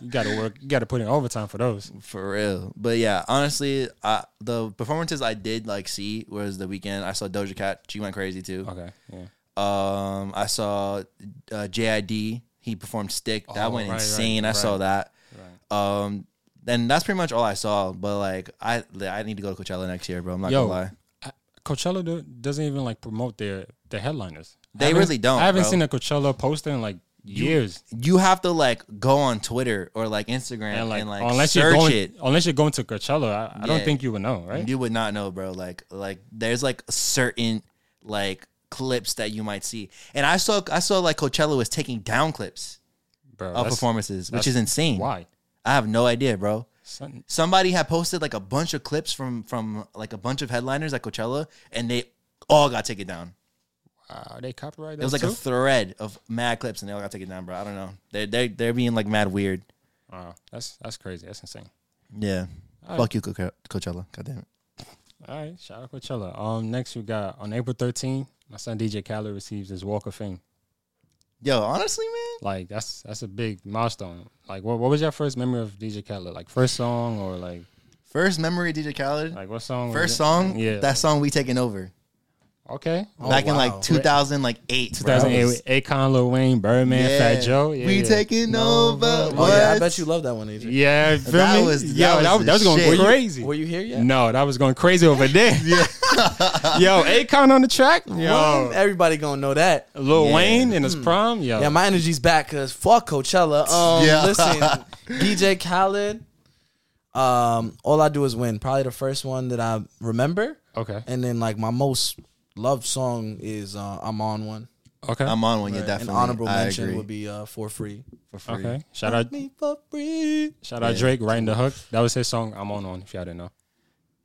[SPEAKER 2] you gotta work. You gotta put in overtime for those.
[SPEAKER 3] For real. But yeah, honestly, I, the performances I did like see was the weekend. I saw Doja Cat, she went crazy too.
[SPEAKER 2] Okay. Yeah.
[SPEAKER 3] Um I saw uh, JID, he performed Stick. That
[SPEAKER 2] Oh,
[SPEAKER 3] went
[SPEAKER 2] right, right,
[SPEAKER 3] insane. I saw that. Um then that's pretty much all I saw, but like I I need to go to Coachella next year, bro. I'm not
[SPEAKER 2] Yo,
[SPEAKER 3] gonna lie.
[SPEAKER 2] I- Coachella do, doesn't even like promote their their headliners. I
[SPEAKER 3] They
[SPEAKER 2] haven't-
[SPEAKER 3] really don't,
[SPEAKER 2] I haven't
[SPEAKER 3] bro.
[SPEAKER 2] seen a Coachella poster in like years.
[SPEAKER 3] You have to like go on Twitter or like Instagram
[SPEAKER 2] and like,
[SPEAKER 3] unless
[SPEAKER 2] unless
[SPEAKER 3] search
[SPEAKER 2] you're going,
[SPEAKER 3] it.
[SPEAKER 2] unless you're going to Coachella, I, I don't
[SPEAKER 3] Yeah.
[SPEAKER 2] think you would know, right?
[SPEAKER 3] You would not know, bro. Like like there's like certain like clips that you might see. And I saw I saw like Coachella was taking down clips
[SPEAKER 2] Bro,
[SPEAKER 3] of
[SPEAKER 2] that's-
[SPEAKER 3] performances, which
[SPEAKER 2] that's
[SPEAKER 3] is insane.
[SPEAKER 2] Why?
[SPEAKER 3] I have no idea, bro.
[SPEAKER 2] Son-
[SPEAKER 3] Somebody had posted like a bunch of clips from from like a bunch of headliners at Coachella and they all got taken down.
[SPEAKER 2] wow, they copyrighted.
[SPEAKER 3] It was like a thread of mad clips and they all got taken down, bro. I don't know. They they they're being like mad weird.
[SPEAKER 2] wow, that's that's crazy. That's insane.
[SPEAKER 3] Yeah.
[SPEAKER 2] All
[SPEAKER 3] Fuck you, Coache- Coachella. God damn it.
[SPEAKER 2] All right, shout out Coachella. Um, next we got on April 13th, my son DJ Khaled receives his Walk of Fame.
[SPEAKER 3] Yo, honestly, man,
[SPEAKER 2] Like that's that's a big milestone. Like what what was your first memory of DJ Khaled? Like first song or like
[SPEAKER 3] first memory DJ Khaled,
[SPEAKER 2] like what song? was
[SPEAKER 3] first
[SPEAKER 2] it?
[SPEAKER 3] song,
[SPEAKER 2] Yeah.
[SPEAKER 3] that song we taking over
[SPEAKER 2] okay.
[SPEAKER 4] Oh,
[SPEAKER 3] back in
[SPEAKER 4] wow.
[SPEAKER 3] like 2000, like eight,
[SPEAKER 2] Two thousand eight, with Akon, Lil Wayne, Birdman, Fat Joe. Yeah,
[SPEAKER 3] we
[SPEAKER 2] yeah.
[SPEAKER 3] taking over.
[SPEAKER 4] Oh yeah, I
[SPEAKER 3] What?
[SPEAKER 4] bet you love that one, AJ.
[SPEAKER 2] Yeah, feel
[SPEAKER 3] That
[SPEAKER 2] me?
[SPEAKER 3] was- that
[SPEAKER 2] Yo,
[SPEAKER 3] was
[SPEAKER 2] that was,
[SPEAKER 3] the
[SPEAKER 2] that was going
[SPEAKER 3] shit.
[SPEAKER 2] crazy.
[SPEAKER 4] Were you here yet?
[SPEAKER 2] No, that was going crazy over there. yo, Akon on the track. Yo,
[SPEAKER 4] Well, everybody gonna know that.
[SPEAKER 2] Lil Wayne in his prom. Yo,
[SPEAKER 4] Hmm. Yeah, my energy's back because fuck Coachella. Um,
[SPEAKER 3] Yeah.
[SPEAKER 4] listen, DJ Khaled. Um, all I do is win. Probably the first one that I remember,
[SPEAKER 2] okay,
[SPEAKER 4] and then like my most loved song is uh, "I'm on one."
[SPEAKER 2] okay,
[SPEAKER 3] I'm on one. Yeah,
[SPEAKER 4] An
[SPEAKER 3] definitely.
[SPEAKER 4] honorable
[SPEAKER 3] I
[SPEAKER 4] mention
[SPEAKER 3] agree.
[SPEAKER 4] would be uh, "For Free."
[SPEAKER 3] for free.
[SPEAKER 2] okay. Shout out,
[SPEAKER 4] Me for free.
[SPEAKER 2] shout out Drake writing the hook. That was his song. I'm on on. If y'all didn't know.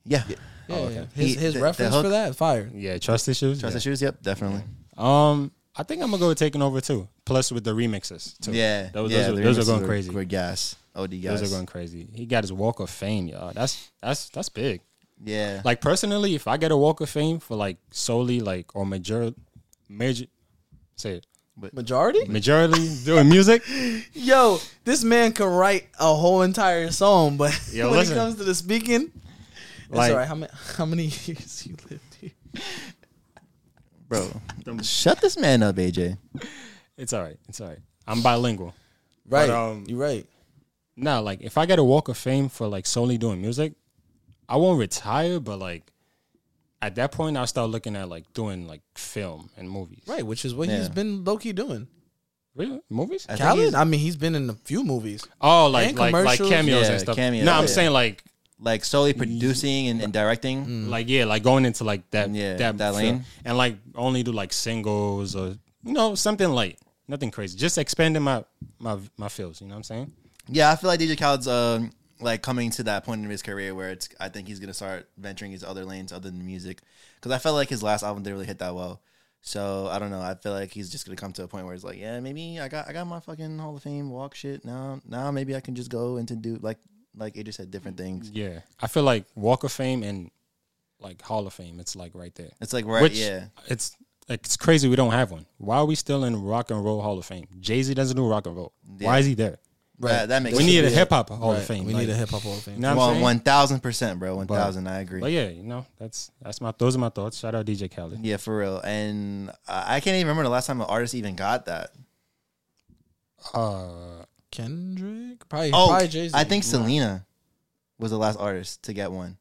[SPEAKER 3] Yeah.
[SPEAKER 4] Yeah, yeah.
[SPEAKER 3] Oh, He-
[SPEAKER 4] his his
[SPEAKER 3] the- the
[SPEAKER 4] reference
[SPEAKER 3] hook-
[SPEAKER 4] for that fire.
[SPEAKER 2] Yeah, trust issues.
[SPEAKER 3] Trust issues. Yep, definitely.
[SPEAKER 2] Yeah. Um, I think I'm gonna go with taking over too. Plus with the remixes too.
[SPEAKER 3] Yeah,
[SPEAKER 2] those,
[SPEAKER 3] yeah.
[SPEAKER 2] those,
[SPEAKER 3] the
[SPEAKER 2] are, those are
[SPEAKER 3] remixes
[SPEAKER 2] going crazy.
[SPEAKER 3] Were gas. OD gas.
[SPEAKER 2] Those are going crazy. He got his Walk of Fame, y'all. That's that's that's big.
[SPEAKER 3] yeah.
[SPEAKER 2] Like personally, if I get a Walk of Fame for like solely like or major, major, say it,
[SPEAKER 4] Majority.
[SPEAKER 2] majority doing music.
[SPEAKER 4] Yo, this man can write a whole entire song, but
[SPEAKER 2] Yo,
[SPEAKER 4] when
[SPEAKER 2] listen.
[SPEAKER 4] it comes to the speaking,
[SPEAKER 2] Like-
[SPEAKER 4] it's all right. How many how many years you lived here?
[SPEAKER 3] bro. Shut this man up, AJ.
[SPEAKER 2] It's all right. It's all right. I'm bilingual.
[SPEAKER 4] Right,
[SPEAKER 2] um,
[SPEAKER 4] you're right.
[SPEAKER 2] Nah, like if I get a Walk of Fame for like solely doing music, I won't retire. But like at that point, I'll start looking at like doing like film and movies.
[SPEAKER 4] Right, which is what
[SPEAKER 3] Yeah.
[SPEAKER 4] he's been low key doing.
[SPEAKER 2] Really? Movies?
[SPEAKER 3] I think
[SPEAKER 4] Khaled,
[SPEAKER 3] he's-
[SPEAKER 4] I mean, he's been in a few movies.
[SPEAKER 2] Oh, like
[SPEAKER 4] And
[SPEAKER 2] like like
[SPEAKER 4] commercials.
[SPEAKER 2] cameos
[SPEAKER 3] Yeah,
[SPEAKER 2] and stuff.
[SPEAKER 3] cameos,
[SPEAKER 2] no, I'm
[SPEAKER 3] yeah.
[SPEAKER 2] saying like
[SPEAKER 3] like solely producing and, and directing.
[SPEAKER 4] Mm.
[SPEAKER 2] Mm-hmm. like yeah, like going into like that
[SPEAKER 3] Yeah,
[SPEAKER 2] that,
[SPEAKER 3] that
[SPEAKER 2] field.
[SPEAKER 3] lane.
[SPEAKER 2] and like only do like singles or you know something light, nothing crazy. Just expanding my my my fields. You know what I'm saying?
[SPEAKER 3] Yeah, I feel like DJ Khaled's um like coming to that point in his career where it's I think he's gonna start venturing his other lanes other than music because I felt like his last album didn't really hit that well. So I don't know. I feel like he's just gonna come to a point where it's like, yeah, maybe I got I got my fucking Hall of Fame walk shit now. Now maybe I can just go into do like like AJ said
[SPEAKER 2] Mm-hmm.
[SPEAKER 3] different things.
[SPEAKER 2] Yeah, I feel like Walk of Fame and like Hall of Fame. It's like right there.
[SPEAKER 3] It's like right,
[SPEAKER 2] Which
[SPEAKER 3] yeah,
[SPEAKER 2] it's like it's crazy we don't have one. Why are we still in Rock and Roll Hall of Fame? Jay Z doesn't do rock and roll. Why is he there?
[SPEAKER 3] right. That, that makes
[SPEAKER 2] We
[SPEAKER 3] sense.
[SPEAKER 2] need a hip hop Hall
[SPEAKER 4] Right,
[SPEAKER 2] of Fame.
[SPEAKER 4] We
[SPEAKER 2] like,
[SPEAKER 4] need a hip hop hall of fame.
[SPEAKER 2] You know what I'm
[SPEAKER 3] Well,
[SPEAKER 2] saying?
[SPEAKER 3] one thousand percent, bro, one thousand. I agree.
[SPEAKER 2] But yeah, you know that's that's my those are my thoughts. Shout out DJ Khaled.
[SPEAKER 3] yeah, for real. And I I can't even remember the last time an artist even got that.
[SPEAKER 2] Uh,
[SPEAKER 4] Kendrick, probably,
[SPEAKER 3] Oh,
[SPEAKER 4] probably Jay Z.
[SPEAKER 3] I think Selena was the last artist to get one.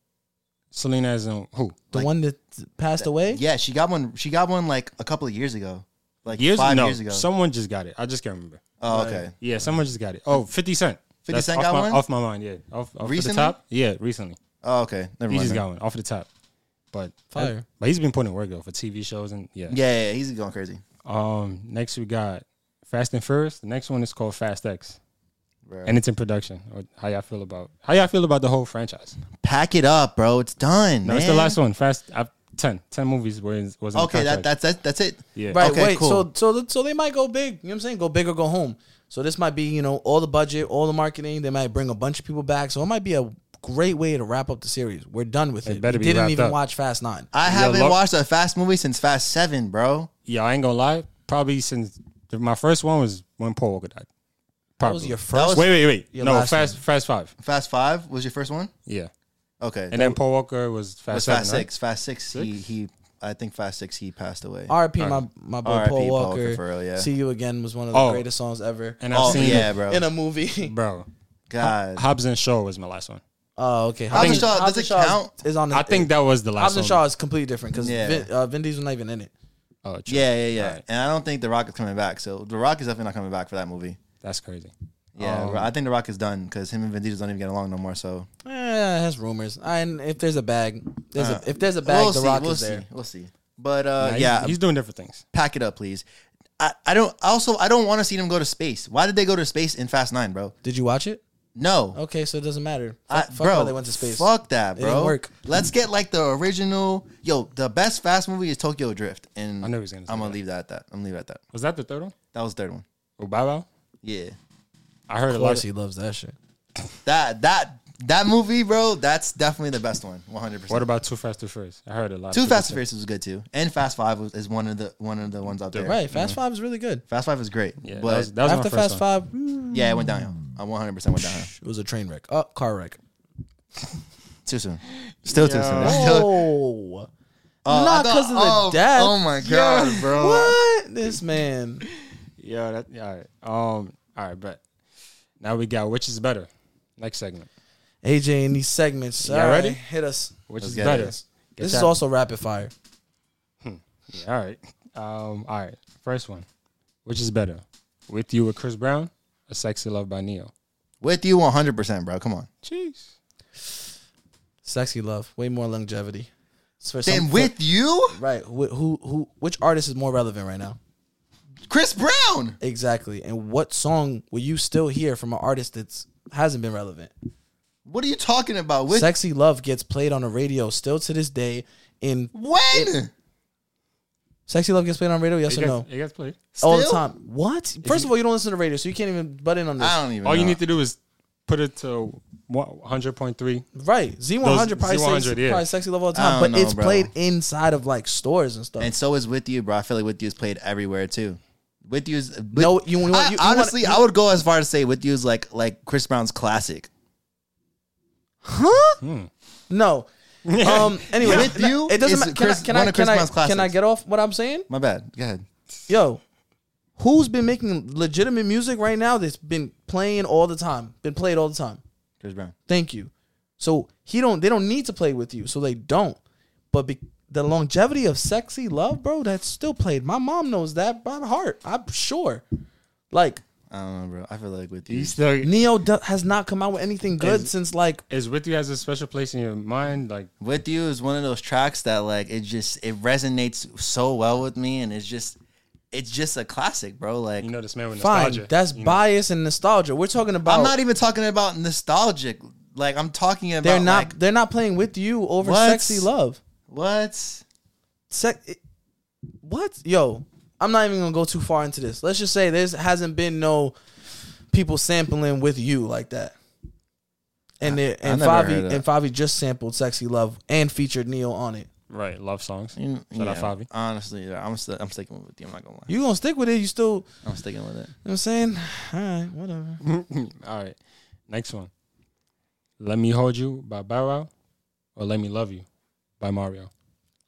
[SPEAKER 2] Selena is in who?
[SPEAKER 4] the
[SPEAKER 3] like-
[SPEAKER 4] one that passed away.
[SPEAKER 3] Yeah, she got one. She got one like a couple of years ago, like
[SPEAKER 2] Years
[SPEAKER 3] five
[SPEAKER 2] no,
[SPEAKER 3] years ago.
[SPEAKER 2] someone just got it. I just can't remember.
[SPEAKER 3] oh, okay.
[SPEAKER 2] Yeah, someone just got it. Oh, 50 Cent.
[SPEAKER 3] 50
[SPEAKER 2] That's
[SPEAKER 3] Cent
[SPEAKER 2] off
[SPEAKER 3] got
[SPEAKER 2] my,
[SPEAKER 3] one?
[SPEAKER 2] Off my mind, yeah. Off, off
[SPEAKER 3] Recently?
[SPEAKER 2] the top? Yeah, recently.
[SPEAKER 3] Oh, okay. Never
[SPEAKER 2] He
[SPEAKER 3] mind.
[SPEAKER 2] just
[SPEAKER 3] then.
[SPEAKER 2] got one off the top. But uh,
[SPEAKER 4] Fire.
[SPEAKER 2] but he's been putting in work though for TV shows and yeah.
[SPEAKER 3] Yeah, yeah, yeah, he's going crazy,
[SPEAKER 2] Um next we got Fast and Furious. The next one is called Fast X.
[SPEAKER 3] bro.
[SPEAKER 2] And it's in production. Or How y'all feel about how y'all feel about the whole franchise?
[SPEAKER 3] Pack it up, bro. It's done.
[SPEAKER 2] No, it's the last one. Fast i 10. 10 movies were in, was in
[SPEAKER 3] Okay,
[SPEAKER 2] the
[SPEAKER 3] that,
[SPEAKER 2] contract.
[SPEAKER 3] that's that's that's it.
[SPEAKER 2] yeah.
[SPEAKER 4] Right.
[SPEAKER 3] Okay,
[SPEAKER 4] wait.
[SPEAKER 3] cool.
[SPEAKER 4] So so th- so they might go big. You know what I'm saying? Go big or go home. So this might be you know all the budget, all the marketing. They might bring a bunch of people back. So it might be a great way to wrap up the series. We're done with it.
[SPEAKER 2] better be
[SPEAKER 4] we didn't
[SPEAKER 2] wrapped
[SPEAKER 4] even
[SPEAKER 2] up.
[SPEAKER 4] watch Fast Nine.
[SPEAKER 3] I haven't
[SPEAKER 2] Lo-
[SPEAKER 3] watched a fast movie since Fast Seven, bro.
[SPEAKER 2] Yeah, I ain't gonna lie. Probably since my first one was when Paul Walker died.
[SPEAKER 4] That
[SPEAKER 2] Probably.
[SPEAKER 4] was your first.
[SPEAKER 2] wait, wait, wait.
[SPEAKER 4] your
[SPEAKER 2] No,
[SPEAKER 4] last
[SPEAKER 2] Fast Fast 5.
[SPEAKER 3] Fast Five was your first one.
[SPEAKER 2] Yeah.
[SPEAKER 3] Okay,
[SPEAKER 2] And then Paul Walker was Fast,
[SPEAKER 3] was
[SPEAKER 2] Seven,
[SPEAKER 3] Fast
[SPEAKER 2] right?
[SPEAKER 3] Six. Fast Six. He he. I think Fast Six. He passed away.
[SPEAKER 4] R.I.P. My my boy
[SPEAKER 3] R.I.P.
[SPEAKER 4] Paul
[SPEAKER 3] Paul
[SPEAKER 4] Walker.
[SPEAKER 3] Walker, for real, yeah.
[SPEAKER 4] See you again was one of the
[SPEAKER 2] Oh.
[SPEAKER 4] greatest songs ever.
[SPEAKER 2] And I've
[SPEAKER 3] oh
[SPEAKER 2] seen
[SPEAKER 3] yeah,
[SPEAKER 2] yeah,
[SPEAKER 3] bro.
[SPEAKER 4] in a movie.
[SPEAKER 2] bro.
[SPEAKER 3] God.
[SPEAKER 2] Hobbs and Shaw was my last one.
[SPEAKER 4] Oh, okay.
[SPEAKER 3] Hobbs
[SPEAKER 2] and
[SPEAKER 3] Shaw, does
[SPEAKER 4] Hobbs
[SPEAKER 3] it
[SPEAKER 4] and Shaw is-
[SPEAKER 3] count?
[SPEAKER 4] Is, on.
[SPEAKER 2] I think that was the last
[SPEAKER 4] Hobbs and
[SPEAKER 2] one.
[SPEAKER 4] Shaw is completely different because
[SPEAKER 3] Yeah.
[SPEAKER 4] Vin, uh, Vin Diesel's not even in it.
[SPEAKER 2] Oh, true.
[SPEAKER 3] Yeah, yeah, yeah.
[SPEAKER 2] Alright.
[SPEAKER 3] And I don't think The Rock is coming back. So The Rock is definitely not coming back for that movie.
[SPEAKER 2] That's crazy.
[SPEAKER 3] Yeah,
[SPEAKER 4] Um,
[SPEAKER 3] I think The Rock is done because him and Vin Diesel don't even get along no more. So
[SPEAKER 4] Eh, has rumors. And if there's a bag, there's a, if there's a bag,
[SPEAKER 3] Uh, we'll
[SPEAKER 4] the
[SPEAKER 3] see,
[SPEAKER 4] rock
[SPEAKER 3] we'll
[SPEAKER 4] is
[SPEAKER 3] see,
[SPEAKER 4] there.
[SPEAKER 3] We'll see. But uh,
[SPEAKER 2] Nah, he's-
[SPEAKER 3] yeah,
[SPEAKER 2] he's doing different things.
[SPEAKER 3] pack it up, please. I, I don't. Also, I don't want to see them go to space. Why did they go to space in Fast Nine, bro?
[SPEAKER 4] Did you watch it?
[SPEAKER 3] No,
[SPEAKER 4] Okay, so it doesn't matter.
[SPEAKER 3] I-
[SPEAKER 4] Fuck, fuck
[SPEAKER 3] bro,
[SPEAKER 4] how they went to space.
[SPEAKER 3] Fuck that,
[SPEAKER 4] It
[SPEAKER 3] bro.
[SPEAKER 4] didn't work.
[SPEAKER 3] Let's get like the original. Yo, the best Fast movie is Tokyo Drift, and
[SPEAKER 2] I knew he was gonna say
[SPEAKER 3] I'm gonna
[SPEAKER 2] that.
[SPEAKER 3] leave that at that. I'm gonna leave it at that.
[SPEAKER 2] Was that the third one?
[SPEAKER 3] That was the third one.
[SPEAKER 2] Oh, Bow Wow?
[SPEAKER 3] Yeah,
[SPEAKER 2] I heard a
[SPEAKER 4] Of
[SPEAKER 2] lot.
[SPEAKER 4] course,
[SPEAKER 2] Of,
[SPEAKER 4] he loves that shit.
[SPEAKER 3] that that That movie, bro, that's definitely the best one. One hundred
[SPEAKER 2] What
[SPEAKER 3] percent.
[SPEAKER 2] about Too Fast, Too Furious? I heard a lot. of
[SPEAKER 3] Two
[SPEAKER 2] people
[SPEAKER 3] Fast
[SPEAKER 2] say-
[SPEAKER 3] and Furious was good too, and Fast Five was, is one of the one of the ones out there.
[SPEAKER 4] Right, Fast Five is really good.
[SPEAKER 3] Fast Five is great,
[SPEAKER 2] Yeah,
[SPEAKER 3] but
[SPEAKER 2] that was, that was my
[SPEAKER 4] After
[SPEAKER 2] first
[SPEAKER 4] Fast
[SPEAKER 2] one.
[SPEAKER 4] Five, mm,
[SPEAKER 3] yeah, it went downhill. I one hundred percent went downhill.
[SPEAKER 4] it was a train wreck. Oh, car wreck.
[SPEAKER 3] Too soon. Still too soon. Still-
[SPEAKER 4] Oh,
[SPEAKER 3] Oh, I thought-
[SPEAKER 4] not because of the
[SPEAKER 3] oh,
[SPEAKER 4] death.
[SPEAKER 3] Oh my god,
[SPEAKER 4] Yo,
[SPEAKER 3] bro.
[SPEAKER 4] What this man?
[SPEAKER 2] Yeah, that, yeah, all right. Um, all right, but now we got which is better. Next segment,
[SPEAKER 4] AJ in these E segments.
[SPEAKER 2] Y'all
[SPEAKER 4] All
[SPEAKER 2] ready?
[SPEAKER 4] Hit us.
[SPEAKER 2] which
[SPEAKER 3] Let's
[SPEAKER 2] is
[SPEAKER 3] get
[SPEAKER 2] better.
[SPEAKER 3] it.
[SPEAKER 2] Get
[SPEAKER 4] this
[SPEAKER 2] that-
[SPEAKER 4] is also rapid fire.
[SPEAKER 2] yeah, all right. Um, all right. First one, which is better, with you with Chris Brown or Sexy Love by Neo?
[SPEAKER 3] With you one hundred percent, bro. Come on.
[SPEAKER 2] Jeez.
[SPEAKER 4] Sexy love, way more longevity. It's for
[SPEAKER 3] Then
[SPEAKER 4] some-
[SPEAKER 3] with you,
[SPEAKER 4] right, wh- who who which artist is more relevant right now?
[SPEAKER 3] Chris Brown.
[SPEAKER 4] Exactly. And what song will you still hear from an artist that's hasn't been relevant?
[SPEAKER 3] What are you talking about? With
[SPEAKER 4] Sexy love gets played on the radio still to this day. In
[SPEAKER 3] when?
[SPEAKER 4] sexy love gets played on radio, yes
[SPEAKER 2] It
[SPEAKER 4] or
[SPEAKER 2] gets,
[SPEAKER 4] no?
[SPEAKER 2] it gets played.
[SPEAKER 4] All the
[SPEAKER 3] Still?
[SPEAKER 4] time. What? First of all, you don't listen to the radio, so you can't even butt in on this.
[SPEAKER 3] I don't even.
[SPEAKER 2] All you
[SPEAKER 3] know.
[SPEAKER 2] need to do is put it to one hundred point three.
[SPEAKER 4] Right. Z100 probably,
[SPEAKER 2] Z100,
[SPEAKER 4] says,
[SPEAKER 2] yeah.
[SPEAKER 4] probably sexy love all the
[SPEAKER 3] I
[SPEAKER 4] time,
[SPEAKER 3] don't
[SPEAKER 4] but
[SPEAKER 3] know,
[SPEAKER 4] it's
[SPEAKER 3] bro.
[SPEAKER 4] played inside of like stores and stuff.
[SPEAKER 3] And so is with you, bro. I feel like with you is played everywhere too. With you is with,
[SPEAKER 4] No, you- you want-
[SPEAKER 3] I-
[SPEAKER 4] you- you want-
[SPEAKER 3] honestly, I would go as far to say with you is like like Chris Brown's classic.
[SPEAKER 4] huh? No. um. Anyway,
[SPEAKER 3] With
[SPEAKER 4] n-
[SPEAKER 3] you
[SPEAKER 4] it doesn't
[SPEAKER 3] is
[SPEAKER 4] matter.
[SPEAKER 3] Chris-
[SPEAKER 4] can
[SPEAKER 3] one
[SPEAKER 4] I
[SPEAKER 3] of
[SPEAKER 4] can
[SPEAKER 3] Chris
[SPEAKER 4] I,
[SPEAKER 3] Brown's
[SPEAKER 4] can I can I
[SPEAKER 3] classics.
[SPEAKER 4] get off what I'm saying?
[SPEAKER 3] My bad. Go ahead.
[SPEAKER 4] Yo, who's been making legitimate music right now that's been playing all the time, been played all the time?
[SPEAKER 3] Chris Brown.
[SPEAKER 4] Thank you. So he don't. They don't need to play with you, so they don't. But be, the longevity of sexy love, bro, that's still played. My mom knows that by heart. I'm sure. Like
[SPEAKER 3] I don't know, bro. I feel like with you.
[SPEAKER 2] He's still
[SPEAKER 4] Neo do- has not come out with anything good since like
[SPEAKER 2] is with you has a special place in your mind. Like
[SPEAKER 3] With you is one of those tracks that like it just it resonates so well with me and it's just it's just a classic, bro. Like
[SPEAKER 2] you know, this man with
[SPEAKER 4] fine.
[SPEAKER 2] nostalgia. Mm.
[SPEAKER 4] That's
[SPEAKER 2] you know?
[SPEAKER 4] bias and nostalgia. We're talking about.
[SPEAKER 3] I'm not even talking about nostalgic. Like I'm talking about
[SPEAKER 4] they're not.
[SPEAKER 3] like,
[SPEAKER 4] they're not playing with you over
[SPEAKER 3] What?
[SPEAKER 4] sexy love.
[SPEAKER 3] what?
[SPEAKER 4] Sec- it- what? Yo, I'm not even gonna go too far into this. Let's just say there hasn't been no people sampling with you like that. And they, and
[SPEAKER 3] never heard
[SPEAKER 4] Favi
[SPEAKER 3] that.
[SPEAKER 4] and Favi just sampled "Sexy Love" and featured Neo on it.
[SPEAKER 2] right. Love songs.
[SPEAKER 3] You-
[SPEAKER 2] Shout out
[SPEAKER 3] yeah,
[SPEAKER 2] Favi.
[SPEAKER 3] honestly, yeah, I'm still I'm sticking with you. I'm not gonna lie.
[SPEAKER 4] You gonna stick with it? You still? You know
[SPEAKER 3] I'm sticking with it.
[SPEAKER 4] what I'm saying? All right, whatever.
[SPEAKER 2] All right. Next one. Let Me Hold You by Bow Wow or Let Me Love You by Mario.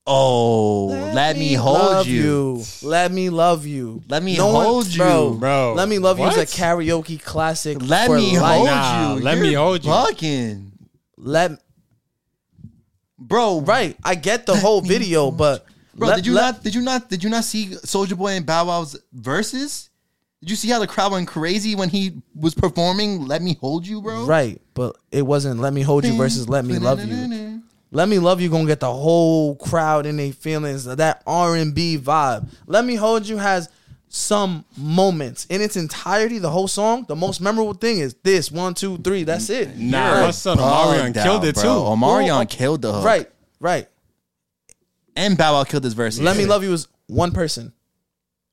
[SPEAKER 3] Oh, let, me hold
[SPEAKER 4] love
[SPEAKER 3] you.
[SPEAKER 4] Let me love you.
[SPEAKER 3] Let me
[SPEAKER 4] one-
[SPEAKER 3] hold you,
[SPEAKER 2] bro.
[SPEAKER 4] Let me love you
[SPEAKER 2] What?
[SPEAKER 4] is a karaoke classic.
[SPEAKER 3] Let
[SPEAKER 4] for
[SPEAKER 3] me
[SPEAKER 4] life.
[SPEAKER 3] hold
[SPEAKER 2] Nah,
[SPEAKER 3] you.
[SPEAKER 2] let me hold you.
[SPEAKER 3] Fucking
[SPEAKER 4] Let
[SPEAKER 3] bro,
[SPEAKER 4] right. I get the whole video, but
[SPEAKER 3] Bro,
[SPEAKER 4] let-
[SPEAKER 3] did you
[SPEAKER 4] let-
[SPEAKER 3] not? Did you not? Did you not see Soldier Boy and Bow Wow's verses? Did you see how the crowd went crazy when he was performing "Let Me Hold You," bro?
[SPEAKER 4] Right, but it wasn't "Let Me Hold You" versus "Let Me Love You."
[SPEAKER 3] You.
[SPEAKER 4] "Let Me Love You" gonna get the whole crowd in their feelings. That R and B vibe. "Let Me Hold You" has some moments in its entirety. The whole song. The most memorable thing is this one, two, three. That's it.
[SPEAKER 2] Nah, my son Omarion killed it too.
[SPEAKER 3] Omarion
[SPEAKER 4] Well,
[SPEAKER 3] killed the hook.
[SPEAKER 4] Right, right.
[SPEAKER 3] and Bow Wow killed his verses.
[SPEAKER 4] "Let Me Love You" is one person.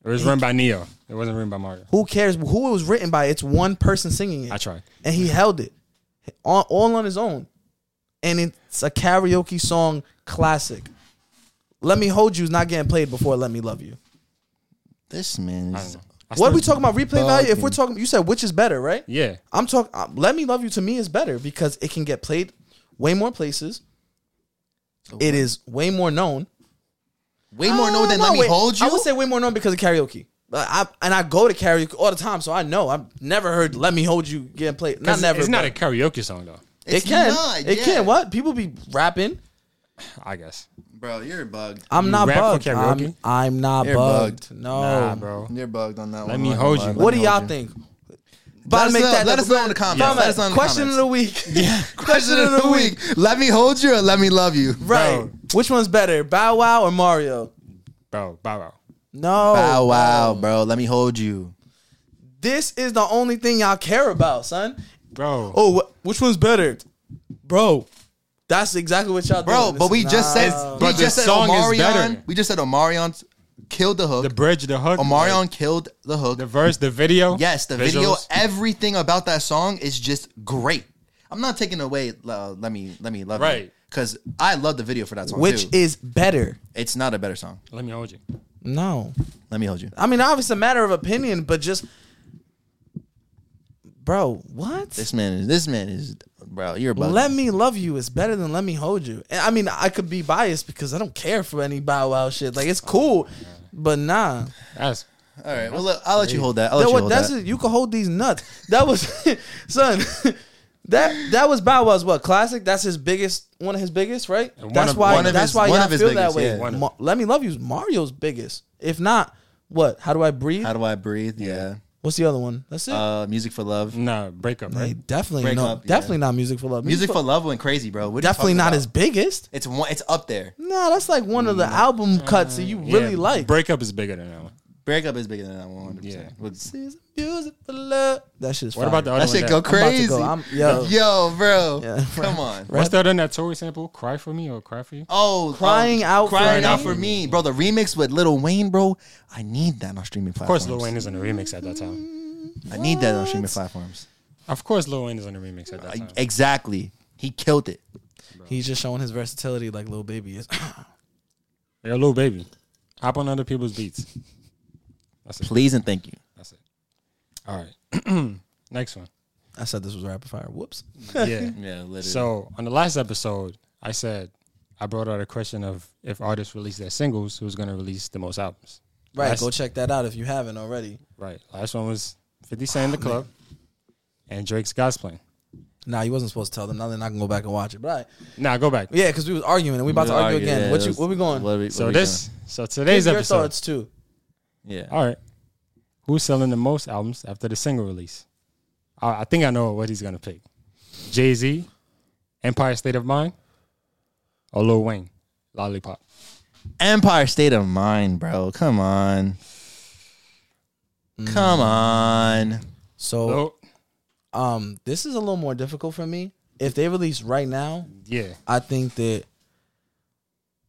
[SPEAKER 2] It was written by Neo. It wasn't written by Mario.
[SPEAKER 4] Who cares who it was written by? It's one person singing it.
[SPEAKER 2] I tried.
[SPEAKER 4] and he held it all, all on his own. And it's a karaoke song classic. Let Me Hold You is not getting played before Let Me Love You.
[SPEAKER 3] This man,
[SPEAKER 2] I don't
[SPEAKER 3] is,
[SPEAKER 2] know. I
[SPEAKER 4] what are we
[SPEAKER 2] still-
[SPEAKER 4] talking about? Replay value? If
[SPEAKER 3] bugging.
[SPEAKER 4] we're talking, you said which is better, right?
[SPEAKER 2] Yeah.
[SPEAKER 4] I'm talking, uh, Let Me Love You to me is better because it can get played way more places. It is way more known. Uh,
[SPEAKER 3] way more known than
[SPEAKER 4] No,
[SPEAKER 3] "Let Me
[SPEAKER 4] wait,
[SPEAKER 3] Hold You."
[SPEAKER 4] I would say way more known because of karaoke. Like, I, and I go to karaoke all the time, so I know. I've never heard "Let Me Hold You" getting played. Not
[SPEAKER 2] It's-
[SPEAKER 4] never.
[SPEAKER 2] It's not
[SPEAKER 4] but
[SPEAKER 2] a karaoke song though.
[SPEAKER 4] it
[SPEAKER 3] It's
[SPEAKER 4] can.
[SPEAKER 3] not,
[SPEAKER 4] it
[SPEAKER 3] yeah.
[SPEAKER 4] can. What people be rapping?
[SPEAKER 2] I guess.
[SPEAKER 3] bro, you're bugged.
[SPEAKER 4] I'm
[SPEAKER 2] You
[SPEAKER 4] not
[SPEAKER 2] rap for
[SPEAKER 4] bugged.
[SPEAKER 2] karaoke?
[SPEAKER 4] I'm, I'm not
[SPEAKER 3] You're
[SPEAKER 4] bugged.
[SPEAKER 3] bugged.
[SPEAKER 4] No,
[SPEAKER 2] Nah, bro.
[SPEAKER 3] You're bugged on that
[SPEAKER 2] Let
[SPEAKER 3] one.
[SPEAKER 2] me
[SPEAKER 3] I'm not
[SPEAKER 2] hold
[SPEAKER 3] gonna
[SPEAKER 2] you.
[SPEAKER 3] lie.
[SPEAKER 4] What
[SPEAKER 3] Let
[SPEAKER 4] do
[SPEAKER 3] me
[SPEAKER 4] y'all
[SPEAKER 3] hold you.
[SPEAKER 4] think? About
[SPEAKER 3] Let us, know, let us know in the comments. Let us know in the
[SPEAKER 4] Question
[SPEAKER 3] comments.
[SPEAKER 4] of the week.
[SPEAKER 3] Question of the week. Let me hold you or let me love you.
[SPEAKER 4] Right. Which one's better, Bow Wow or Mario?
[SPEAKER 2] Bro, Bow Wow.
[SPEAKER 4] No.
[SPEAKER 3] Bow wow, bro. Let me hold you.
[SPEAKER 4] This is the only thing y'all care about, son.
[SPEAKER 2] Bro.
[SPEAKER 4] Oh, wh- which one's better, bro? That's exactly what y'all
[SPEAKER 3] Bro,
[SPEAKER 4] doing.
[SPEAKER 3] but we just said
[SPEAKER 4] Oh, Nah.
[SPEAKER 3] we
[SPEAKER 2] But the
[SPEAKER 3] just said
[SPEAKER 2] song is
[SPEAKER 3] Omarion.
[SPEAKER 2] better.
[SPEAKER 3] We just said Omarion killed the hook.
[SPEAKER 2] The bridge, the hook.
[SPEAKER 3] Omarion
[SPEAKER 2] like,
[SPEAKER 3] killed the hook.
[SPEAKER 2] the verse, the video.
[SPEAKER 3] yes, the video,
[SPEAKER 2] visuals.
[SPEAKER 3] everything about that song is just great. I'm not taking away. Uh, let me let me love
[SPEAKER 2] Right.
[SPEAKER 3] because I love the video for that song
[SPEAKER 4] Which
[SPEAKER 3] too.
[SPEAKER 4] is better?
[SPEAKER 3] it's not a better song.
[SPEAKER 2] Let me hold you.
[SPEAKER 4] No.
[SPEAKER 3] Let me hold you.
[SPEAKER 4] I mean, obviously, a matter of opinion, but just, bro, what?
[SPEAKER 3] This man is this man is bro. You're about
[SPEAKER 4] Let me love you is better than let me hold you. And I mean, I could be biased because I don't care for any Bow Wow shit. Like it's cool, but nah.
[SPEAKER 2] That's
[SPEAKER 3] all right. Well, look, I'll let you hold that. I'll let
[SPEAKER 4] That
[SPEAKER 3] you
[SPEAKER 4] what
[SPEAKER 3] hold
[SPEAKER 4] that's
[SPEAKER 3] that.
[SPEAKER 4] it. You could hold these nuts. That was son. That that was Bow Wow's what classic. That's his biggest, one of his biggest, right?
[SPEAKER 2] And one
[SPEAKER 4] that's
[SPEAKER 2] of-
[SPEAKER 4] why.
[SPEAKER 2] one of
[SPEAKER 4] that's
[SPEAKER 3] his-
[SPEAKER 4] why
[SPEAKER 3] one
[SPEAKER 4] y'all
[SPEAKER 3] of his
[SPEAKER 4] feel that
[SPEAKER 3] biggest,
[SPEAKER 4] way.
[SPEAKER 3] yeah.
[SPEAKER 2] One of-
[SPEAKER 4] Ma- let me love you is Mario's biggest. If not, what? How do I breathe?
[SPEAKER 3] How do I breathe? Yeah.
[SPEAKER 4] What's the other one? That's it.
[SPEAKER 3] Uh, music for
[SPEAKER 4] Mm-hmm.
[SPEAKER 3] love.
[SPEAKER 2] nah breakup,
[SPEAKER 4] Hey,
[SPEAKER 2] right?
[SPEAKER 4] definitely
[SPEAKER 3] Break
[SPEAKER 4] no,
[SPEAKER 3] Up, yeah.
[SPEAKER 4] definitely not music for love.
[SPEAKER 3] Music for love went crazy, bro. What are you
[SPEAKER 4] definitely
[SPEAKER 3] talking
[SPEAKER 4] not
[SPEAKER 3] about?
[SPEAKER 4] his biggest.
[SPEAKER 3] It's one. It's up there.
[SPEAKER 4] Nah, that's like one of the album cuts that you really
[SPEAKER 2] Mm. Yeah,
[SPEAKER 4] like.
[SPEAKER 2] Breakup is bigger than that one.
[SPEAKER 3] Breakup is bigger than that one. 100%.
[SPEAKER 2] Yeah.
[SPEAKER 3] With-
[SPEAKER 4] Season music for love. That shit's.
[SPEAKER 2] What
[SPEAKER 4] fire.
[SPEAKER 2] about the other
[SPEAKER 3] That
[SPEAKER 2] one?
[SPEAKER 3] shit go
[SPEAKER 4] I'm about to
[SPEAKER 3] crazy.
[SPEAKER 4] go. I'm- yo.
[SPEAKER 3] yo, bro.
[SPEAKER 4] Yeah.
[SPEAKER 3] Come on.
[SPEAKER 2] What's that in that Tory sample? Cry for me or cry for you?
[SPEAKER 3] Oh,
[SPEAKER 4] Crying
[SPEAKER 3] um,
[SPEAKER 4] Out for
[SPEAKER 3] crying
[SPEAKER 4] Me?
[SPEAKER 3] out for me, bro. The remix with Lil Wayne, bro. I need that on streaming
[SPEAKER 2] Of course,
[SPEAKER 3] platforms.
[SPEAKER 2] Lil Wayne is on the remix at that time.
[SPEAKER 3] I need that on streaming platforms.
[SPEAKER 2] Of course, Lil Wayne is on the remix at that
[SPEAKER 3] I-
[SPEAKER 2] time.
[SPEAKER 3] exactly. He killed it.
[SPEAKER 4] He's just showing his versatility, like little baby is.
[SPEAKER 2] Yo, Lil Baby, hop on other people's beats. That's it.
[SPEAKER 3] Please and thank you.
[SPEAKER 2] That's it. All right. Next one.
[SPEAKER 4] I said this was rapid fire. Whoops.
[SPEAKER 2] Yeah.
[SPEAKER 3] Yeah, literally.
[SPEAKER 2] So on the last episode, I said I brought out a question of if artists release their singles, who's going to release the most albums?
[SPEAKER 4] Right.
[SPEAKER 2] Last-
[SPEAKER 4] Go check that out if you haven't already.
[SPEAKER 2] Right. Last one was 50 Cent in
[SPEAKER 4] Ah,
[SPEAKER 2] the club and Drake's God's Plan.
[SPEAKER 4] Nah, you wasn't supposed to tell them. Now they're not gonna go back and watch it. But all right.
[SPEAKER 2] Now go back.
[SPEAKER 4] yeah, because we was arguing and we about to argue again. what you? Where we going?
[SPEAKER 2] So this, so today's
[SPEAKER 4] Give your
[SPEAKER 2] episode.
[SPEAKER 4] thoughts too.
[SPEAKER 3] Yeah.
[SPEAKER 4] uh,
[SPEAKER 2] All right. Who's selling the most albums after the single release? I, I think I know what he's gonna pick. Jay Z, Empire State of Mind, or Lil Wayne, Lollipop.
[SPEAKER 3] Empire State of Mind, bro. Come on.
[SPEAKER 4] Mm.
[SPEAKER 3] Come on.
[SPEAKER 4] So,
[SPEAKER 2] Oh,
[SPEAKER 4] um, this is a little more difficult for me. If they release right now,
[SPEAKER 2] yeah.
[SPEAKER 4] I think that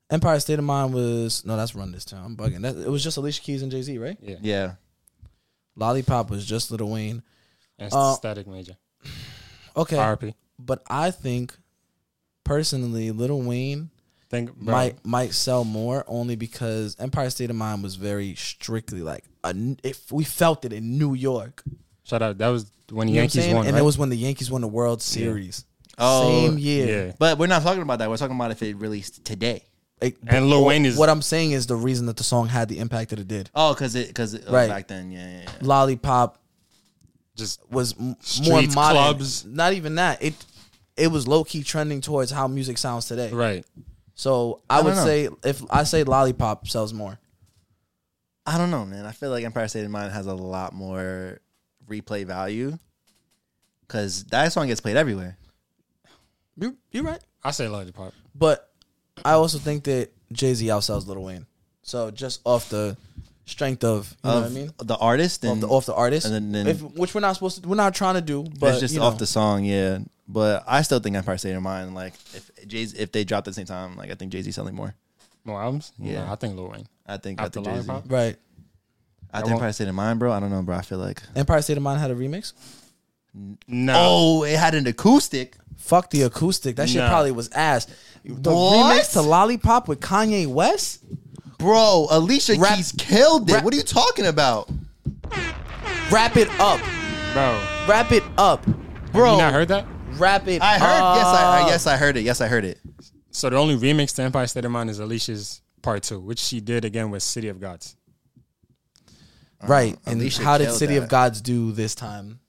[SPEAKER 4] Empire State of Mind was no, that's Run This Town. I'm bugging. That, it was just Alicia Keys and Jay Z, right?
[SPEAKER 3] Yeah.
[SPEAKER 4] Lollipop was just Lil Wayne.
[SPEAKER 2] That's
[SPEAKER 4] Uh,
[SPEAKER 2] Static Major.
[SPEAKER 4] Okay,
[SPEAKER 2] RP.
[SPEAKER 4] but I think personally, Lil Wayne
[SPEAKER 2] Think bro,
[SPEAKER 4] might might sell more only because Empire State of Mind was very strictly like a, if we felt it in New York,
[SPEAKER 2] shout out. That was when the
[SPEAKER 4] you know what I'm
[SPEAKER 2] Yankees
[SPEAKER 4] saying?
[SPEAKER 2] won.
[SPEAKER 4] and
[SPEAKER 2] right?
[SPEAKER 4] it was when the Yankees won the World Series.
[SPEAKER 3] Oh,
[SPEAKER 4] Same
[SPEAKER 2] yeah.
[SPEAKER 4] year.
[SPEAKER 3] But we're not talking about that. We're talking about if it released today.
[SPEAKER 4] Like,
[SPEAKER 2] And Lil
[SPEAKER 4] what-
[SPEAKER 2] Wayne is
[SPEAKER 4] what I'm saying is the reason that the song had the impact that it did.
[SPEAKER 3] Oh, because it, cause it oh,
[SPEAKER 4] Right.
[SPEAKER 3] back then. Yeah, yeah, yeah.
[SPEAKER 4] Lollipop
[SPEAKER 2] just
[SPEAKER 4] was m- more
[SPEAKER 2] Streets,
[SPEAKER 4] modern.
[SPEAKER 2] clubs.
[SPEAKER 4] Not even that. It it was low key trending towards how music sounds today.
[SPEAKER 2] right.
[SPEAKER 4] So I,
[SPEAKER 3] I
[SPEAKER 4] would
[SPEAKER 3] don't know.
[SPEAKER 4] say if I say Lollipop sells more.
[SPEAKER 3] I don't know, man. I feel like Empire State of Mind has a lot more replay value because that song gets played everywhere.
[SPEAKER 4] You you're right.
[SPEAKER 2] I say Lollipop.
[SPEAKER 4] But I also think that Jay Z outsells Lil Wayne. So just off the strength of you know
[SPEAKER 3] of
[SPEAKER 4] what I mean,
[SPEAKER 3] the artist
[SPEAKER 4] off
[SPEAKER 3] and
[SPEAKER 4] the off the artist,
[SPEAKER 3] and then- then-
[SPEAKER 4] if, which we're not supposed to, we're not trying to do. But
[SPEAKER 3] it's just
[SPEAKER 4] you
[SPEAKER 3] off
[SPEAKER 4] know.
[SPEAKER 3] the song, yeah. But I still think Empire State of Mind. Like if Jay, if they dropped at the same time, like I think Jay Z selling more.
[SPEAKER 2] More albums?
[SPEAKER 3] Yeah.
[SPEAKER 2] Nah, I think Lil Wayne.
[SPEAKER 3] I think
[SPEAKER 2] After
[SPEAKER 3] after Jay Z,
[SPEAKER 2] Lollipop?
[SPEAKER 4] right.
[SPEAKER 3] after
[SPEAKER 2] won't-
[SPEAKER 3] Empire State of Mind, bro. I don't know, bro. I feel like
[SPEAKER 4] Empire State of Mind had a remix.
[SPEAKER 2] No.
[SPEAKER 3] oh, it had an acoustic.
[SPEAKER 4] Fuck the acoustic. That shit
[SPEAKER 2] Nah.
[SPEAKER 4] probably was ass. The
[SPEAKER 3] What?
[SPEAKER 4] remix to Lollipop with Kanye West.
[SPEAKER 3] Bro, Alicia
[SPEAKER 4] Rap-
[SPEAKER 3] Keys killed it.
[SPEAKER 4] rap-
[SPEAKER 3] what are you talking about,
[SPEAKER 4] Wrap it up.
[SPEAKER 2] bro.
[SPEAKER 4] Wrap it up.
[SPEAKER 3] bro?
[SPEAKER 2] You not heard that?
[SPEAKER 4] Wrap it
[SPEAKER 3] I heard. yes, I, I
[SPEAKER 4] up.
[SPEAKER 3] yes, I heard it. Yes, I heard it.
[SPEAKER 2] So the only remix to Empire State of Mind is Alicia's part two, which she did again with City of Gods.
[SPEAKER 4] Right. And
[SPEAKER 3] Alicia
[SPEAKER 4] how did
[SPEAKER 3] killed
[SPEAKER 4] City of
[SPEAKER 3] that.
[SPEAKER 4] Gods do this time?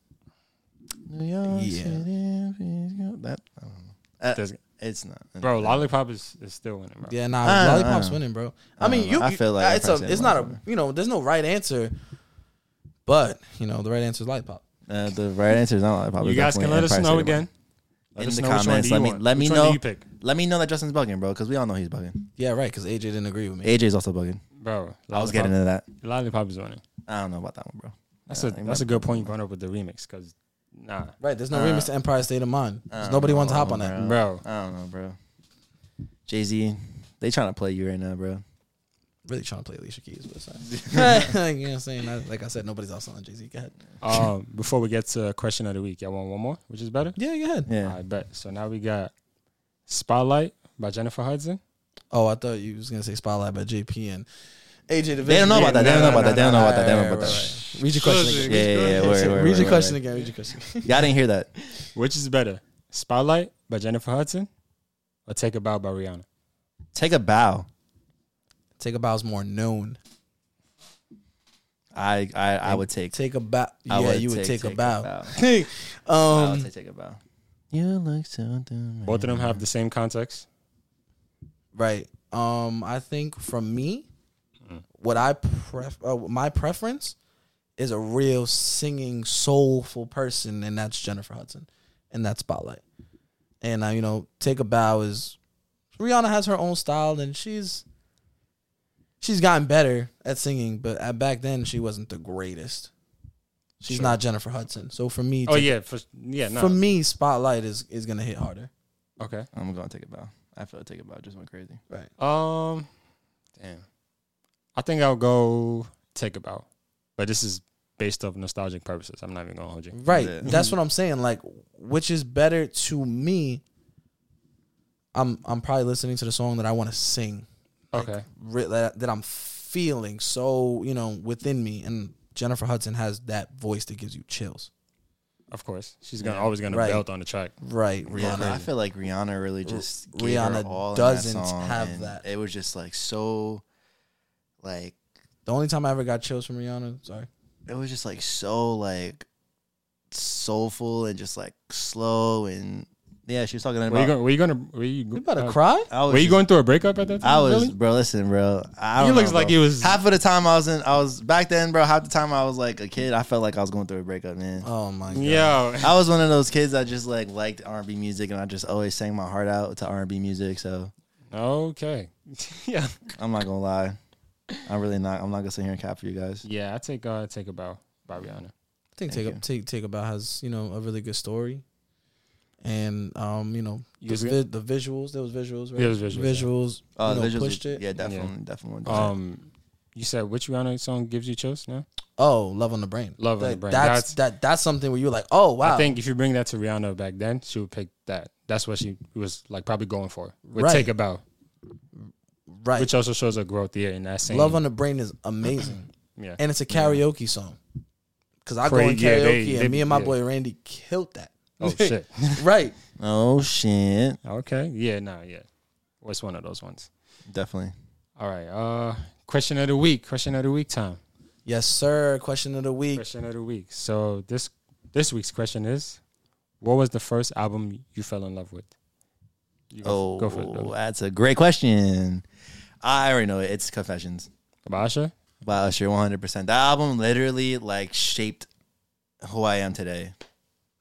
[SPEAKER 4] Yeah.
[SPEAKER 3] that I don't know. Uh,
[SPEAKER 2] Does-
[SPEAKER 3] it's not,
[SPEAKER 2] Bro, Lollipop is, is still winning, bro.
[SPEAKER 4] Yeah, nah,
[SPEAKER 3] I don't- I
[SPEAKER 4] Lollipop's
[SPEAKER 3] don't-
[SPEAKER 4] winning, bro. I, mean,
[SPEAKER 3] don't
[SPEAKER 4] you.
[SPEAKER 3] know. Uh, I
[SPEAKER 4] you-
[SPEAKER 3] feel like
[SPEAKER 4] uh,
[SPEAKER 3] I
[SPEAKER 4] it's
[SPEAKER 3] probably
[SPEAKER 4] a.
[SPEAKER 3] say
[SPEAKER 4] It's not a.
[SPEAKER 3] Lollipop.
[SPEAKER 4] You know, there's no right answer. But you know, the right answer is Lollipop.
[SPEAKER 3] Uh, the right answer is not. Lollipop.
[SPEAKER 2] You
[SPEAKER 3] It's
[SPEAKER 2] guys can
[SPEAKER 3] definitely
[SPEAKER 2] let us
[SPEAKER 3] Empire
[SPEAKER 2] know
[SPEAKER 3] State of Mind.
[SPEAKER 2] again. Let
[SPEAKER 3] in
[SPEAKER 2] us
[SPEAKER 3] the
[SPEAKER 2] know which one
[SPEAKER 3] comments.
[SPEAKER 2] do you
[SPEAKER 3] Let me
[SPEAKER 2] want.
[SPEAKER 3] let me
[SPEAKER 2] Which one do
[SPEAKER 3] know.
[SPEAKER 2] you pick?
[SPEAKER 3] Let me know that Justin's bugging, bro, because we all know he's bugging.
[SPEAKER 4] Yeah, right. Because AJ didn't agree with me.
[SPEAKER 3] AJ's also bugging.
[SPEAKER 2] Bro,
[SPEAKER 3] I was getting
[SPEAKER 2] Lollipop-
[SPEAKER 3] into that.
[SPEAKER 2] Lollipop is winning.
[SPEAKER 3] I don't know about that one, bro.
[SPEAKER 2] That's
[SPEAKER 3] Yeah,
[SPEAKER 2] a
[SPEAKER 3] I
[SPEAKER 2] that's a good point you brought up with the remix, cause nah,
[SPEAKER 4] right. There's no
[SPEAKER 3] uh,
[SPEAKER 4] remix to Empire State of Mind. 'Cause nobody wants to hop on that.
[SPEAKER 2] bro.
[SPEAKER 3] I don't know, bro. Jay Z, they trying to play you right now, bro.
[SPEAKER 4] Really trying to play Alicia Keys, but it's like, you know what I'm saying? I, like I said, nobody's also on Jay Z. Go ahead.
[SPEAKER 2] Um, before we get to question of the week, y'all want one more, which is better?
[SPEAKER 4] Yeah, go ahead.
[SPEAKER 3] Yeah.
[SPEAKER 2] I bet. So now we got Spotlight by Jennifer Hudson.
[SPEAKER 4] Oh, I thought you was gonna say Spotlight by JP and AJ. Division.
[SPEAKER 3] They don't know about that. They don't know about that. They don't know about that. They don't know
[SPEAKER 4] Right,
[SPEAKER 3] about
[SPEAKER 4] right,
[SPEAKER 3] that.
[SPEAKER 4] right. Read your question again.
[SPEAKER 3] Yeah, yeah, yeah. Word, word,
[SPEAKER 4] Read
[SPEAKER 3] word,
[SPEAKER 4] your
[SPEAKER 3] word,
[SPEAKER 4] question
[SPEAKER 3] word.
[SPEAKER 4] again. Read your question.
[SPEAKER 3] Yeah, I didn't hear that.
[SPEAKER 2] Which is better, Spotlight by Jennifer Hudson or Take a Bow by Rihanna?
[SPEAKER 3] Take a bow.
[SPEAKER 4] Take a bow's more known.
[SPEAKER 3] I I, I would take.
[SPEAKER 4] Take a bow.
[SPEAKER 3] I
[SPEAKER 4] Yeah, you would take, a bow.
[SPEAKER 3] Um, I would
[SPEAKER 4] um,
[SPEAKER 3] take, take a bow. You look something.
[SPEAKER 2] Both of them have the same context.
[SPEAKER 4] right. Um, I think from me, what I pref- uh, my preference is a real singing, soulful person, and that's Jennifer Hudson, and that's Spotlight. And uh, you know, take a bow is Rihanna has her own style, and she's she's gotten better at singing, but at, back then she wasn't the greatest. She's
[SPEAKER 2] Sure.
[SPEAKER 4] not Jennifer Hudson, so for me,
[SPEAKER 2] Oh
[SPEAKER 4] Take-
[SPEAKER 2] yeah, for, yeah. No.
[SPEAKER 4] for me, Spotlight is is gonna hit harder.
[SPEAKER 2] okay.
[SPEAKER 3] I'm going to take a bow. I feel like take a bow just went crazy.
[SPEAKER 4] Right.
[SPEAKER 2] Um, damn. I think I'll go Take a Bow, but this is based off nostalgic purposes. I'm not even gonna hold you.
[SPEAKER 4] Right.
[SPEAKER 3] Yeah.
[SPEAKER 4] That's what I'm saying. Like, which is better to me? I'm I'm probably listening to the song that I want to sing,
[SPEAKER 2] Okay.
[SPEAKER 4] re- that, that I'm feeling so you know within me. And Jennifer Hudson has that voice that gives you chills.
[SPEAKER 2] Of course, she's gonna always gonna
[SPEAKER 4] Right.
[SPEAKER 2] belt on the track.
[SPEAKER 4] Right,
[SPEAKER 3] Rihanna, I
[SPEAKER 4] Rihanna.
[SPEAKER 3] feel like Rihanna really just
[SPEAKER 4] R-
[SPEAKER 3] gave her
[SPEAKER 4] Rihanna
[SPEAKER 3] all in
[SPEAKER 4] doesn't
[SPEAKER 3] that song,
[SPEAKER 4] have
[SPEAKER 3] and
[SPEAKER 4] that.
[SPEAKER 3] It was just like so, like
[SPEAKER 4] The only time I ever got chills from Rihanna. Sorry.
[SPEAKER 3] it was just like so like soulful and just like slow and yeah. She was talking about.
[SPEAKER 2] Were you going? Were you gonna? Were you?
[SPEAKER 4] You about to
[SPEAKER 2] uh,
[SPEAKER 4] cry?
[SPEAKER 3] I was
[SPEAKER 2] Were you
[SPEAKER 3] just-
[SPEAKER 2] going through a breakup at that time?
[SPEAKER 3] I was,
[SPEAKER 2] Really?
[SPEAKER 3] bro. Listen, bro. I
[SPEAKER 2] You
[SPEAKER 3] don't
[SPEAKER 2] looks
[SPEAKER 3] know,
[SPEAKER 2] like
[SPEAKER 3] bro.
[SPEAKER 2] you was-
[SPEAKER 3] half of the time I was in. I was back then, bro. Half the time I was like a kid. I felt like I was going through a breakup, man.
[SPEAKER 4] Oh my god.
[SPEAKER 2] Yo.
[SPEAKER 3] I was one of those kids that just like liked R and B music, and I just always sang my heart out to R and B music. So
[SPEAKER 2] Okay. yeah.
[SPEAKER 3] I'm not gonna lie, I'm really not. I'm not gonna sit here and cap for you guys.
[SPEAKER 2] Yeah, I take uh take a bow by Rihanna.
[SPEAKER 4] I
[SPEAKER 3] Thank
[SPEAKER 4] think Take
[SPEAKER 3] you.
[SPEAKER 4] Take Take About has you know a really good story, and um you know
[SPEAKER 2] You
[SPEAKER 4] the,
[SPEAKER 2] agree?
[SPEAKER 4] vi- the visuals there was visuals right
[SPEAKER 2] Yeah, it was visuals, yeah.
[SPEAKER 4] visuals
[SPEAKER 3] Uh,
[SPEAKER 4] you know,
[SPEAKER 3] visuals-
[SPEAKER 4] pushed it
[SPEAKER 3] Yeah, definitely, definitely.
[SPEAKER 2] Um you said which Rihanna song gives you chills now?
[SPEAKER 4] oh love on the brain
[SPEAKER 2] Love on
[SPEAKER 4] That-
[SPEAKER 2] the Brain.
[SPEAKER 4] that's,
[SPEAKER 2] That's-
[SPEAKER 4] that that's something where you're like oh wow
[SPEAKER 2] I think if you bring that to Rihanna back then, she would pick that. That's what she was like probably going for. Would
[SPEAKER 4] Right.
[SPEAKER 2] take a bow.
[SPEAKER 4] right
[SPEAKER 2] Which also shows her growth here in that same
[SPEAKER 4] love on the brain is amazing
[SPEAKER 2] yeah.
[SPEAKER 4] and it's a karaoke song because I go in
[SPEAKER 2] Crazy, yeah,
[SPEAKER 4] karaoke
[SPEAKER 2] they-
[SPEAKER 4] and
[SPEAKER 2] they-
[SPEAKER 4] me and my
[SPEAKER 2] yeah.
[SPEAKER 4] boy Randy killed that
[SPEAKER 2] oh shit.
[SPEAKER 4] right
[SPEAKER 3] oh shit,
[SPEAKER 2] Okay. Yeah, no, yeah. What's one of those ones?
[SPEAKER 3] definitely.
[SPEAKER 2] All right. Uh question of the week. Question of the week time.
[SPEAKER 4] yes sir question of the week
[SPEAKER 2] Question of the week. So this this week's question is what was the first album you fell in love with? You go,
[SPEAKER 3] Oh,
[SPEAKER 2] go for it. brother.
[SPEAKER 3] that's a great question. I already know it. It's Confessions.
[SPEAKER 4] Oh.
[SPEAKER 2] By Usher?
[SPEAKER 3] by Usher 100%. That album literally like shaped who I am today.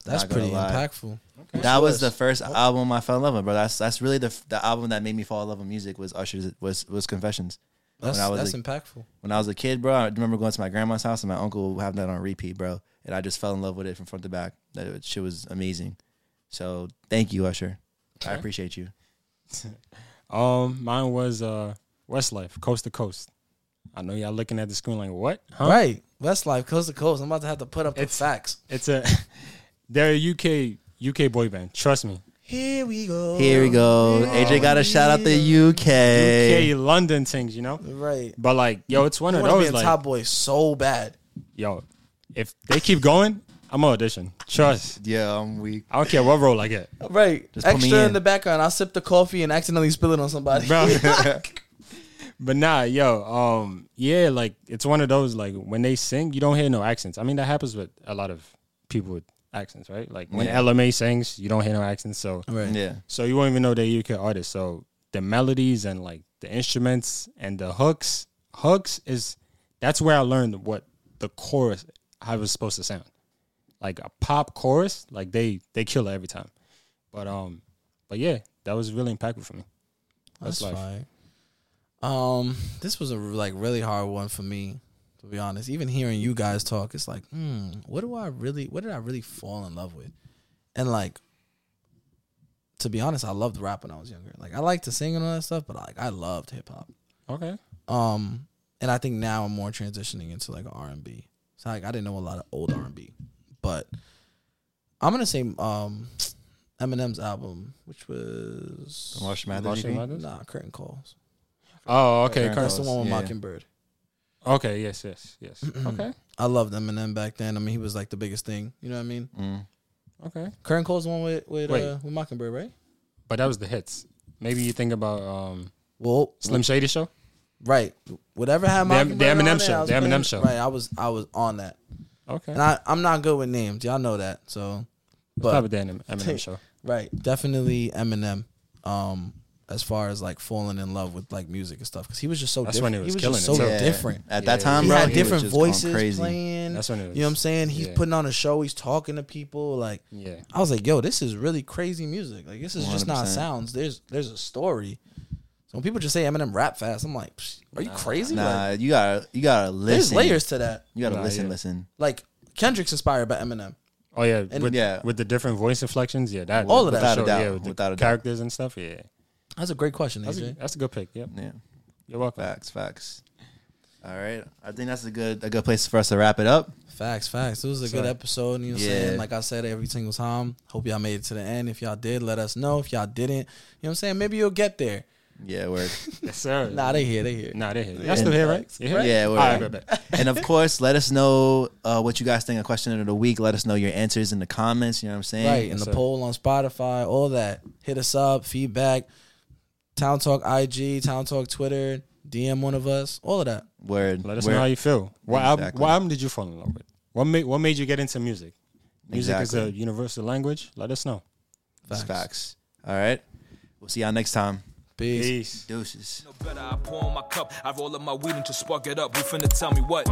[SPEAKER 4] that's
[SPEAKER 3] Not gonna
[SPEAKER 4] pretty
[SPEAKER 3] lie.
[SPEAKER 4] impactful
[SPEAKER 3] That was the first album I fell in love with, bro. That's that's really the the album that made me fall in love with music was Usher's was was Confessions.
[SPEAKER 4] that's
[SPEAKER 3] I was
[SPEAKER 4] that's
[SPEAKER 3] a-
[SPEAKER 4] impactful
[SPEAKER 3] When I was a kid, bro, I remember going to my grandma's house and my uncle would have that on repeat, bro, and I just fell in love with it from front to back. That it, shit was amazing. So thank you, Usher. I appreciate you.
[SPEAKER 2] Um, mine was uh Westlife, Coast to Coast. I know y'all looking at the screen like, what? Huh?
[SPEAKER 4] right Westlife coast to coast I'm about to have to put up the
[SPEAKER 2] It's-
[SPEAKER 4] facts
[SPEAKER 2] It's a they're a UK UK boy band. Trust me.
[SPEAKER 4] Here we go.
[SPEAKER 3] Here we go. AJ got a shout out the UK.
[SPEAKER 2] UK London things, you know.
[SPEAKER 4] Right.
[SPEAKER 2] But like, yo, it's one
[SPEAKER 4] I
[SPEAKER 2] of
[SPEAKER 4] want to be
[SPEAKER 2] those
[SPEAKER 4] a
[SPEAKER 2] like,
[SPEAKER 4] top boy so bad.
[SPEAKER 2] yo, if they keep going, I'm gonna audition. Trust.
[SPEAKER 3] Yeah, I'm weak.
[SPEAKER 2] I don't care what role I get,
[SPEAKER 4] Right.
[SPEAKER 3] Just put me
[SPEAKER 4] Extra in.
[SPEAKER 3] in.
[SPEAKER 4] the background. I'll sip the coffee and accidentally spill it on somebody.
[SPEAKER 2] bro. but nah, yo, um, yeah, like it's one of those like when they sing, you don't hear no accents. I mean, that happens with a lot of people with accents, right? Like when
[SPEAKER 3] Yeah.
[SPEAKER 2] LMA sings, you don't hear no accents, so
[SPEAKER 4] Right.
[SPEAKER 3] Yeah.
[SPEAKER 2] So you won't even know they're UK artists. So the melodies and like the instruments and the hooks, hooks is that's where I learned what the chorus how it was supposed to sound. Like a pop chorus, like they they kill it every time. But um, but yeah, that was really impactful for me.
[SPEAKER 4] That's,
[SPEAKER 2] That's
[SPEAKER 4] fine. Um, this was a like really hard one for me, to be honest. Even hearing you guys talk, it's like, hmm, what do I really what did I really fall in love with? And like to be honest, I loved rap when I was younger. Like I liked to sing and all that stuff, but like I loved hip hop.
[SPEAKER 2] Okay.
[SPEAKER 4] Um, and I think now I'm more transitioning into like R and B. So like I didn't know a lot of old R and B, but I'm gonna say um, Eminem's album, which was
[SPEAKER 3] The Marshall Mathers
[SPEAKER 2] Marshall
[SPEAKER 3] EP?
[SPEAKER 2] Mathers?
[SPEAKER 4] Nah, Curtain Calls.
[SPEAKER 2] Oh, okay.
[SPEAKER 3] Current
[SPEAKER 2] Current-
[SPEAKER 4] That's the one with
[SPEAKER 3] Yeah.
[SPEAKER 4] Mockingbird.
[SPEAKER 2] Okay. Yes. Yes. Yes. okay.
[SPEAKER 4] I loved Eminem back then. I mean, he was like the biggest thing. You know what I mean?
[SPEAKER 3] Mm.
[SPEAKER 2] Okay.
[SPEAKER 4] Curtain Calls the one with with,
[SPEAKER 2] Wait.
[SPEAKER 4] uh, with Mockingbird, right?
[SPEAKER 2] But that was the hits. Maybe you think about um,
[SPEAKER 4] Well,
[SPEAKER 2] Slim Shady show.
[SPEAKER 4] right. Whatever had
[SPEAKER 2] The Em-
[SPEAKER 4] Mockingbird
[SPEAKER 2] the
[SPEAKER 4] on
[SPEAKER 2] Eminem
[SPEAKER 4] it, I
[SPEAKER 2] show,
[SPEAKER 4] was
[SPEAKER 2] the
[SPEAKER 4] playing
[SPEAKER 2] Eminem
[SPEAKER 4] it.
[SPEAKER 2] show.
[SPEAKER 4] Right. I was I was on that,
[SPEAKER 2] Okay.
[SPEAKER 4] and I I'm not good with names. Y'all know that. So, but
[SPEAKER 2] Probably the Eminem, Eminem show.
[SPEAKER 4] Right. Definitely Eminem. Um, as far as like falling in love with like music and stuff, because he was just so
[SPEAKER 2] That's when
[SPEAKER 4] different.
[SPEAKER 2] it was
[SPEAKER 4] he was
[SPEAKER 2] killing
[SPEAKER 4] just
[SPEAKER 2] it,
[SPEAKER 4] so
[SPEAKER 2] too.
[SPEAKER 3] Yeah.
[SPEAKER 4] different.
[SPEAKER 3] At
[SPEAKER 2] Yeah.
[SPEAKER 3] that time,
[SPEAKER 4] he
[SPEAKER 3] bro,
[SPEAKER 4] had
[SPEAKER 3] was
[SPEAKER 4] different
[SPEAKER 3] just going
[SPEAKER 4] voices
[SPEAKER 3] crazy.
[SPEAKER 4] playing.
[SPEAKER 2] That's when it was.
[SPEAKER 4] you know what I'm saying? He's
[SPEAKER 2] yeah.
[SPEAKER 4] putting on a show. He's talking to people. Like
[SPEAKER 2] Yeah.
[SPEAKER 4] I was like, yo, this is really crazy music. Like this is just
[SPEAKER 3] 100%.
[SPEAKER 4] not sounds. There's there's a story. So when people just say Eminem rap fast, I'm like, "Psh, are you crazy? Like,
[SPEAKER 3] Nah, you gotta you gotta listen.
[SPEAKER 4] there's layers to that.
[SPEAKER 3] You gotta
[SPEAKER 2] Nah,
[SPEAKER 3] listen,
[SPEAKER 2] yeah.
[SPEAKER 3] listen.
[SPEAKER 4] Like Kendrick's inspired by Eminem.
[SPEAKER 2] Oh yeah.
[SPEAKER 4] And-
[SPEAKER 2] with,
[SPEAKER 3] Yeah.
[SPEAKER 2] With the different voice inflections. Yeah. That.
[SPEAKER 4] All of that.
[SPEAKER 2] for
[SPEAKER 3] Without a
[SPEAKER 2] sure,
[SPEAKER 3] doubt,
[SPEAKER 2] Yeah. With
[SPEAKER 3] without
[SPEAKER 2] the
[SPEAKER 3] a doubt.
[SPEAKER 2] characters and stuff. Yeah.
[SPEAKER 4] That's a great question,
[SPEAKER 2] That's
[SPEAKER 4] AJ.
[SPEAKER 2] a, that's a good pick. Yep.
[SPEAKER 3] Yeah.
[SPEAKER 2] You're welcome.
[SPEAKER 3] Facts, facts. All right. I think that's a good a good place for us to wrap it up.
[SPEAKER 4] Facts, facts. This was a
[SPEAKER 2] So-
[SPEAKER 4] good episode. You know what I'm
[SPEAKER 3] Yeah.
[SPEAKER 4] saying? Like I said every single time. Hope y'all made it to the end. If y'all did, let us know. If y'all didn't, you know what I'm saying? Maybe you'll get there.
[SPEAKER 3] Yeah, word.
[SPEAKER 2] Yes, sir.
[SPEAKER 4] Nah, they here, they here.
[SPEAKER 2] Nah, they're here. Y'all still here, right? You here?
[SPEAKER 3] Yeah,
[SPEAKER 2] All
[SPEAKER 3] word.
[SPEAKER 2] right, bet, bet.
[SPEAKER 3] and of course, let us know uh, what you guys think of question of the week. Let us know your answers in the comments. You know what I'm saying?
[SPEAKER 4] Right. And the
[SPEAKER 2] sir.
[SPEAKER 4] poll on Spotify, all that. Hit us up, feedback, Town Talk IG, Town Talk Twitter, DM one of us, all of that.
[SPEAKER 3] Word.
[SPEAKER 2] Let us
[SPEAKER 3] Word.
[SPEAKER 2] know how you feel. What album,
[SPEAKER 3] Exactly.
[SPEAKER 2] what album did you fall in love with? What made What made you get into music? Music is a
[SPEAKER 3] Exactly.
[SPEAKER 2] universal language. Let us know.
[SPEAKER 3] It's facts. All right. We'll see y'all next time.
[SPEAKER 4] Peace.
[SPEAKER 2] Peace.
[SPEAKER 3] Deuces.
[SPEAKER 1] No better, I pour in my cup. I roll up my weed and just spark it up. Who finna tell me what?